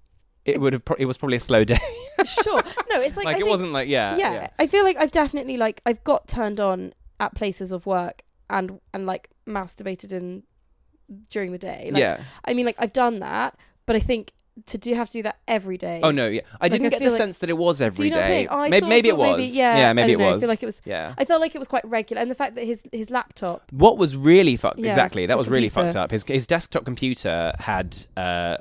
Speaker 2: it would have. Pro- it was probably a slow day.
Speaker 1: sure. No, it's like,
Speaker 2: [laughs] like
Speaker 1: I
Speaker 2: it
Speaker 1: think-
Speaker 2: wasn't like yeah,
Speaker 1: yeah, I feel like I've definitely like I've got turned on at places of work and and like masturbated in during the day. Like,
Speaker 2: yeah.
Speaker 1: I mean, like I've done that, but I think to do have to do that every day.
Speaker 2: Oh no, yeah. I
Speaker 1: Like,
Speaker 2: didn't
Speaker 1: I
Speaker 2: get the
Speaker 1: feel like-
Speaker 2: sense that it was
Speaker 1: Do
Speaker 2: every
Speaker 1: you not
Speaker 2: day.
Speaker 1: think? I
Speaker 2: maybe
Speaker 1: sort of
Speaker 2: maybe it
Speaker 1: thought
Speaker 2: was.
Speaker 1: yeah, I
Speaker 2: maybe it
Speaker 1: don't know,
Speaker 2: was.
Speaker 1: I feel like it was.
Speaker 2: yeah.
Speaker 1: I felt like it was quite regular, and the fact that his his laptop.
Speaker 2: What was really fucked
Speaker 1: Yeah,
Speaker 2: exactly? That
Speaker 1: his
Speaker 2: was really
Speaker 1: computer.
Speaker 2: fucked up. His his desktop computer had uh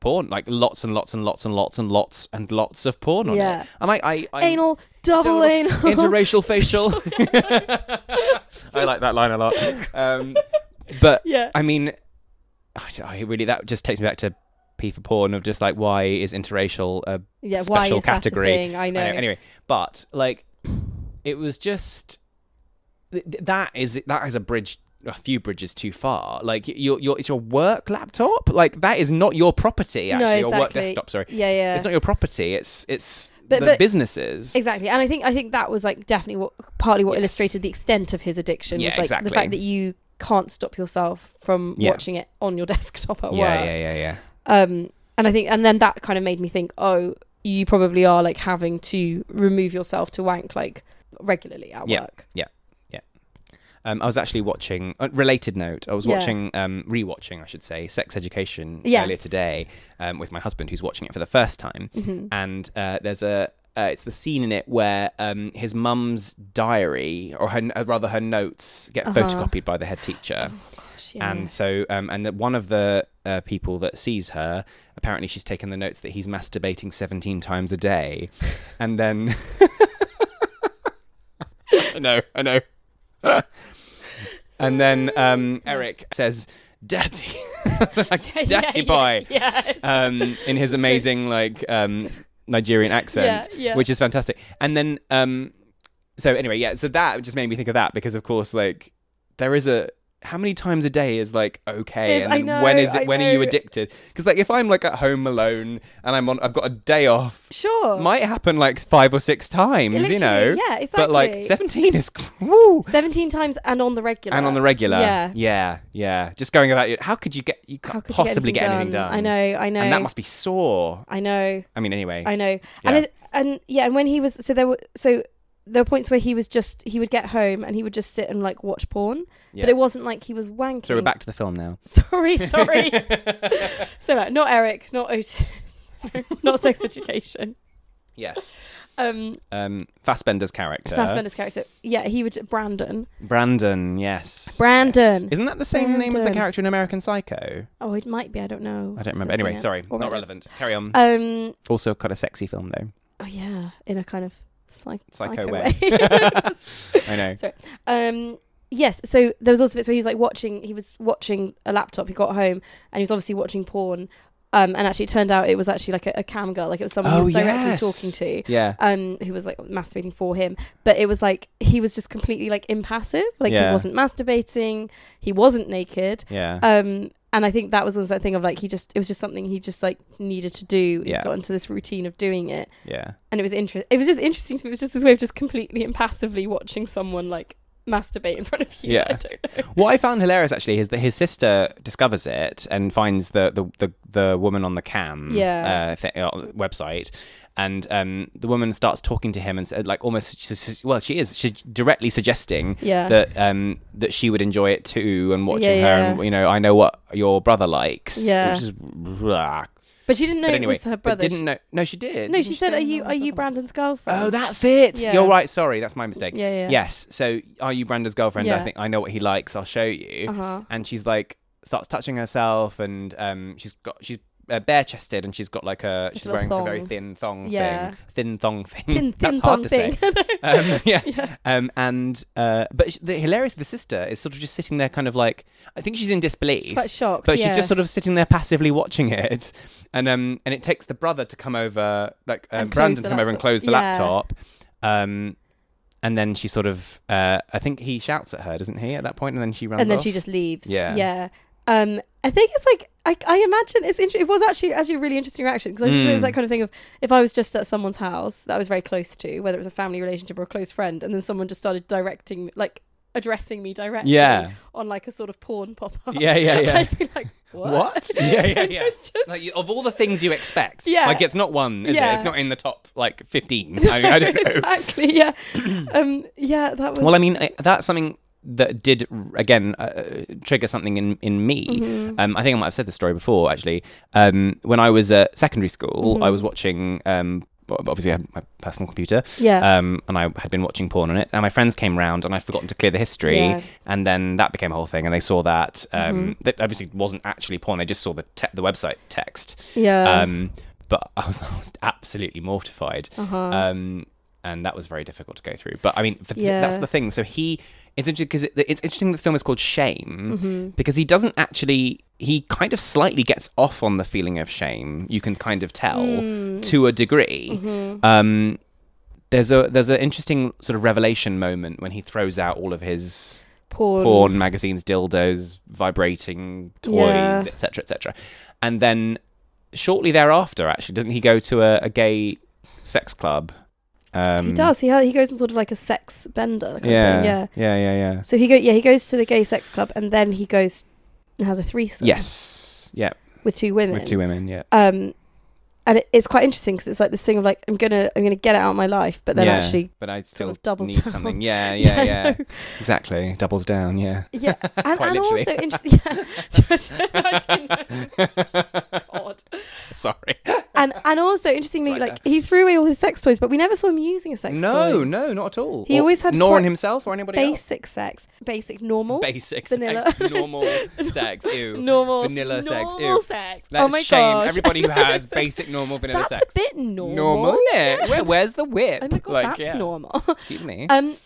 Speaker 2: porn, like lots and lots and lots and lots and lots and lots of porn on
Speaker 1: Yeah.
Speaker 2: it. And I Oh, I, I
Speaker 1: anal, [laughs] double
Speaker 2: double-
Speaker 1: anal. [laughs]
Speaker 2: interracial facial. [laughs] I like that line a lot. Um but
Speaker 1: [laughs] yeah.
Speaker 2: I mean, I, d- I really that just takes me back to P for porn of just like why is interracial a
Speaker 1: Yeah.
Speaker 2: special
Speaker 1: Why is
Speaker 2: category.
Speaker 1: that a thing? I know.
Speaker 2: I know. Anyway, but like, it was just th- th- that is that is a bridge, a few bridges too far. Like y- your your it's your work laptop. Like that is not your property. Actually,
Speaker 1: No,
Speaker 2: your work
Speaker 1: exactly.
Speaker 2: desktop. Sorry,
Speaker 1: Yeah. Yeah.
Speaker 2: it's not your property. It's it's
Speaker 1: But-
Speaker 2: the
Speaker 1: but-
Speaker 2: businesses.
Speaker 1: Exactly, and I think I think that was like definitely what partly what
Speaker 2: Yes.
Speaker 1: illustrated the extent of his addiction
Speaker 2: Yeah,
Speaker 1: was like
Speaker 2: exactly.
Speaker 1: the fact that you can't stop yourself from
Speaker 2: Yeah.
Speaker 1: watching it on your [laughs] desktop at
Speaker 2: yeah,
Speaker 1: work.
Speaker 2: yeah, yeah, yeah.
Speaker 1: Um, and I think and then that kind of made me think, oh, you probably are like having to remove yourself to wank like regularly at
Speaker 2: Yeah.
Speaker 1: work.
Speaker 2: Um, I was actually watching. Uh, related note: I was
Speaker 1: Yeah.
Speaker 2: watching, um, rewatching, I should say, Sex Education
Speaker 1: Yes.
Speaker 2: earlier today um, with my husband, who's watching it for the first time.
Speaker 1: Mm-hmm.
Speaker 2: And uh, there's a. Uh, it's the scene in it where um, his mum's diary, or her, uh, rather her notes, get
Speaker 1: Uh-huh.
Speaker 2: photocopied by the head teacher.
Speaker 1: Gosh, yeah.
Speaker 2: And so, um, and that one of the uh, people that sees her, apparently she's taken the notes that he's masturbating 17 times a day. And then. I know, I know. [laughs] and then um, Eric says, Daddy. [laughs] so
Speaker 1: [laughs]
Speaker 2: like,
Speaker 1: Yeah, yeah,
Speaker 2: Daddy
Speaker 1: yeah,
Speaker 2: boy.
Speaker 1: [laughs]
Speaker 2: [laughs]
Speaker 1: yes.
Speaker 2: Um, in his amazing, like, um, Nigerian accent,
Speaker 1: yeah.
Speaker 2: which is fantastic. And then. Um, so anyway, yeah, so that just made me think of that because of course like there is a how many times a day is like okay
Speaker 1: Is-
Speaker 2: and
Speaker 1: I
Speaker 2: then
Speaker 1: know,
Speaker 2: when is it
Speaker 1: I
Speaker 2: when are you
Speaker 1: know.
Speaker 2: addicted? Cuz like if I'm like at home alone and I'm on I've got a day off
Speaker 1: sure.
Speaker 2: might happen like 5 or 6 times, you know.
Speaker 1: Literally, yeah,
Speaker 2: But like
Speaker 1: exactly.
Speaker 2: 17 is [laughs] woo
Speaker 1: 17 times and on the regular.
Speaker 2: and on the regular.
Speaker 1: Yeah.
Speaker 2: Yeah. yeah. Just going about it. How could you get you
Speaker 1: How
Speaker 2: can't
Speaker 1: could you
Speaker 2: possibly get anything, done.
Speaker 1: I know, I know.
Speaker 2: And that must be sore.
Speaker 1: I know,
Speaker 2: I mean anyway.
Speaker 1: I know. And
Speaker 2: Yeah.
Speaker 1: it, and yeah, and when he was so there were so there were points where he was just he would get home and he would just sit and like watch porn,
Speaker 2: Yeah.
Speaker 1: but it wasn't like he was wanking.
Speaker 2: so we're back to the film now.
Speaker 1: [laughs] Sorry, [laughs] sorry. so uh, not Eric, not Otis, [laughs] not sex education.
Speaker 2: Yes.
Speaker 1: Um,
Speaker 2: Um Fassbender's character.
Speaker 1: Fassbender's character. Yeah, he would Brandon.
Speaker 2: Brandon, yes.
Speaker 1: Brandon.
Speaker 2: Yes. Isn't that the same name as the
Speaker 1: Brandon.
Speaker 2: character in American Psycho?
Speaker 1: Oh, it might be. I don't know.
Speaker 2: I don't remember.
Speaker 1: That's in
Speaker 2: Anyway,
Speaker 1: it.
Speaker 2: sorry,
Speaker 1: Or
Speaker 2: not
Speaker 1: maybe-
Speaker 2: relevant. Carry on.
Speaker 1: Um.
Speaker 2: also, quite a sexy film
Speaker 1: [laughs]
Speaker 2: though.
Speaker 1: Oh yeah, in a kind of psych-
Speaker 2: Psycho
Speaker 1: psycho,
Speaker 2: way.
Speaker 1: way. [laughs]
Speaker 2: I know.
Speaker 1: Sorry. Um, yes. So there was also bits where he was like watching. He was watching a laptop. He got home and he was obviously watching porn. Um, and actually, it turned out it was actually like a, a cam girl. Like it was someone
Speaker 2: Oh,
Speaker 1: he was directly
Speaker 2: yes.
Speaker 1: talking to.
Speaker 2: Yeah.
Speaker 1: Um, who was like masturbating for him, but it was like he was just completely like impassive. Like
Speaker 2: Yeah.
Speaker 1: he wasn't masturbating. He wasn't naked.
Speaker 2: Yeah.
Speaker 1: Um, and I think that was also that thing of like he just it was just something he just like needed to do.
Speaker 2: Yeah.
Speaker 1: He got into this routine of doing it
Speaker 2: yeah.
Speaker 1: and it was interesting. It was just interesting to me. It was just this way of just completely impassively watching someone like masturbate in front of you.
Speaker 2: Yeah.
Speaker 1: [laughs] I don't
Speaker 2: [laughs]
Speaker 1: know.
Speaker 2: What I found hilarious actually is that his sister discovers it and finds the the, the, the woman on the cam
Speaker 1: Yeah.
Speaker 2: uh, th- uh, website, and um, the woman starts talking to him and said, like almost she- she- well she is she's directly suggesting
Speaker 1: Yeah.
Speaker 2: that um, that she would enjoy it too and watching
Speaker 1: Yeah,
Speaker 2: her
Speaker 1: yeah.
Speaker 2: and you know I know what your brother likes
Speaker 1: Yeah.
Speaker 2: which is blah.
Speaker 1: But she didn't know
Speaker 2: but anyway
Speaker 1: it was her
Speaker 2: but
Speaker 1: brother.
Speaker 2: didn't know no she did
Speaker 1: no,
Speaker 2: Didn't
Speaker 1: she said,
Speaker 2: say,
Speaker 1: "Are you
Speaker 2: "Oh,
Speaker 1: are you
Speaker 2: brother?"
Speaker 1: Brandon's girlfriend?"
Speaker 2: Oh, that's it.
Speaker 1: Yeah.
Speaker 2: You're right. Sorry, that's my mistake.
Speaker 1: Yeah, yeah.
Speaker 2: Yes. So, are you Brenda's girlfriend? I
Speaker 1: Yeah.
Speaker 2: think I know what he likes. I'll show you.
Speaker 1: Uh-huh.
Speaker 2: And she's like starts touching herself, and um, she's got she's uh, bare chested, and she's got like a she's
Speaker 1: little
Speaker 2: wearing a very
Speaker 1: thong.
Speaker 2: thin thong
Speaker 1: Yeah.
Speaker 2: thing, thin thong thing.
Speaker 1: Thin,
Speaker 2: [laughs] hmm,
Speaker 1: thin
Speaker 2: that's
Speaker 1: thong
Speaker 2: hard to
Speaker 1: thing. [laughs]
Speaker 2: say. um, yeah. Um, and uh, but sh- the hilarious the sister is sort of just sitting there, kind of like I think she's in disbelief.
Speaker 1: She's quite shocked.
Speaker 2: But
Speaker 1: yeah.
Speaker 2: she's just sort of sitting there passively watching it, and um, and it takes the brother to come over, like um,
Speaker 1: And close
Speaker 2: Brandon
Speaker 1: the
Speaker 2: to come over and
Speaker 1: laptop.
Speaker 2: close the
Speaker 1: Yeah.
Speaker 2: laptop, um, and then she sort of, uh, I think he shouts at her, doesn't he, at that point, and then she runs
Speaker 1: and then
Speaker 2: off.
Speaker 1: she just leaves.
Speaker 2: Yeah.
Speaker 1: Yeah. Um, I think it's like I, I imagine it's inter- it was actually actually a really interesting reaction because I suppose
Speaker 2: Mm.
Speaker 1: it's that kind of thing of if I was just at someone's house that I was very close to, whether it was a family relationship or a close friend, and then someone just started directing like addressing me directly
Speaker 2: Yeah.
Speaker 1: on like a sort of porn pop up.
Speaker 2: Yeah, yeah,
Speaker 1: [laughs]
Speaker 2: yeah.
Speaker 1: I'd be like, what? [laughs]
Speaker 2: yeah, yeah, yeah.
Speaker 1: It's
Speaker 2: [laughs]
Speaker 1: just-
Speaker 2: [laughs] Like, you- of all the things you expect,
Speaker 1: Yeah.
Speaker 2: like it's not one, is it?
Speaker 1: Yeah.
Speaker 2: It's not in the top like fifteen. I,
Speaker 1: [laughs]
Speaker 2: I don't know.
Speaker 1: exactly. Yeah. um. Yeah. That was.
Speaker 2: Well, I mean, I, that's something that did again uh, trigger something in in me.
Speaker 1: Mm-hmm.
Speaker 2: Um, I think I might have said this story before, actually. Um, when I was at secondary school,
Speaker 1: Mm-hmm.
Speaker 2: I was watching. Um, well, obviously, I had my personal computer.
Speaker 1: Yeah.
Speaker 2: Um, and I had been watching porn on it, and my friends came round, and I'd forgotten to clear the history,
Speaker 1: Yeah. Mm-hmm.
Speaker 2: and then that became a whole thing, and they saw that. Um, That obviously wasn't actually porn; they just saw the te- the website text.
Speaker 1: yeah.
Speaker 2: Um, but I was, I was absolutely mortified.
Speaker 1: Uh-huh.
Speaker 2: Um, and that was very difficult to go through. But I mean, for th- that's
Speaker 1: Yeah.
Speaker 2: the thing. So he, it's interesting because it, it's interesting that the film is called Shame
Speaker 1: Mm-hmm.
Speaker 2: because he doesn't actually, he kind of slightly gets off on the feeling of shame. You can kind of tell
Speaker 1: Mm-hmm. Mm.
Speaker 2: to a degree. Um, there's a there's an interesting sort of revelation moment when he throws out all of his
Speaker 1: porn.
Speaker 2: porn magazines, dildos, vibrating
Speaker 1: Yeah.
Speaker 2: toys, etc., etc. And then shortly thereafter, actually, doesn't he go to a, a gay sex club? Um,
Speaker 1: he does. He ha- he goes in sort of like a sex bender. Kind
Speaker 2: Yeah,
Speaker 1: Of thing. Yeah.
Speaker 2: yeah, yeah, yeah.
Speaker 1: So he go yeah he goes to the gay sex club and then he goes and has a threesome.
Speaker 2: Yes, yeah,
Speaker 1: With two women.
Speaker 2: with two women, yeah.
Speaker 1: Um, and it, it's quite interesting because it's like this thing of like I'm gonna I'm gonna get it out of my life, but then
Speaker 2: Yeah,
Speaker 1: actually,
Speaker 2: but I still
Speaker 1: of doubles
Speaker 2: need
Speaker 1: down. [laughs]
Speaker 2: something. Yeah, yeah,
Speaker 1: I
Speaker 2: yeah.
Speaker 1: know.
Speaker 2: Exactly, doubles down.
Speaker 1: [laughs]
Speaker 2: Yeah. [laughs]
Speaker 1: yeah, and,
Speaker 2: Quite
Speaker 1: and
Speaker 2: literally.
Speaker 1: also interesting. [laughs] Yeah, just, I didn't know. God.
Speaker 2: Sorry.
Speaker 1: And and also interestingly,
Speaker 2: Right
Speaker 1: like,
Speaker 2: there.
Speaker 1: he threw away all his sex toys, but we never saw him using a sex toy.
Speaker 2: No, no, not at all.
Speaker 1: He
Speaker 2: Or-
Speaker 1: always had
Speaker 2: nor on
Speaker 1: quite
Speaker 2: himself or anybody else.
Speaker 1: basic sex, basic normal,
Speaker 2: Basic
Speaker 1: vanilla.
Speaker 2: sex, normal
Speaker 1: [laughs]
Speaker 2: sex, ew.
Speaker 1: normal
Speaker 2: vanilla sex,
Speaker 1: normal
Speaker 2: ew.
Speaker 1: sex.
Speaker 2: That's
Speaker 1: oh my
Speaker 2: shame.
Speaker 1: gosh.
Speaker 2: Everybody
Speaker 1: [laughs]
Speaker 2: who
Speaker 1: I know,
Speaker 2: has
Speaker 1: it's like-
Speaker 2: basic, normal vanilla
Speaker 1: That's
Speaker 2: sex.
Speaker 1: a bit normal.
Speaker 2: yeah.
Speaker 1: [laughs]
Speaker 2: Where, where's the whip?
Speaker 1: Oh my god,
Speaker 2: Like,
Speaker 1: that's
Speaker 2: yeah. [laughs]
Speaker 1: normal.
Speaker 2: Excuse me.
Speaker 1: um,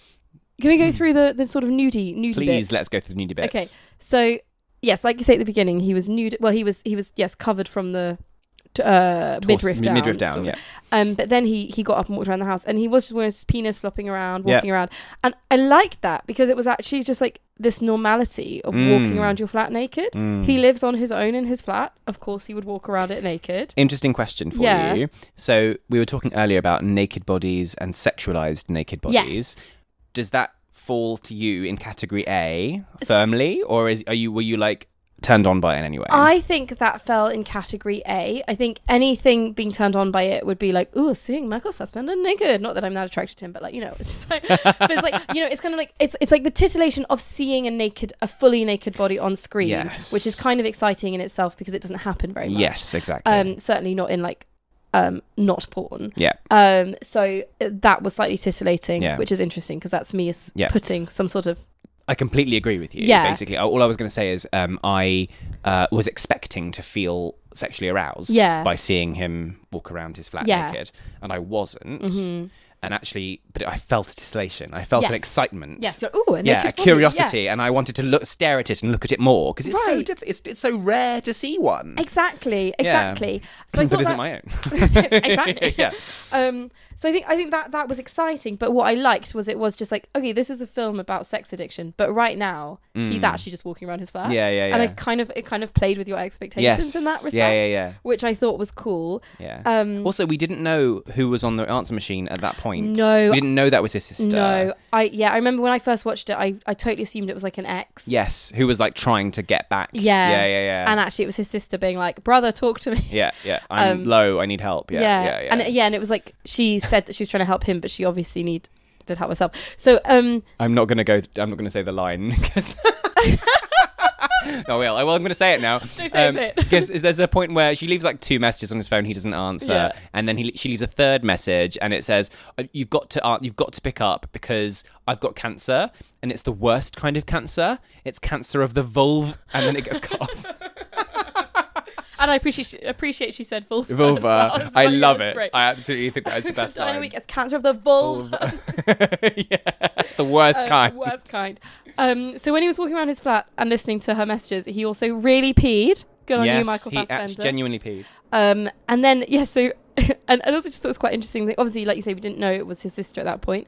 Speaker 1: can we go through the, the sort of nudie nudie
Speaker 2: Please,
Speaker 1: bits?
Speaker 2: let's go through the nudie bits.
Speaker 1: Okay, so yes, like you say at the beginning, he was nude. Well, he was he was yes covered from the t- uh,
Speaker 2: Torso-
Speaker 1: midriff down.
Speaker 2: Midriff down,
Speaker 1: sort
Speaker 2: yeah.
Speaker 1: of. Um, but then he he got up and walked around the house, and he was just wearing his penis flopping around,
Speaker 2: Yeah.
Speaker 1: walking around, and I liked that because it was actually just like this normality of walking
Speaker 2: Mm.
Speaker 1: around your flat naked.
Speaker 2: Mm.
Speaker 1: He lives on his own in his flat. Of course, he would walk around it naked.
Speaker 2: Interesting question for
Speaker 1: Yeah.
Speaker 2: you. So we were talking earlier about naked bodies and sexualized naked bodies.
Speaker 1: Yes.
Speaker 2: Does that fall to you in category A firmly, or is are you were you like turned on by it in any way?
Speaker 1: I think that fell in category A. I think anything being turned on by it would be like, ooh, seeing Michael Fassbender naked. Not that I'm not attracted to him, but like, you know, it's just
Speaker 2: [laughs]
Speaker 1: like, but it's like, you know, it's kind of like it's it's like the titillation of seeing a naked, a fully naked body on screen,
Speaker 2: Yes.
Speaker 1: which is kind of exciting in itself because it doesn't happen very much.
Speaker 2: yes, exactly.
Speaker 1: Um, certainly not in like, um, not porn.
Speaker 2: yeah,
Speaker 1: Um, so uh, that was slightly titillating,
Speaker 2: Yeah.
Speaker 1: which is interesting because that's me as
Speaker 2: Yeah.
Speaker 1: putting some sort of
Speaker 2: I completely agree with you.
Speaker 1: Yeah.
Speaker 2: Basically, all I was going to say is um, I uh, was expecting to feel sexually aroused
Speaker 1: Yeah.
Speaker 2: by seeing him walk around his flat
Speaker 1: Yeah. Mm-hmm.
Speaker 2: naked, and I wasn't. And actually, but I felt a titillation. I felt an
Speaker 1: Yes.
Speaker 2: excitement.
Speaker 1: yes, you're, ooh, a naked
Speaker 2: yeah, a
Speaker 1: body,
Speaker 2: curiosity, and I wanted to look, stare at it, and look at it more because it's so
Speaker 1: Right.
Speaker 2: diff- it's, it's so rare to see one.
Speaker 1: Exactly,
Speaker 2: Yeah.
Speaker 1: exactly. So I
Speaker 2: that
Speaker 1: thought
Speaker 2: isn't
Speaker 1: that,
Speaker 2: [laughs] my
Speaker 1: [laughs]
Speaker 2: own.
Speaker 1: exactly.
Speaker 2: Yeah.
Speaker 1: Um, so I think I think that that was exciting, but what I liked was it was just like, okay, this is a film about sex addiction, but right now he's actually just walking around his flat.
Speaker 2: Mm. Yeah, yeah,
Speaker 1: And I
Speaker 2: yeah.
Speaker 1: kind of it kind of played with your expectations
Speaker 2: yes.
Speaker 1: in that respect,
Speaker 2: Yeah, yeah, yeah.
Speaker 1: which I thought was cool.
Speaker 2: Yeah.
Speaker 1: Um,
Speaker 2: also, we didn't know who was on the answer machine at that point.
Speaker 1: No.
Speaker 2: we didn't know that was his sister.
Speaker 1: No, I yeah, I remember when I first watched it, I I totally assumed it was like an ex.
Speaker 2: Yes, who was like trying to get back.
Speaker 1: Yeah.
Speaker 2: Yeah, yeah, yeah.
Speaker 1: And actually, it was his sister being like, "Brother, talk to me."
Speaker 2: yeah, yeah. I'm
Speaker 1: Um,
Speaker 2: low. I need help. Yeah, yeah, yeah.
Speaker 1: And [laughs] yeah, and it was like she said that she was trying to help him, but she obviously needed help herself. So um,
Speaker 2: I'm not gonna go. I'm not gonna say the line
Speaker 1: [laughs]
Speaker 2: [laughs] because. I will. I will. I'm going to say
Speaker 1: [laughs]
Speaker 2: it now.
Speaker 1: Don't say it.
Speaker 2: Because there's a point where she leaves like two messages on his phone. He doesn't answer,
Speaker 1: Yeah.
Speaker 2: and then he she leaves a third message, and it says, "Uh, "You've got to uh, you've got to pick up because I've got cancer, and it's the worst kind of cancer. It's cancer of the vulva." And then it
Speaker 1: [laughs]
Speaker 2: gets cut off.
Speaker 1: And I appreciate appreciate she said vulva.
Speaker 2: Vulva.
Speaker 1: as well. It's
Speaker 2: [laughs] I
Speaker 1: like,
Speaker 2: love
Speaker 1: that's
Speaker 2: it.
Speaker 1: great.
Speaker 2: I absolutely
Speaker 1: [laughs]
Speaker 2: think that is the best
Speaker 1: Diana
Speaker 2: line.
Speaker 1: Week gets cancer of the vulva. [laughs]
Speaker 2: [laughs] yeah, it's the worst
Speaker 1: uh,
Speaker 2: kind.
Speaker 1: Worst kind. Um, so when he was walking around his flat and listening to her messages, he also really peed. Good on you, Michael
Speaker 2: he actually
Speaker 1: Fassbender.
Speaker 2: genuinely peed.
Speaker 1: um, and then [laughs] yeah, so and I also just thought it was quite interesting. That obviously, like you say, we didn't know it was his sister at that point,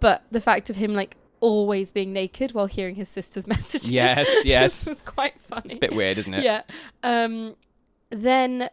Speaker 1: but the fact of him like always being naked while hearing his sister's [laughs] messages.
Speaker 2: Yes,
Speaker 1: just
Speaker 2: yes.
Speaker 1: was quite funny.
Speaker 2: It's a bit weird, isn't it?
Speaker 1: [laughs] yeah. Um, then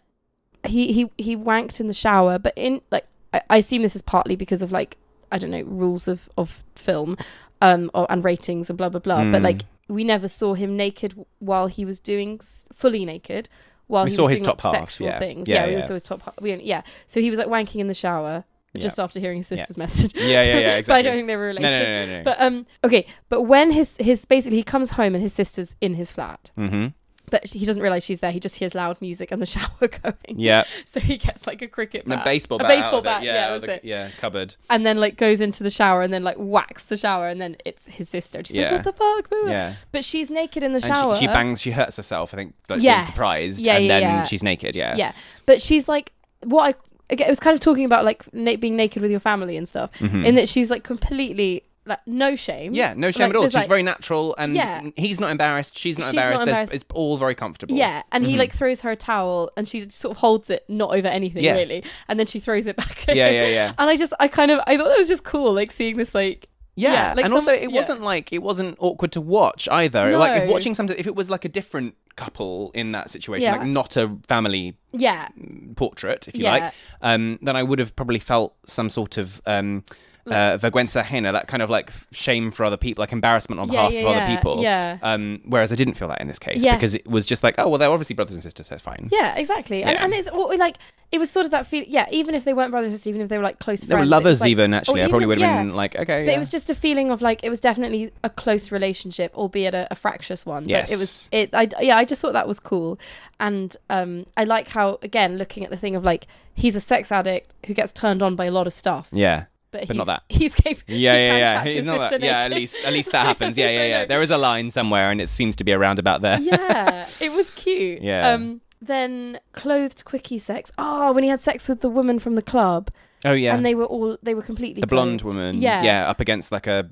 Speaker 1: he he he wanked in the shower, but in like I, I assume this is partly because of like I don't know rules of of film, um, or, and ratings and blah blah blah. But
Speaker 2: Mm.
Speaker 1: like we never saw him naked while he was doing s- fully naked. While
Speaker 2: We
Speaker 1: he
Speaker 2: saw
Speaker 1: was
Speaker 2: his
Speaker 1: doing,
Speaker 2: top
Speaker 1: like,
Speaker 2: half,
Speaker 1: sexual
Speaker 2: yeah.
Speaker 1: things.
Speaker 2: Yeah,
Speaker 1: Yeah, we
Speaker 2: yeah.
Speaker 1: saw his top half. We only, yeah, so he was like wanking in the shower
Speaker 2: Yeah.
Speaker 1: just after hearing his
Speaker 2: Yeah.
Speaker 1: sister's message.
Speaker 2: Yeah, yeah, yeah,
Speaker 1: [laughs] but I
Speaker 2: exactly.
Speaker 1: don't think they were
Speaker 2: No,
Speaker 1: related.
Speaker 2: no, no, no. no.
Speaker 1: But um, okay. But when his his basically he comes home and his sister's in his flat, [laughs]
Speaker 2: mm-hmm.
Speaker 1: but he doesn't realize she's there. He just hears loud music and the [laughs] shower going.
Speaker 2: Yeah.
Speaker 1: So he gets like a cricket
Speaker 2: And
Speaker 1: bat,
Speaker 2: a baseball bat.
Speaker 1: a
Speaker 2: out
Speaker 1: baseball
Speaker 2: of it,
Speaker 1: bat. Yeah,
Speaker 2: out of
Speaker 1: that's
Speaker 2: the-
Speaker 1: it.
Speaker 2: Yeah, cupboard.
Speaker 1: And then like goes into the shower and then like whacks the shower and then it's his sister. And she's
Speaker 2: Yeah.
Speaker 1: like, what the fuck? Blah, blah, blah."
Speaker 2: Yeah.
Speaker 1: But she's naked in the
Speaker 2: And
Speaker 1: shower.
Speaker 2: she, she bangs, she hurts herself, I think, like
Speaker 1: Yes.
Speaker 2: being surprised.
Speaker 1: Yeah,
Speaker 2: and
Speaker 1: yeah,
Speaker 2: then
Speaker 1: yeah.
Speaker 2: she's naked, yeah.
Speaker 1: Yeah, but she's like, what I. Again, it was kind of talking about like na- being naked with your family and stuff, in that she's like completely like no shame.
Speaker 2: Mm-hmm. Yeah, no shame
Speaker 1: Like,
Speaker 2: at all.
Speaker 1: there's,
Speaker 2: She's
Speaker 1: like-
Speaker 2: very natural and
Speaker 1: Yeah.
Speaker 2: he's not embarrassed, she's not
Speaker 1: She's not
Speaker 2: embarrassed. there's-
Speaker 1: embarrassed.
Speaker 2: It's all very comfortable.
Speaker 1: Yeah, and
Speaker 2: Mm-hmm.
Speaker 1: he like throws her a towel, and she sort of holds it not over anything
Speaker 2: Yeah.
Speaker 1: really, and then she throws it back.
Speaker 2: Yeah,
Speaker 1: [laughs]
Speaker 2: yeah, yeah.
Speaker 1: And I just, I kind of, I thought that was just cool, like seeing this, like
Speaker 2: Yeah,
Speaker 1: Yeah, like
Speaker 2: and
Speaker 1: some-
Speaker 2: also it
Speaker 1: yeah.
Speaker 2: wasn't like it wasn't awkward to watch either. Like if
Speaker 1: No.
Speaker 2: watching something, if it was like a different couple in that situation,
Speaker 1: Yeah.
Speaker 2: like not a family
Speaker 1: yeah,
Speaker 2: portrait, if you
Speaker 1: Yeah.
Speaker 2: like, um, then I would have probably felt some sort of um, uh, vergüenza that kind of like f- shame for other people, like embarrassment on
Speaker 1: Yeah,
Speaker 2: behalf
Speaker 1: yeah,
Speaker 2: of other
Speaker 1: yeah,
Speaker 2: people.
Speaker 1: yeah.
Speaker 2: Um, whereas I didn't feel that in this case
Speaker 1: Yeah.
Speaker 2: because it was just like, oh, well, they're obviously brothers and sisters, so it's fine.
Speaker 1: Yeah, exactly. And,
Speaker 2: Yeah.
Speaker 1: and it's all, like it was sort of that feel. Yeah, even if they weren't brothers and sisters, even if they were like close
Speaker 2: There were
Speaker 1: friends, it
Speaker 2: lovers,
Speaker 1: was, like-
Speaker 2: even
Speaker 1: or
Speaker 2: actually. I
Speaker 1: even-
Speaker 2: probably would have
Speaker 1: yeah.
Speaker 2: been like, okay.
Speaker 1: But
Speaker 2: yeah.
Speaker 1: it was just a feeling of like it was definitely a close relationship, albeit a, a fractious one. But it was
Speaker 2: Yes.
Speaker 1: it. I yeah, I just thought that was cool, and um, I like how again looking at the thing of like he's a sex addict who gets turned on by a lot of stuff,
Speaker 2: yeah.
Speaker 1: but,
Speaker 2: but not
Speaker 1: he's- [laughs]
Speaker 2: that.
Speaker 1: He's capable.
Speaker 2: Yeah,
Speaker 1: he
Speaker 2: yeah,
Speaker 1: can chat
Speaker 2: yeah.
Speaker 1: to
Speaker 2: He's
Speaker 1: his
Speaker 2: not
Speaker 1: sister
Speaker 2: that- yeah, at
Speaker 1: naked.
Speaker 2: least at least
Speaker 1: [laughs]
Speaker 2: that happens. Yeah, yeah, yeah. There is a line somewhere, and it seems to be a roundabout there.
Speaker 1: yeah, it was cute.
Speaker 2: [laughs] Yeah.
Speaker 1: Um, then clothed quickie sex. Oh, when he had sex with the woman from the club,
Speaker 2: [laughs] Oh yeah,
Speaker 1: and they were all they were completely
Speaker 2: the blonde
Speaker 1: clothed.
Speaker 2: woman.
Speaker 1: Yeah,
Speaker 2: yeah, up against like a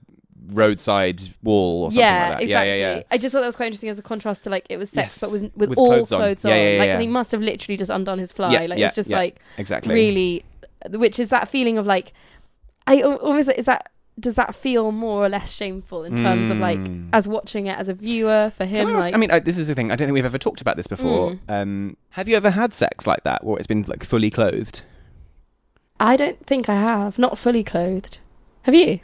Speaker 2: roadside wall or something
Speaker 1: yeah,
Speaker 2: like that.
Speaker 1: exactly.
Speaker 2: Yeah, yeah, yeah.
Speaker 1: I just thought that was quite interesting as a contrast to like it was sex,
Speaker 2: Yes.
Speaker 1: but with, with,
Speaker 2: With
Speaker 1: all clothes,
Speaker 2: clothes on.
Speaker 1: on.
Speaker 2: Yeah, yeah, yeah,
Speaker 1: like
Speaker 2: yeah.
Speaker 1: he must have literally just undone his fly.
Speaker 2: Yeah,
Speaker 1: like
Speaker 2: yeah,
Speaker 1: it's just
Speaker 2: yeah.
Speaker 1: like
Speaker 2: Exactly.
Speaker 1: really, which is that feeling of like, I al- almost is that does that feel more or less shameful in terms of like
Speaker 2: Mm.
Speaker 1: as watching it as a viewer for him?
Speaker 2: Can I, ask-
Speaker 1: like, Hmm.
Speaker 2: I mean, I, this is the thing. I don't think we've ever talked about this before. Um, have you ever had sex like that, where it's been like fully clothed?
Speaker 1: I don't think I have not fully clothed. Have you?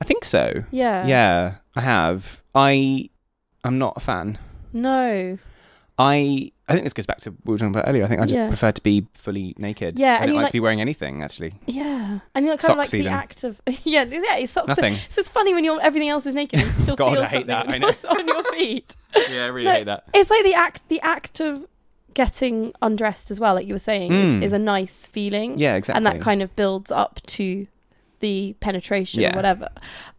Speaker 2: I think so.
Speaker 1: Yeah.
Speaker 2: yeah, I have. I, I'm not a fan.
Speaker 1: No.
Speaker 2: I, I think this goes back to what we were talking about earlier. I think I just
Speaker 1: Yeah.
Speaker 2: prefer to be fully naked.
Speaker 1: Yeah,
Speaker 2: I
Speaker 1: and
Speaker 2: don't
Speaker 1: you
Speaker 2: like,
Speaker 1: like-
Speaker 2: to be wearing anything actually.
Speaker 1: Yeah, and you're kind of
Speaker 2: Socks
Speaker 1: like the
Speaker 2: even.
Speaker 1: act of [laughs] yeah, yeah. It's socks.
Speaker 2: Nothing.
Speaker 1: [laughs] It's just funny when you're everything else is naked. And you still
Speaker 2: [laughs] God,
Speaker 1: feel
Speaker 2: I hate
Speaker 1: something [laughs]
Speaker 2: that,
Speaker 1: on
Speaker 2: I
Speaker 1: your- on your feet.
Speaker 2: yeah, I really
Speaker 1: No, hate
Speaker 2: that.
Speaker 1: It's like the act, the act of getting undressed as well, like you were saying, is,
Speaker 2: Mm.
Speaker 1: is a nice feeling,
Speaker 2: Yeah, exactly.
Speaker 1: and that kind of builds up to the penetration, or
Speaker 2: Yeah.
Speaker 1: whatever.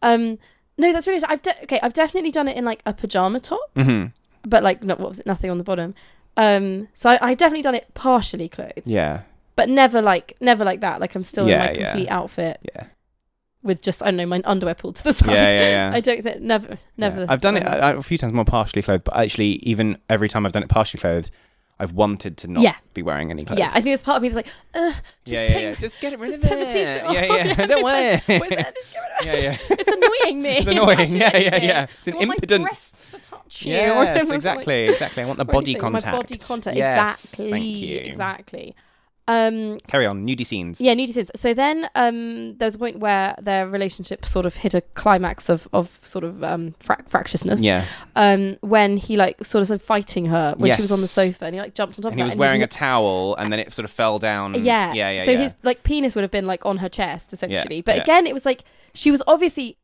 Speaker 1: Um, no, that's really. I've de- okay. I've definitely done it in like a pajama top,
Speaker 2: hmm
Speaker 1: but like not what was it? Nothing on the bottom. Um, so I, I've definitely done it partially clothed,
Speaker 2: Yeah,
Speaker 1: but never like never like that. Like I'm still
Speaker 2: Yeah,
Speaker 1: in my
Speaker 2: yeah.
Speaker 1: complete outfit
Speaker 2: yeah,
Speaker 1: with just I don't know my underwear pulled to the [laughs]
Speaker 2: yeah,
Speaker 1: side.
Speaker 2: yeah, yeah.
Speaker 1: [laughs] I don't think never never.
Speaker 2: Yeah. I've done it uh, a, a few times more partially clothed, but actually, even every time I've done it partially clothed, I've wanted to not
Speaker 1: Yeah.
Speaker 2: be wearing any clothes.
Speaker 1: yeah, I think there's part of me that's like, Ugh, just
Speaker 2: yeah, yeah,
Speaker 1: take,
Speaker 2: yeah. Just get it rid
Speaker 1: just
Speaker 2: of
Speaker 1: take the
Speaker 2: it.
Speaker 1: t-shirt off.
Speaker 2: Yeah,
Speaker 1: [laughs]
Speaker 2: yeah. Don't wear
Speaker 1: it's
Speaker 2: it.
Speaker 1: like,
Speaker 2: [laughs]
Speaker 1: "Where's that? [laughs] Just get rid of
Speaker 2: yeah,
Speaker 1: it."
Speaker 2: yeah.
Speaker 1: It's annoying me.
Speaker 2: [laughs]
Speaker 1: [laughs]
Speaker 2: It's annoying.
Speaker 1: Imagine
Speaker 2: Yeah, yeah,
Speaker 1: anything.
Speaker 2: yeah. It's an
Speaker 1: I want
Speaker 2: impotence.
Speaker 1: My breasts to touch you. or
Speaker 2: Yes,
Speaker 1: whatever, like-
Speaker 2: exactly, exactly. I want the
Speaker 1: or
Speaker 2: body
Speaker 1: anything, or
Speaker 2: contact.
Speaker 1: My body contact.
Speaker 2: Yes,
Speaker 1: exactly.
Speaker 2: Thank you.
Speaker 1: Exactly. Um,
Speaker 2: Carry on. Nudie scenes.
Speaker 1: yeah, nudie scenes. So then um, there was a point where their relationship sort of hit a climax of, of sort of um, frac- fractiousness.
Speaker 2: Yeah.
Speaker 1: Um, when he like sort of started fighting her when she was on the
Speaker 2: Yes.
Speaker 1: sofa and he like jumped on top
Speaker 2: And
Speaker 1: of
Speaker 2: he
Speaker 1: her
Speaker 2: was
Speaker 1: and
Speaker 2: wearing a
Speaker 1: his,
Speaker 2: towel, and then it sort of fell down.
Speaker 1: yeah
Speaker 2: Yeah. Yeah.
Speaker 1: so
Speaker 2: yeah.
Speaker 1: his like penis would have been like on her chest essentially but
Speaker 2: yeah.
Speaker 1: again it was like she was obviously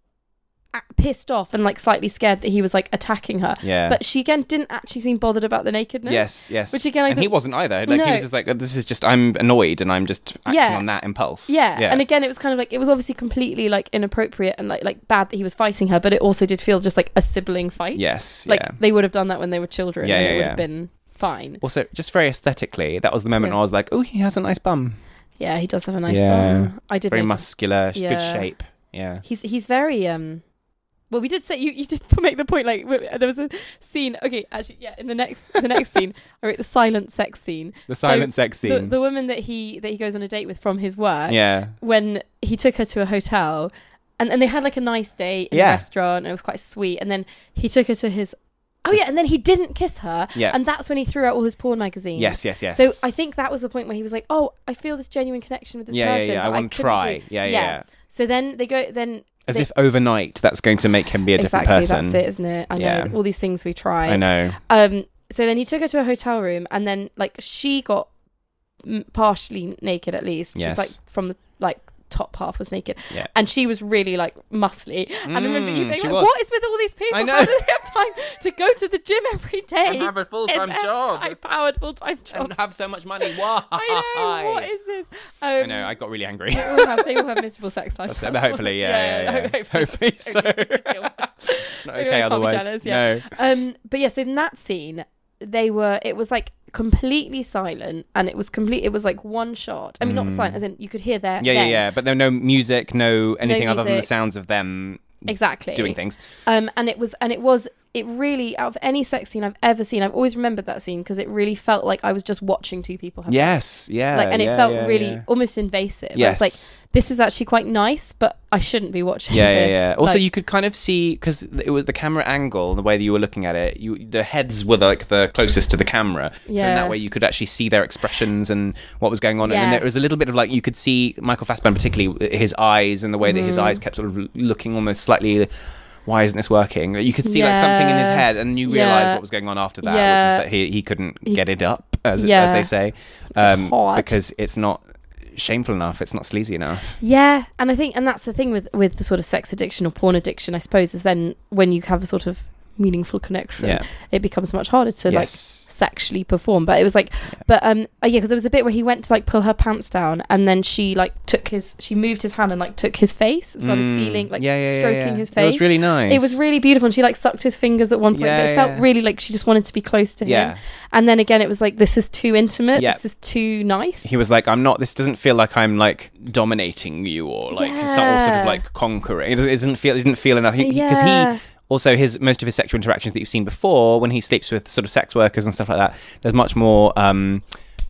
Speaker 1: a- pissed off and like slightly scared that he was like attacking her
Speaker 2: Yeah.
Speaker 1: but she again didn't actually seem bothered about the nakedness
Speaker 2: Yes, yes.
Speaker 1: Which again, I
Speaker 2: and he
Speaker 1: think-
Speaker 2: wasn't either. Like
Speaker 1: No.
Speaker 2: he was just like, "Oh, "This is just I'm annoyed, and I'm just acting
Speaker 1: Yeah.
Speaker 2: on that impulse."
Speaker 1: yeah.
Speaker 2: yeah,
Speaker 1: and again it was kind of like it was obviously completely like inappropriate and like like bad that he was fighting her but it also did feel just like a sibling fight
Speaker 2: yes,
Speaker 1: like
Speaker 2: yeah.
Speaker 1: they would have done that when they were children
Speaker 2: Yeah,
Speaker 1: and
Speaker 2: yeah,
Speaker 1: it would
Speaker 2: yeah.
Speaker 1: have been fine
Speaker 2: Also, just very aesthetically, that was the moment
Speaker 1: Yeah.
Speaker 2: where I was like, "Oh, he has a nice bum,
Speaker 1: yeah he does have a nice
Speaker 2: Yeah.
Speaker 1: bum i did
Speaker 2: very
Speaker 1: notice
Speaker 2: muscular, sh good
Speaker 1: Yeah.
Speaker 2: shape." Yeah,
Speaker 1: He's he's very um. Well, we did say you, you did [laughs] make the point like w- there was a scene. Okay, actually, yeah. In the next the next scene, [laughs] I wrote the silent sex scene.
Speaker 2: the
Speaker 1: So
Speaker 2: silent sex
Speaker 1: The,
Speaker 2: scene.
Speaker 1: the woman that he that he goes on a date with from his work.
Speaker 2: yeah,
Speaker 1: When he took her to a hotel, and and they had like a nice date in a
Speaker 2: Yeah.
Speaker 1: restaurant, and it was quite sweet. And then he took her to his. Oh yeah, and then he didn't kiss her.
Speaker 2: Yeah.
Speaker 1: And that's when he threw out all his porn magazines.
Speaker 2: yes, yes, yes.
Speaker 1: So I think that was the point where he was like, "Oh, I feel this genuine connection with this
Speaker 2: yeah, yeah,
Speaker 1: person.
Speaker 2: yeah. I
Speaker 1: but
Speaker 2: want to
Speaker 1: couldn't
Speaker 2: try.
Speaker 1: do-"
Speaker 2: Yeah, yeah,
Speaker 1: Yeah.
Speaker 2: yeah.
Speaker 1: So then they go. Then
Speaker 2: As
Speaker 1: They-
Speaker 2: if overnight, that's going to make him be a different
Speaker 1: exactly,
Speaker 2: person.
Speaker 1: that's it, isn't it? I know
Speaker 2: Yeah.
Speaker 1: all these things we try.
Speaker 2: I know.
Speaker 1: Um, so then he took her to a hotel room, and then like she got mm, partially naked at least. She was
Speaker 2: Yes.
Speaker 1: like from the like top half was naked,
Speaker 2: Yeah.
Speaker 1: and she was really like muscly. and I remember you
Speaker 2: Mm,
Speaker 1: being
Speaker 2: she
Speaker 1: like,
Speaker 2: was.
Speaker 1: "What is with all these people?
Speaker 2: I know.
Speaker 1: How do they have time to go to the gym every day?
Speaker 2: a full
Speaker 1: in their high-powered full-time
Speaker 2: [laughs]
Speaker 1: job.
Speaker 2: have so much money. Why?
Speaker 1: [laughs] I know. What is this? Um,
Speaker 2: I know. I got really angry.
Speaker 1: they all have, they all have miserable sex lives.
Speaker 2: That's it, hopefully, yeah, yeah, yeah.
Speaker 1: Hopefully, [laughs]
Speaker 2: Hopefully
Speaker 1: that's the only
Speaker 2: so.
Speaker 1: way to deal with it.
Speaker 2: [laughs] Not
Speaker 1: Anyway,
Speaker 2: okay.
Speaker 1: can't be
Speaker 2: Otherwise,
Speaker 1: jealous, yeah.
Speaker 2: no.
Speaker 1: um but yes in that scene they were it was like completely silent and it was complete it was like one shot i mean not silent as in you could hear their
Speaker 2: Mm. Yeah, yeah,
Speaker 1: them.
Speaker 2: yeah. But there were no music, no anything other than the
Speaker 1: music.
Speaker 2: sounds of them
Speaker 1: exactly
Speaker 2: doing things.
Speaker 1: um and it was and it was it really out of any sex scene I've ever seen, I've always remembered that scene because it really felt like I was just watching two people have
Speaker 2: Yes, yeah.
Speaker 1: like and
Speaker 2: yeah,
Speaker 1: it felt
Speaker 2: yeah,
Speaker 1: really
Speaker 2: yeah.
Speaker 1: almost invasive. It's
Speaker 2: Yes.
Speaker 1: like this is actually quite nice, but I shouldn't be watching.
Speaker 2: yeah, yeah,
Speaker 1: this.
Speaker 2: yeah. Also,
Speaker 1: Like-
Speaker 2: you could kind of see because it was the camera angle and the way that you were looking at it. You the heads were like the closest to the camera, so in
Speaker 1: Yeah.
Speaker 2: that way you could actually see their expressions and what was going on. And then
Speaker 1: Yeah.
Speaker 2: there was a little bit of like you could see Michael Fassbender, particularly uh, his eyes and the way that
Speaker 1: Mm.
Speaker 2: his eyes kept sort of looking almost slightly. Why isn't this working? You could see like something in his
Speaker 1: Yeah.
Speaker 2: head, and you realised
Speaker 1: Yeah.
Speaker 2: what was going on after that,
Speaker 1: Yeah.
Speaker 2: which is that he, he couldn't
Speaker 1: He-
Speaker 2: get it up, as, as
Speaker 1: Yeah.
Speaker 2: they say, um,
Speaker 1: Hard.
Speaker 2: because it's not shameful enough, it's not sleazy enough.
Speaker 1: Yeah, and I think, and that's the thing with with the sort of sex addiction or porn addiction, I suppose, is then when you have a sort of meaningful connection,
Speaker 2: Yeah.
Speaker 1: it becomes much harder to like
Speaker 2: yes.
Speaker 1: sexually perform. But it was like, but um, oh, yeah, because there was a bit where he went to like pull her pants down, and then she like took his, she moved his hand and like took his face and started
Speaker 2: Mm.
Speaker 1: feeling like
Speaker 2: Yeah, yeah, yeah,
Speaker 1: stroking
Speaker 2: yeah.
Speaker 1: his
Speaker 2: It
Speaker 1: face.
Speaker 2: was really nice.
Speaker 1: It was really beautiful, and she like sucked his fingers at one point,
Speaker 2: Yeah,
Speaker 1: but it felt
Speaker 2: yeah.
Speaker 1: really like she just wanted to be close to
Speaker 2: Yeah.
Speaker 1: him. And then again, it was like this is too intimate,
Speaker 2: Yeah.
Speaker 1: this is too nice.
Speaker 2: He was like, I'm not, this doesn't feel like I'm like dominating you or like some sort
Speaker 1: Yeah.
Speaker 2: of like conquering. It doesn't, it doesn't feel, it didn't feel enough. Because he, 'cause
Speaker 1: Yeah.
Speaker 2: he, also his, most of his sexual interactions that you've seen before when he sleeps with sort of sex workers and stuff like that, there's much more, um,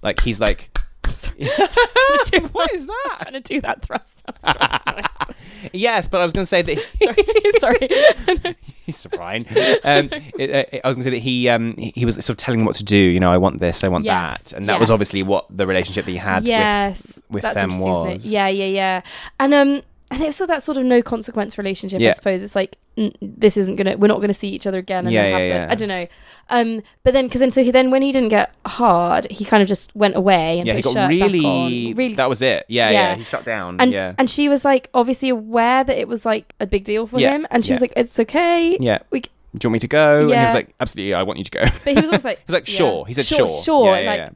Speaker 2: like he's like,
Speaker 1: [laughs]
Speaker 2: [laughs]
Speaker 1: what is that? I was trying to do that thrust.
Speaker 2: [laughs] yes, but I was going to say that
Speaker 1: Sorry, [laughs] sorry.
Speaker 2: [laughs] he's fine. Um, it, uh, I was going to say that he, um, he he was sort of telling them what to do. You know, I want this, I want
Speaker 1: Yes,
Speaker 2: that, and that was
Speaker 1: yes.
Speaker 2: obviously what the relationship that he had
Speaker 1: yes,
Speaker 2: with, with
Speaker 1: that's
Speaker 2: them
Speaker 1: interesting, isn't it?
Speaker 2: was.
Speaker 1: Yeah, yeah, yeah. And um, and it's all that sort of no consequence relationship.
Speaker 2: Yeah.
Speaker 1: I suppose it's like n- this isn't gonna. We're not gonna see each other again. And
Speaker 2: Yeah,
Speaker 1: then have
Speaker 2: yeah,
Speaker 1: the-
Speaker 2: yeah.
Speaker 1: I don't know. Um, but then because then so he then when he didn't get hard, he kind of just went away and
Speaker 2: yeah, he
Speaker 1: put his
Speaker 2: got
Speaker 1: shirt back on.
Speaker 2: really,
Speaker 1: really
Speaker 2: That was it. Yeah, yeah.
Speaker 1: Yeah.
Speaker 2: He shut down.
Speaker 1: and
Speaker 2: yeah.
Speaker 1: and she was like obviously aware that it was like a big deal for
Speaker 2: Yeah,
Speaker 1: him, and she was
Speaker 2: yeah.
Speaker 1: like, "It's okay."
Speaker 2: yeah.
Speaker 1: We c-
Speaker 2: Do you want me to go? And he was
Speaker 1: Yeah.
Speaker 2: like, absolutely, I want you to go.
Speaker 1: But
Speaker 2: [laughs]
Speaker 1: he was always like,
Speaker 2: he was like,
Speaker 1: yeah.
Speaker 2: sure. He said, sure.
Speaker 1: sure, sure.
Speaker 2: Yeah,
Speaker 1: and,
Speaker 2: yeah,
Speaker 1: like,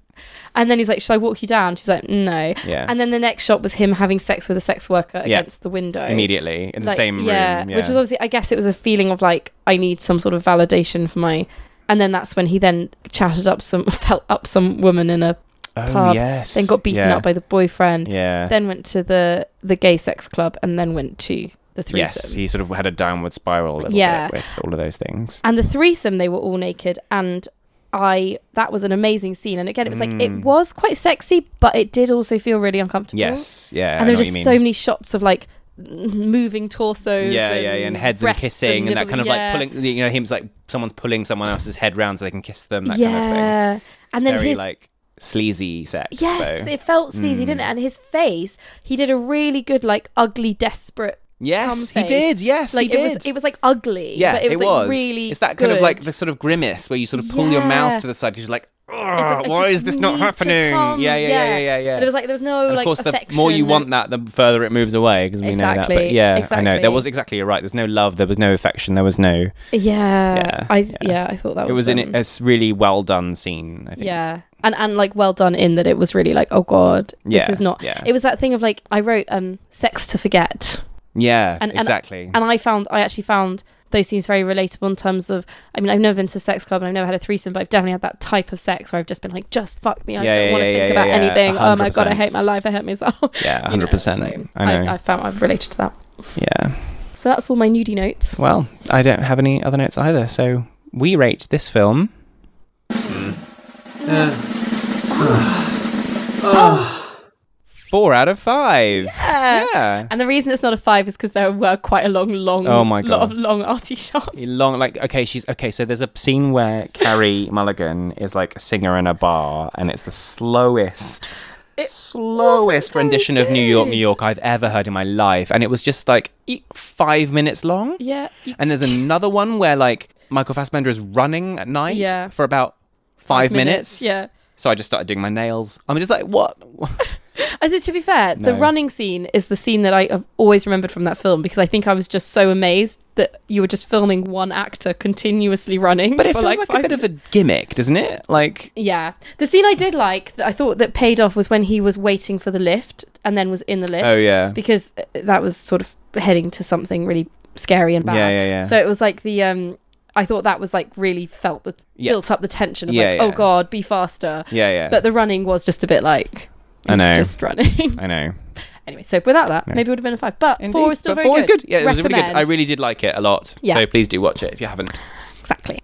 Speaker 1: and then he's like, "Should I walk you down?" She's like, "No."
Speaker 2: yeah. Yeah.
Speaker 1: And then the next shot was him having sex with a sex worker
Speaker 2: Yeah.
Speaker 1: against the window.
Speaker 2: Immediately in the
Speaker 1: Like,
Speaker 2: same
Speaker 1: yeah,
Speaker 2: room. Yeah.
Speaker 1: Which was obviously, I guess it was a feeling of like, I need some sort of validation for my. And then that's when he then chatted up some, [laughs] felt up some woman in a,
Speaker 2: oh,
Speaker 1: pub,
Speaker 2: yes.
Speaker 1: then got beaten
Speaker 2: yeah.
Speaker 1: up by the boyfriend,
Speaker 2: Yeah.
Speaker 1: then went to the the gay sex club, and then went to the threesome.
Speaker 2: yes. He sort of had a downward spiral a little
Speaker 1: Yeah.
Speaker 2: bit with all of those things.
Speaker 1: and the threesome, they were all naked, and I that was an amazing scene. And again, it was like
Speaker 2: Mm.
Speaker 1: it was quite sexy, but it did also feel really uncomfortable.
Speaker 2: Yes. Yeah. I
Speaker 1: and there
Speaker 2: know
Speaker 1: were
Speaker 2: what
Speaker 1: just
Speaker 2: you
Speaker 1: so
Speaker 2: mean.
Speaker 1: many shots of like m- moving torsos.
Speaker 2: yeah, yeah, yeah, and heads and
Speaker 1: breasts
Speaker 2: kissing and, that
Speaker 1: nipples-
Speaker 2: kind of
Speaker 1: yeah.
Speaker 2: like pulling, you know, him's like someone's pulling someone else's head round so they can kiss them, that
Speaker 1: yeah,
Speaker 2: kind of
Speaker 1: and
Speaker 2: thing.
Speaker 1: then
Speaker 2: Very
Speaker 1: his
Speaker 2: like sleazy sex.
Speaker 1: yes,
Speaker 2: though.
Speaker 1: it felt sleazy, didn't it?
Speaker 2: Mm.
Speaker 1: And his face, he did a really good like ugly, desperate. cum
Speaker 2: Yes, he
Speaker 1: face.
Speaker 2: did. Yes,
Speaker 1: Like
Speaker 2: he did.
Speaker 1: it was, it was like ugly.
Speaker 2: yeah,
Speaker 1: but it was, like, really.
Speaker 2: It's that kind of like
Speaker 1: good.
Speaker 2: the sort of grimace where you sort of pull your mouth
Speaker 1: Yeah.
Speaker 2: to the side because you're like,
Speaker 1: It's
Speaker 2: "Ugh,
Speaker 1: like, I
Speaker 2: Ah, why
Speaker 1: just
Speaker 2: is this
Speaker 1: need
Speaker 2: not
Speaker 1: to
Speaker 2: happening?
Speaker 1: come,
Speaker 2: yeah, yeah, yeah, yeah, yeah.
Speaker 1: And it was like there was no
Speaker 2: And
Speaker 1: like
Speaker 2: of course, the
Speaker 1: affection
Speaker 2: more you
Speaker 1: and-
Speaker 2: want that, the further it moves away because we know that. But
Speaker 1: Exactly,
Speaker 2: yeah, I know. There
Speaker 1: exactly.
Speaker 2: was exactly you're right. There's no love. There was no affection. There was no.
Speaker 1: Yeah,
Speaker 2: Yeah,
Speaker 1: I
Speaker 2: yeah.
Speaker 1: yeah. I thought that
Speaker 2: it
Speaker 1: was
Speaker 2: was in
Speaker 1: um,
Speaker 2: a s- really well done scene. I think.
Speaker 1: Yeah. And and like well done in that it was really like, oh God,
Speaker 2: Yeah,
Speaker 1: this is not
Speaker 2: yeah.
Speaker 1: it was that thing of like I wrote um sex to forget.
Speaker 2: Yeah.
Speaker 1: And- and-
Speaker 2: exactly.
Speaker 1: And I found I actually found those scenes very relatable in terms of I mean, I've never been to a sex club and I've never had a threesome, but I've definitely had that type of sex where I've just been like, just fuck me, I
Speaker 2: Yeah,
Speaker 1: don't
Speaker 2: yeah,
Speaker 1: want to
Speaker 2: yeah,
Speaker 1: think
Speaker 2: yeah,
Speaker 1: about
Speaker 2: yeah,
Speaker 1: anything. Oh my god, I
Speaker 2: 100%.
Speaker 1: hate my life, I hate myself. [laughs]
Speaker 2: yeah,
Speaker 1: You know,
Speaker 2: hundred percent.
Speaker 1: so
Speaker 2: I know.
Speaker 1: I, found I've related to that.
Speaker 2: yeah.
Speaker 1: So that's all my nudie notes.
Speaker 2: Well, I don't have any other notes either. So we rate this film. [sighs] Four out of five.
Speaker 1: Yeah.
Speaker 2: Yeah.
Speaker 1: Uh, And the reason it's not a five is because there were quite a long, long,
Speaker 2: Oh my
Speaker 1: lot
Speaker 2: God.
Speaker 1: of long arty [laughs] shots.
Speaker 2: Long, like, okay, she's okay. So there's a scene where Carrie
Speaker 1: [laughs]
Speaker 2: Mulligan is like a singer in a bar, and it's the slowest,
Speaker 1: It
Speaker 2: slowest
Speaker 1: wasn't very
Speaker 2: rendition of New York, New
Speaker 1: good.
Speaker 2: York I've ever heard in my life. And it was just like e- five minutes long.
Speaker 1: Yeah, you-
Speaker 2: And there's another one where like Michael Fassbender is running at night
Speaker 1: Yeah.
Speaker 2: for about five, minutes.
Speaker 1: Yeah.
Speaker 2: So I just started doing my nails. I'm just like, what? [laughs]
Speaker 1: I think to be fair,
Speaker 2: No.
Speaker 1: the running scene is the scene that I have always remembered from that film because I think I was just so amazed that you were just filming one actor continuously running.
Speaker 2: But it
Speaker 1: for
Speaker 2: feels like, a
Speaker 1: five
Speaker 2: bit of
Speaker 1: minutes.
Speaker 2: a gimmick, doesn't it? Like,
Speaker 1: Yeah. The scene I did like that I thought that paid off was when he was waiting for the lift and then was in the lift
Speaker 2: oh yeah,
Speaker 1: because uh, that was sort of heading to something really scary and bad.
Speaker 2: yeah, yeah, yeah.
Speaker 1: So it was like the um I thought that was like really felt the
Speaker 2: Yeah.
Speaker 1: built up the tension of
Speaker 2: Yeah,
Speaker 1: like,
Speaker 2: yeah.
Speaker 1: oh god, be faster.
Speaker 2: yeah, yeah.
Speaker 1: But the running was just a bit like
Speaker 2: I
Speaker 1: it's
Speaker 2: know.
Speaker 1: just running. [laughs]
Speaker 2: I know.
Speaker 1: anyway, so without that,
Speaker 2: No.
Speaker 1: maybe it would have been a five. But
Speaker 2: Indeed.
Speaker 1: four is still
Speaker 2: But
Speaker 1: very
Speaker 2: four
Speaker 1: good.
Speaker 2: is good. Yeah, it was really good. I
Speaker 1: Recommend.
Speaker 2: really did like it a lot.
Speaker 1: Yeah.
Speaker 2: So please do watch it if you haven't.
Speaker 1: Exactly.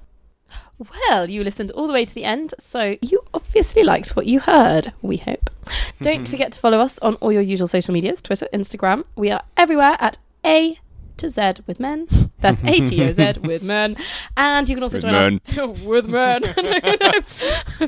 Speaker 1: Well, you listened all the way to the end, so you obviously liked what you heard, we hope.
Speaker 2: Mm-hmm.
Speaker 1: Don't forget to follow us on all your usual social medias Twitter, Instagram. We are everywhere at A to Z with men. [laughs] That's A to O
Speaker 2: [laughs]
Speaker 1: Z with men. And you can also
Speaker 2: With
Speaker 1: join our [laughs] with men. No,
Speaker 2: [laughs]
Speaker 1: no.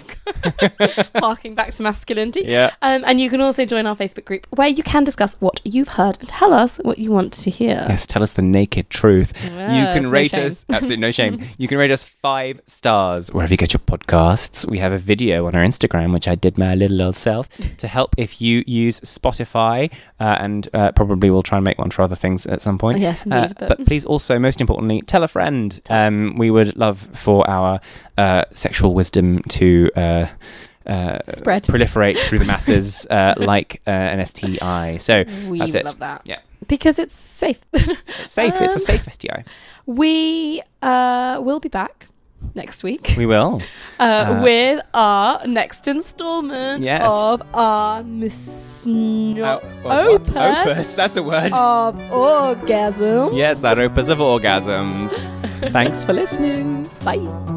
Speaker 1: Harking back to masculinity.
Speaker 2: Yeah.
Speaker 1: Um, and you can also join our Facebook group where you can discuss what you've heard and tell us what you want to hear.
Speaker 2: Yes, tell us the naked truth. you
Speaker 1: Yes,
Speaker 2: can
Speaker 1: no
Speaker 2: rate
Speaker 1: shame.
Speaker 2: us absolutely no [laughs] shame. you can rate us five stars wherever you get your podcasts. We have a video on our Instagram, which I did my little old self to help if you use Spotify, uh, and uh, probably we'll try and make one for other things at some point.
Speaker 1: Yes,
Speaker 2: Uh,
Speaker 1: indeed,
Speaker 2: but...
Speaker 1: but-
Speaker 2: please also, most importantly, tell a friend. Um, we would love for our uh, sexual wisdom to. Uh, uh,
Speaker 1: Spread.
Speaker 2: proliferate [laughs] through the masses uh, like uh, an STI. So
Speaker 1: We
Speaker 2: that's it.
Speaker 1: love that.
Speaker 2: Yeah.
Speaker 1: Because it's safe. [laughs]
Speaker 2: It's safe. it's a
Speaker 1: Um,
Speaker 2: safe STI.
Speaker 1: We uh, will be back next week
Speaker 2: We will.
Speaker 1: uh,
Speaker 2: uh,
Speaker 1: with our next installment
Speaker 2: Yes.
Speaker 1: of our Miss
Speaker 2: Oh,
Speaker 1: Opus, Oh.
Speaker 2: Opus. That's a word.
Speaker 1: of Orgasm.
Speaker 2: Yes, that opus of orgasms. Thanks for listening.
Speaker 1: Bye.